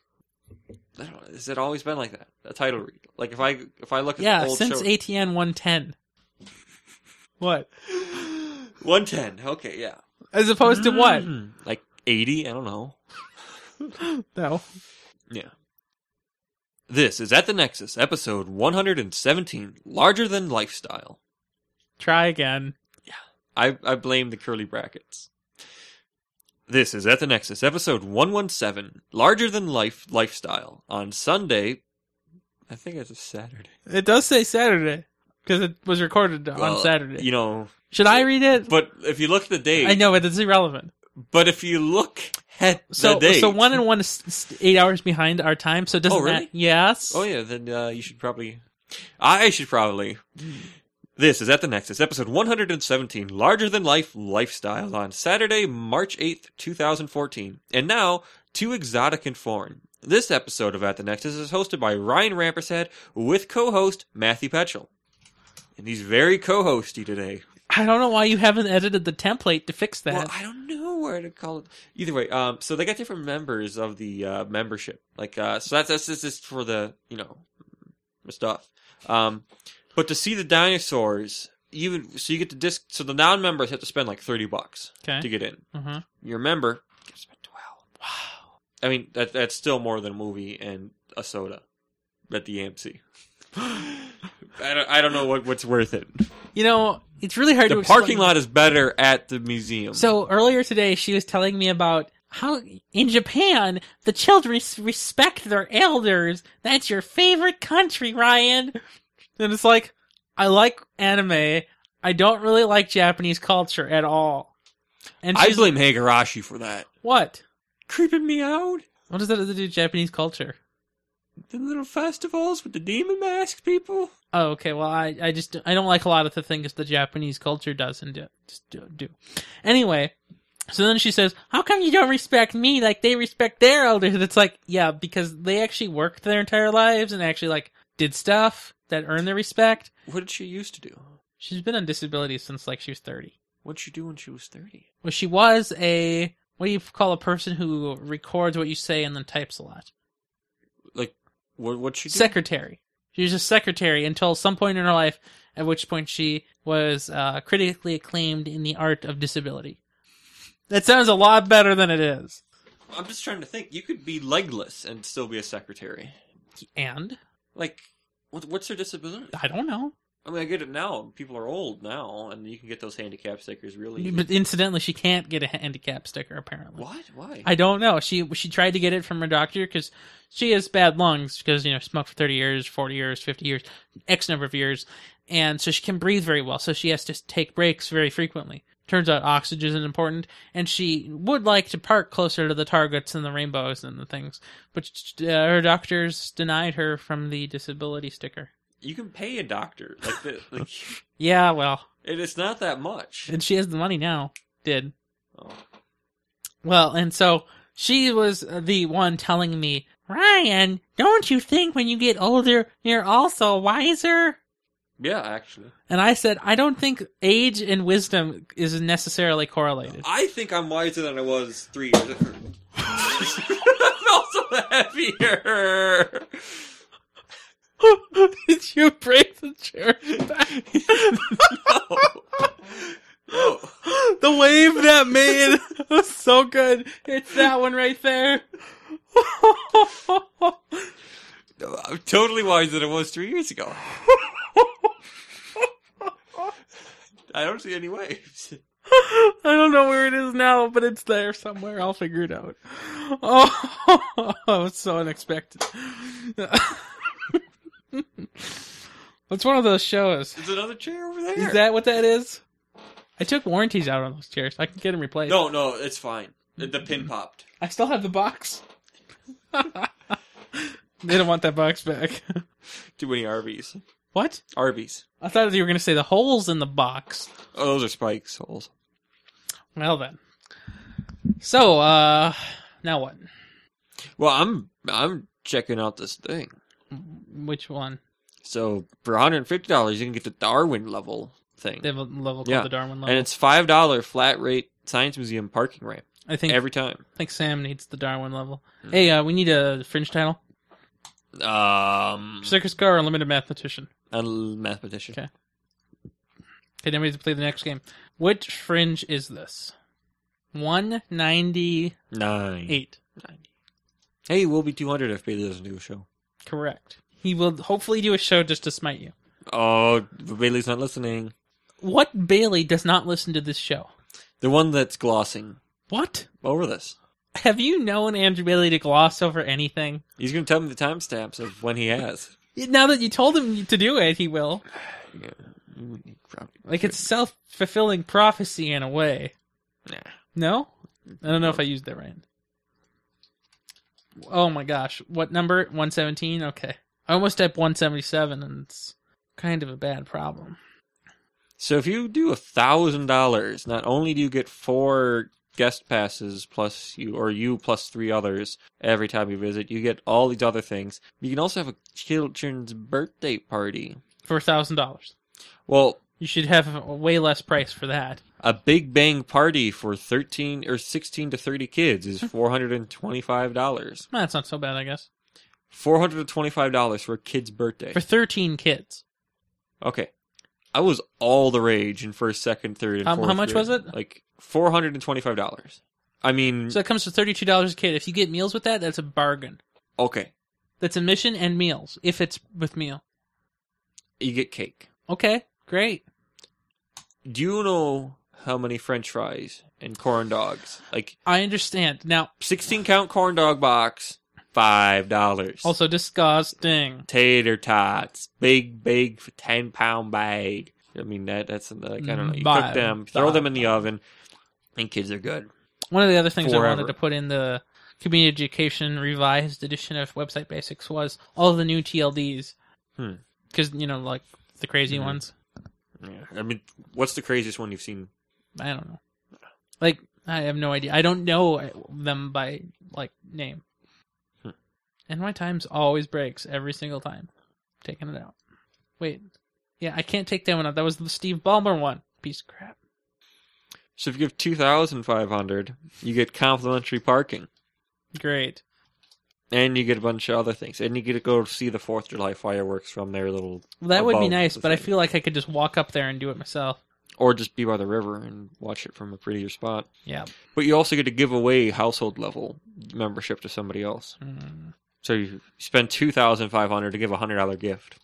[SPEAKER 2] I don't know. Has it always been like that? A title read. Like if I if I look at
[SPEAKER 3] Yeah,
[SPEAKER 2] the old
[SPEAKER 3] since
[SPEAKER 2] show,
[SPEAKER 3] ATN 110. What?
[SPEAKER 2] one ten. Okay, yeah.
[SPEAKER 3] As opposed to what?
[SPEAKER 2] Mm, Like eighty? I don't know. Mm.
[SPEAKER 3] No.
[SPEAKER 2] Yeah. This is at the Nexus, episode one hundred and seventeen. Larger than lifestyle.
[SPEAKER 3] Try again.
[SPEAKER 2] I, I blame the curly brackets. This is At the Nexus, episode 117, Larger Than Life Lifestyle, on Sunday. I think it's a Saturday.
[SPEAKER 3] It does say Saturday because it was recorded
[SPEAKER 2] Well,
[SPEAKER 3] on Saturday.
[SPEAKER 2] You know,
[SPEAKER 3] Should I read it?
[SPEAKER 2] but if you look at the date,
[SPEAKER 3] I know, but it's irrelevant.
[SPEAKER 2] but if you look at
[SPEAKER 3] So,
[SPEAKER 2] the date.
[SPEAKER 3] so one and one is s- eight hours behind our time. So it doesn't
[SPEAKER 2] Oh, really?
[SPEAKER 3] that- Yes.
[SPEAKER 2] Oh, yeah, then uh, you should probably. I should probably. This is At the Nexus, episode 117, Larger Than Life Lifestyle, on Saturday, March 8th, 2014. And now, Too Exotic and Foreign. This episode of At the Nexus is hosted by Ryan Rampersad with co host Matthew Petchel. And he's very co hosty today.
[SPEAKER 3] I don't know why you haven't edited the template to fix that.
[SPEAKER 2] Well, I don't know where to call it. Either way, um, so they got different members of the uh, membership. Like, uh, so that's that's this is for the you know stuff. Um, but to see the dinosaurs, you so you get the disc. So the non-members have to spend like thirty bucks to
[SPEAKER 3] okay.
[SPEAKER 2] get in.
[SPEAKER 3] Uh-huh.
[SPEAKER 2] Your member gets to spend twelve. Wow. I mean, that that's still more than a movie and a soda at the AMC. I don't, I don't know what, what's worth it.
[SPEAKER 3] You know, it's really hard to
[SPEAKER 2] The
[SPEAKER 3] explain.
[SPEAKER 2] parking lot is better at the museum.
[SPEAKER 3] So earlier today, she was telling me about how in Japan the children res- respect their elders. That's your favorite country, Ryan. And it's like, I like anime. I don't really like Japanese culture at all. And
[SPEAKER 2] I
[SPEAKER 3] she's
[SPEAKER 2] blame Higurashi for that.
[SPEAKER 3] what?
[SPEAKER 2] creeping me out.
[SPEAKER 3] What does that have to do with Japanese culture?
[SPEAKER 2] The little festivals with the demon mask people.
[SPEAKER 3] Oh, okay. Well, I, I just I don't like a lot of the things the Japanese culture does and do, just do, do. Anyway, so then she says, "How come you don't respect me like they respect their elders?" And it's like, yeah, because they actually worked their entire lives and actually like did stuff that earned their respect.
[SPEAKER 2] What did she used to do?
[SPEAKER 3] She's been on disability since like she was thirty.
[SPEAKER 2] What did she do when she was thirty?
[SPEAKER 3] Well, she was a what do you call a person who records what you say and then types a lot?
[SPEAKER 2] What what she do?
[SPEAKER 3] secretary. She was a secretary until some point in her life, at which point she was uh, critically acclaimed in the art of disability. That sounds a lot better than it is.
[SPEAKER 2] I'm just trying to think. You could be legless and still be a secretary.
[SPEAKER 3] And
[SPEAKER 2] Like, what, what's her disability?
[SPEAKER 3] I don't know,
[SPEAKER 2] I mean, I get it now. People are old now, and you can get those handicap stickers really.
[SPEAKER 3] but incidentally, she can't get a handicap sticker apparently.
[SPEAKER 2] what? Why?
[SPEAKER 3] I don't know. She she tried to get it from her doctor because she has bad lungs because you know smoked for thirty years, forty years, fifty years, x number of years, and so she can breathe very well. So she has to take breaks very frequently. Turns out oxygen is important, and she would like to park closer to the targets and the rainbows and the things, but uh, her doctors denied her from the disability sticker.
[SPEAKER 2] you can pay a doctor like the, like,
[SPEAKER 3] Yeah, well,
[SPEAKER 2] and it's not that much.
[SPEAKER 3] and she has the money now. Did
[SPEAKER 2] Oh.
[SPEAKER 3] Well, and so she was the one telling me, Ryan, don't you think when you get older, you're also wiser?
[SPEAKER 2] Yeah, actually,
[SPEAKER 3] And I said, I don't think age and wisdom is necessarily correlated.
[SPEAKER 2] I think I'm wiser than I was three years ago. I'm also heavier.
[SPEAKER 3] Did you break the chair?
[SPEAKER 2] no. no.
[SPEAKER 3] good. It's that one right there.
[SPEAKER 2] I'm totally wiser than I was three years ago. I don't see any waves.
[SPEAKER 3] I don't know where it is now, but it's there somewhere. I'll figure it out. Oh, it's so unexpected. What's one of those shows?
[SPEAKER 2] There's another chair over there.
[SPEAKER 3] Is that what that is? I took warranties out on those chairs. I can get them replaced.
[SPEAKER 2] No, no, it's fine. The- The pin popped.
[SPEAKER 3] I still have the box. they don't want that box back.
[SPEAKER 2] Too many RVs.
[SPEAKER 3] What?
[SPEAKER 2] RVs.
[SPEAKER 3] I thought you were going to say the holes in the box.
[SPEAKER 2] Oh, those are spikes holes.
[SPEAKER 3] Well then. So, uh, now what?
[SPEAKER 2] Well, I'm I'm checking out this thing.
[SPEAKER 3] Which one?
[SPEAKER 2] So for 150 dollars, you can get the Darwin level thing,
[SPEAKER 3] They have a level called
[SPEAKER 2] Yeah,
[SPEAKER 3] the Darwin level.
[SPEAKER 2] and it's five dollar flat rate science museum parking ramp
[SPEAKER 3] I think
[SPEAKER 2] every Hmm. time.
[SPEAKER 3] I think Sam needs the Darwin level. Hey, uh, we need a fringe title.
[SPEAKER 2] Um,
[SPEAKER 3] Circus car, unlimited mathematician.
[SPEAKER 2] a mathematician.
[SPEAKER 3] Okay. Okay, then we have to play the next game. Which fringe is this? One ninety
[SPEAKER 2] Nine.
[SPEAKER 3] eight.
[SPEAKER 2] Hey, we'll be 200 if Bailey doesn't do a show.
[SPEAKER 3] Correct. He will hopefully do a show just to smite you.
[SPEAKER 2] Oh, but Bailey's not listening.
[SPEAKER 3] What Bailey does not listen to this show?
[SPEAKER 2] The one that's glossing
[SPEAKER 3] What?
[SPEAKER 2] over this.
[SPEAKER 3] Have you known Andrew Bailey to gloss over anything?
[SPEAKER 2] He's going to tell me the timestamps of when he has.
[SPEAKER 3] Now that you told him to do it, he will.
[SPEAKER 2] Yeah. Mm, probably.
[SPEAKER 3] Like it's self fulfilling prophecy in a way.
[SPEAKER 2] Nah.
[SPEAKER 3] No, I don't know if I used that right. Oh my gosh, what number? One seventeen. Okay, I almost at one seventy seven, and it's kind of a bad problem.
[SPEAKER 2] So if you do a thousand dollars, not only do you get four guest passes plus you or you plus three others every time you visit, you get all these other things. You can also have a children's birthday party.
[SPEAKER 3] For thousand dollars,
[SPEAKER 2] Well,
[SPEAKER 3] you should have a way less price for that.
[SPEAKER 2] a Big Bang party for thirteen or sixteen to thirty kids
[SPEAKER 3] Hmm.
[SPEAKER 2] is four hundred and twenty-five dollars.
[SPEAKER 3] Well, that's not so bad, I guess.
[SPEAKER 2] Four hundred and twenty-five dollars for a kid's birthday.
[SPEAKER 3] For thirteen kids,
[SPEAKER 2] Okay. I was all the rage in first, second, third, and
[SPEAKER 3] Um,
[SPEAKER 2] fourth.
[SPEAKER 3] how much
[SPEAKER 2] grade.
[SPEAKER 3] was it?
[SPEAKER 2] Like four hundred and twenty-five dollars. I mean,
[SPEAKER 3] so that comes to thirty two dollars a kid. If you get meals with that, that's a bargain.
[SPEAKER 2] okay,
[SPEAKER 3] That's admission and meals. If it's with meal,
[SPEAKER 2] you get cake.
[SPEAKER 3] okay, great.
[SPEAKER 2] Do you know how many French fries and corn dogs? Like
[SPEAKER 3] I understand now.
[SPEAKER 2] sixteen count corn dog box, five dollars.
[SPEAKER 3] Also disgusting.
[SPEAKER 2] tater tots, big, big ten pound bag. I mean that that's like I don't know. You
[SPEAKER 3] Bye.
[SPEAKER 2] cook them, throw them in the oven, and kids are good.
[SPEAKER 3] One of the other things I
[SPEAKER 2] Forever.
[SPEAKER 3] wanted to put in the community education revised edition of website basics was all the new TLDs.
[SPEAKER 2] Hmm.
[SPEAKER 3] Because you know, like the crazy
[SPEAKER 2] Mhm.
[SPEAKER 3] ones.
[SPEAKER 2] Yeah. I mean, what's the craziest one you've seen?
[SPEAKER 3] I don't know. Like I have no idea. I don't know eh, them by like name.
[SPEAKER 2] Hmm.
[SPEAKER 3] And my times always breaks every single time. Taking it out. Wait. Yeah, I can't take that one out. That was the Steve Ballmer one. Piece of crap.
[SPEAKER 2] So if you give two thousand five hundred, you get complimentary parking,
[SPEAKER 3] Great.
[SPEAKER 2] and you get a bunch of other things, and you get to go see the Fourth of July fireworks from their little,
[SPEAKER 3] Well, that would be
[SPEAKER 2] Above
[SPEAKER 3] nice,
[SPEAKER 2] the
[SPEAKER 3] but I
[SPEAKER 2] thing.
[SPEAKER 3] feel like I could just walk up there and do it myself.
[SPEAKER 2] or just be by the river and watch it from a prettier spot.
[SPEAKER 3] Yeah.
[SPEAKER 2] But you also get to give away household level membership to somebody else.
[SPEAKER 3] Hmm.
[SPEAKER 2] So you spend two thousand five hundred to give a hundred dollar gift.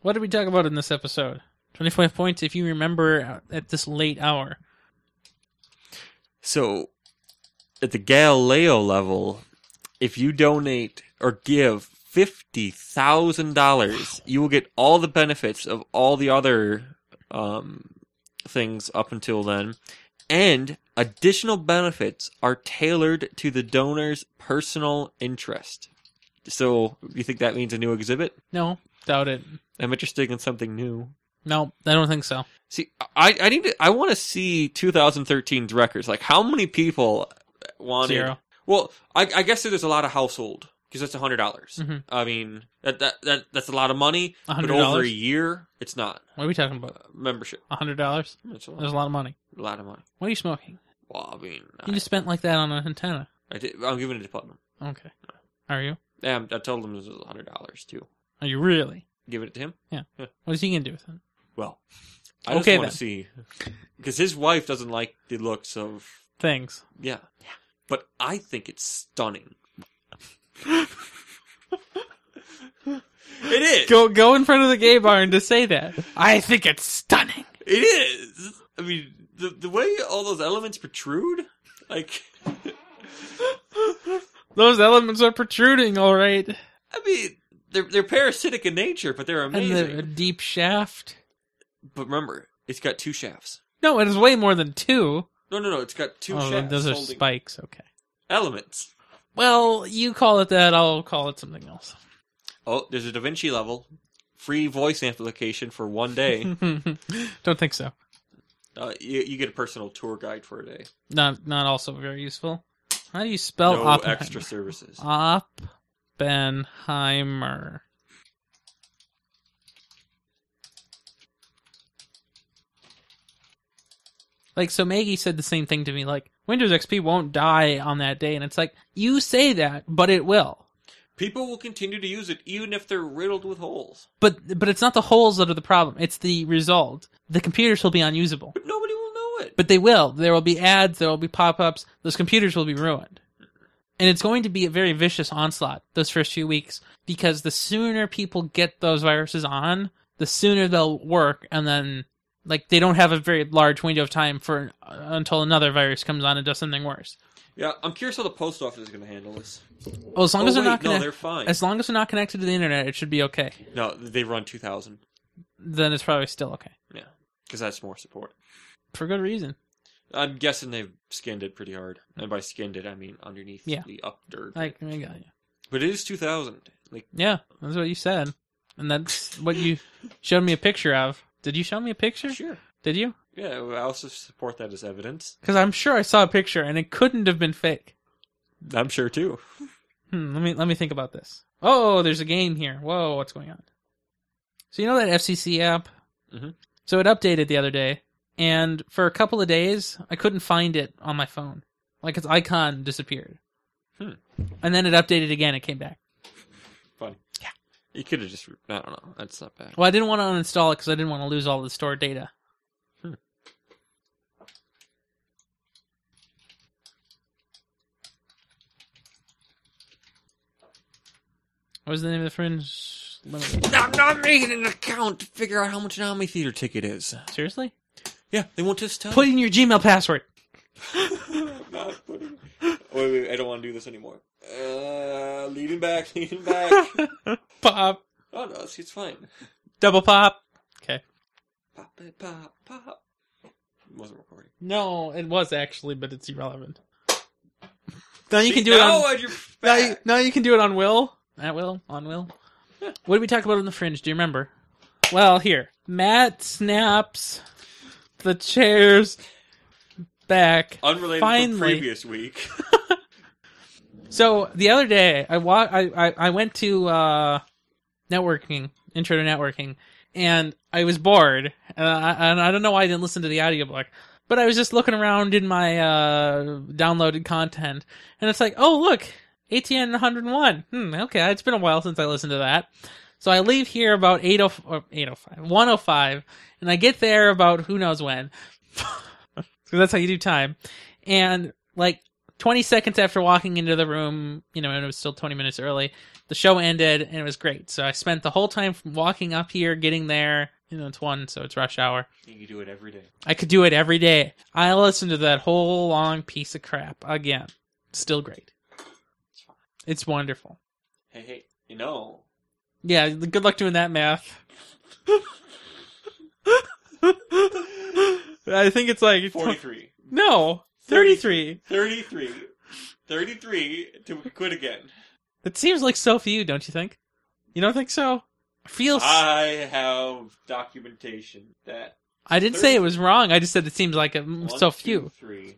[SPEAKER 3] What did we talk about in this episode? 25 points if you remember uh, at this late hour.
[SPEAKER 2] So at the Galileo level, if you donate or give fifty thousand dollars, you will get all the benefits of all the other um, things up until then, and additional benefits are tailored to the donor's personal interest. So you think that means a new exhibit?
[SPEAKER 3] No, doubt it.
[SPEAKER 2] I'm interested in something new.
[SPEAKER 3] No, I don't think so.
[SPEAKER 2] See, I I need to, I want to see 2013's records. Like, how many people wanted?
[SPEAKER 3] Zero.
[SPEAKER 2] Well, I, I guess there's a lot of household because that's hundred dollars.
[SPEAKER 3] Mhm.
[SPEAKER 2] I mean, that, that that that's a lot of money, but over a
[SPEAKER 3] $100?
[SPEAKER 2] year, it's not
[SPEAKER 3] What are we talking about?
[SPEAKER 2] uh, membership.
[SPEAKER 3] $100?
[SPEAKER 2] That's a lot,
[SPEAKER 3] There's a lot of money.
[SPEAKER 2] a lot of money.
[SPEAKER 3] What are you smoking?
[SPEAKER 2] Well, I mean, I,
[SPEAKER 3] You just spent like that on an antenna.
[SPEAKER 2] I did, I'm giving it to Putnam.
[SPEAKER 3] Okay. Are you?
[SPEAKER 2] Yeah, I'm- I told him it was hundred dollars too.
[SPEAKER 3] Are you really?
[SPEAKER 2] Give it to him.
[SPEAKER 3] What is he going to do with it?
[SPEAKER 2] Well, I just
[SPEAKER 3] Okay,
[SPEAKER 2] want
[SPEAKER 3] then.
[SPEAKER 2] to see because his wife doesn't like the looks of
[SPEAKER 3] Thanks.
[SPEAKER 2] yeah, but I think it's stunning. it is.
[SPEAKER 3] Go go in front of the gay bar and just say that. I think it's stunning.
[SPEAKER 2] It is. I mean, the the way all those elements protrude, like, I
[SPEAKER 3] Those elements are protruding, all right.
[SPEAKER 2] mean, they're they're parasitic in nature, but they're amazing.
[SPEAKER 3] And the a deep shaft.
[SPEAKER 2] But remember, it's got two shafts.
[SPEAKER 3] No, it is way more than two.
[SPEAKER 2] No, no, no. It's got two
[SPEAKER 3] Oh,
[SPEAKER 2] shafts.
[SPEAKER 3] those are
[SPEAKER 2] holding
[SPEAKER 3] spikes. Okay.
[SPEAKER 2] Elements.
[SPEAKER 3] Well, you call it that. I'll call it something else.
[SPEAKER 2] Oh, there's a Da Vinci level. Free voice amplification for one day.
[SPEAKER 3] Don't think so.
[SPEAKER 2] uh, you, you get a personal tour guide for a day.
[SPEAKER 3] Not not also very useful. How do you spell
[SPEAKER 2] no
[SPEAKER 3] Oppenheimer?
[SPEAKER 2] extra services.
[SPEAKER 3] Oppenheimer. Like so, Maggie said the same thing to me. Like Windows XP won't die on that day, and it's like you say that, but it will.
[SPEAKER 2] People will continue to use it even if they're riddled with holes.
[SPEAKER 3] But but it's not the holes that are the problem. It's the result. The computers will be unusable.
[SPEAKER 2] But nobody will know it.
[SPEAKER 3] But they will. There will be ads. There will be pop ups. Those computers will be ruined. And it's going to be a very vicious onslaught those first few weeks because the sooner people get those viruses on, the sooner they'll work. And then, like, they don't have a very large window of time for uh, until another virus comes on and does something worse.
[SPEAKER 2] yeah, I'm curious how the post office is going to handle this.
[SPEAKER 3] Well, as long
[SPEAKER 2] Oh,
[SPEAKER 3] as they're
[SPEAKER 2] wait,
[SPEAKER 3] not
[SPEAKER 2] no,
[SPEAKER 3] connect-
[SPEAKER 2] they're fine.
[SPEAKER 3] as long as they're not connected to the internet, it should be okay.
[SPEAKER 2] No, they run 2,000
[SPEAKER 3] Then it's probably still okay
[SPEAKER 2] because that's more support.
[SPEAKER 3] for good reason.
[SPEAKER 2] I'm guessing they've skinned it pretty hard, and by skinned it I mean underneath
[SPEAKER 3] Yeah.
[SPEAKER 2] the up dirt.
[SPEAKER 3] Like, I got you.
[SPEAKER 2] But it is 2,000. Like
[SPEAKER 3] Yeah, that's what you said, and that's what you showed me a picture of. Did you show me a picture?
[SPEAKER 2] sure,
[SPEAKER 3] Did you?
[SPEAKER 2] yeah. I also support that as evidence.
[SPEAKER 3] Because I'm sure I saw a picture, and it couldn't have been fake.
[SPEAKER 2] I'm sure too.
[SPEAKER 3] Hmm, let me let me think about this. Oh, there's a game here. Whoa, what's going on? So you know that FCC app?
[SPEAKER 2] Mhm.
[SPEAKER 3] So it updated the other day, and for a couple of days I couldn't find it on my phone. Like its icon disappeared.
[SPEAKER 2] Hmm.
[SPEAKER 3] And then it updated again. It came back.
[SPEAKER 2] Funny. Yeah. You could have just. I don't know. That's not bad.
[SPEAKER 3] Well, I didn't want to uninstall it because I didn't want to lose all the stored data.
[SPEAKER 2] Hmm.
[SPEAKER 3] What was the name of the fringe? Lemonade?
[SPEAKER 2] I'm not making an account to figure out how much an Omni Theater ticket is.
[SPEAKER 3] Seriously?
[SPEAKER 2] Yeah, they won't just tell.
[SPEAKER 3] Put in your Gmail password.
[SPEAKER 2] not putting. Wait, wait. I don't want to do this anymore. Uh, leading back, leading back.
[SPEAKER 3] Pop.
[SPEAKER 2] oh no, it's, it's fine.
[SPEAKER 3] Double pop.
[SPEAKER 2] Pop, it, pop, pop. It wasn't recording.
[SPEAKER 3] No, it was actually, but it's irrelevant. Now you
[SPEAKER 2] See,
[SPEAKER 3] can do it
[SPEAKER 2] now
[SPEAKER 3] on.
[SPEAKER 2] on your
[SPEAKER 3] Now you,
[SPEAKER 2] back.
[SPEAKER 3] now you can do it on Will. At Will. On Will. what did we talk about on the fringe? Do you remember? Well, here. Matt snaps the chairs back.
[SPEAKER 2] Unrelated
[SPEAKER 3] Finally.
[SPEAKER 2] from previous week.
[SPEAKER 3] So the other day, I wa- I, I, I went to uh, networking, intro to networking, and I was bored. And I, and I don't know why I didn't listen to the audiobook, but I was just looking around in my uh, downloaded content, and it's like, oh, look, ATN 101. Hmm, okay, it's been a while since I listened to that. So I leave here about 8.05, or 8.05, 105, and I get there about who knows when. so that's how you do time. And, like, 20 seconds after walking into the room, you know, and it was still 20 minutes early, the show ended and it was great. So I spent the whole time from walking up here, getting there. You know, it's one, so it's rush hour.
[SPEAKER 2] you do it every day.
[SPEAKER 3] I could do it every day. I listened to that whole long piece of crap again. Still great. It's wonderful.
[SPEAKER 2] Hey, hey, you know,
[SPEAKER 3] Yeah, good luck doing that math. I think it's like
[SPEAKER 2] 43.
[SPEAKER 3] no, 33.
[SPEAKER 2] 33. 33 to quit again.
[SPEAKER 3] It seems like so few, don't you think? You don't think so? I feel s-
[SPEAKER 2] I have documentation that.
[SPEAKER 3] I didn't say it was wrong. I just said it seems like it, mm,
[SPEAKER 2] one,
[SPEAKER 3] so
[SPEAKER 2] two,
[SPEAKER 3] few.
[SPEAKER 2] three.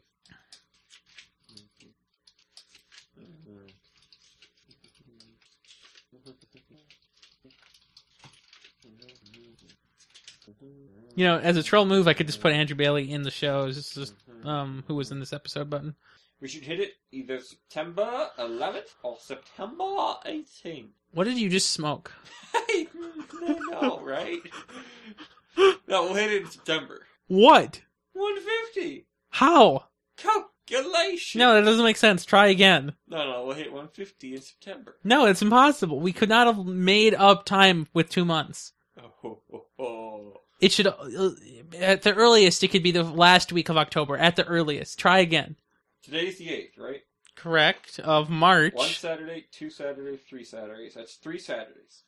[SPEAKER 3] You know, as a troll move, I could just put Andrew Bailey in the shows. It's just um, who was in this episode button.
[SPEAKER 2] We should hit it either September 11th or September 18th.
[SPEAKER 3] What did you just smoke?
[SPEAKER 2] I know, right? No, we'll hit it in September.
[SPEAKER 3] What?
[SPEAKER 2] 150.
[SPEAKER 3] How?
[SPEAKER 2] Calculation.
[SPEAKER 3] No, that doesn't make sense. Try again.
[SPEAKER 2] no, no. We'll hit 150 in September.
[SPEAKER 3] No, it's impossible. We could not have made up time with two months.
[SPEAKER 2] Oh, ho, ho, ho.
[SPEAKER 3] It should, uh, at the earliest, it could be the last week of October. At the earliest. Try again.
[SPEAKER 2] Today's the eighth, right?
[SPEAKER 3] Correct. Of
[SPEAKER 2] One
[SPEAKER 3] March.
[SPEAKER 2] Saturday, two Saturdays, three Saturdays. That's three Saturdays.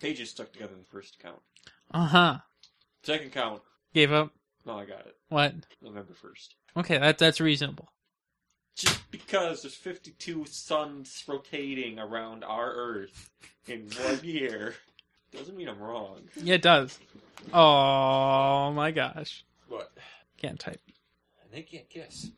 [SPEAKER 2] Pages stuck together in the first count.
[SPEAKER 3] Uh huh.
[SPEAKER 2] Second count.
[SPEAKER 3] Gave up.
[SPEAKER 2] No, I got it.
[SPEAKER 3] What?
[SPEAKER 2] November first.
[SPEAKER 3] Okay, that that's reasonable.
[SPEAKER 2] Just because there's 52 suns rotating around our Earth in one year doesn't mean I'm wrong.
[SPEAKER 3] Yeah, it does. Oh my gosh.
[SPEAKER 2] What?
[SPEAKER 3] Can't type.
[SPEAKER 2] And they can't guess.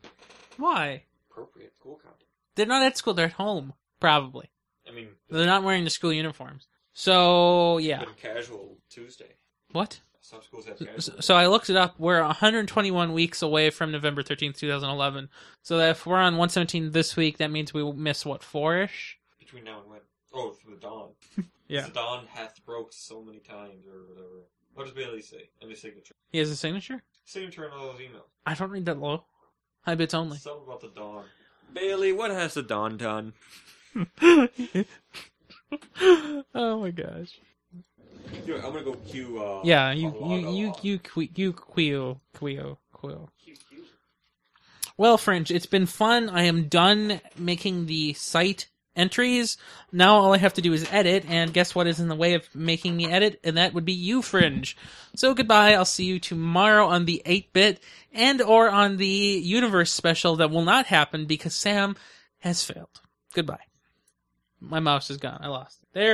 [SPEAKER 3] Why?
[SPEAKER 2] Appropriate school content.
[SPEAKER 3] They're not at school, they're at home, probably.
[SPEAKER 2] I mean,
[SPEAKER 3] They're not wearing the school uniforms. So, yeah.
[SPEAKER 2] been casual Tuesday.
[SPEAKER 3] What?
[SPEAKER 2] Some schools have
[SPEAKER 3] S-
[SPEAKER 2] casual.
[SPEAKER 3] So I looked it up. We're 121 weeks away from November 13th, 2011. So that if we're on 117 this week, that means we will miss, what, four ish?
[SPEAKER 2] between now and when. Oh, from the dawn.
[SPEAKER 3] Yeah.
[SPEAKER 2] The dawn hath broke so many times, or whatever. What does Bailey say in his signature?
[SPEAKER 3] He has a signature?
[SPEAKER 2] Signature in all those emails.
[SPEAKER 3] I don't read that low. High bits only.
[SPEAKER 2] Something about the dawn. Bailey, what has the dawn done?
[SPEAKER 3] oh my gosh.
[SPEAKER 2] Here, I'm gonna go cue. Uh,
[SPEAKER 3] Yeah,
[SPEAKER 2] a
[SPEAKER 3] you,
[SPEAKER 2] lot
[SPEAKER 3] you,
[SPEAKER 2] of-
[SPEAKER 3] you, you, que- you, queel, queel, queel.
[SPEAKER 2] Cue, cue.
[SPEAKER 3] Well, Fringe, it's been fun. I am done making the site entries. Now all I have to do is edit, and guess what is in the way of making me edit? And that would be you, Fringe. So goodbye. I'll see you tomorrow on the 8-bit and or on the universe special that will not happen because Sam has failed. Goodbye. My mouse is gone. I lost it. There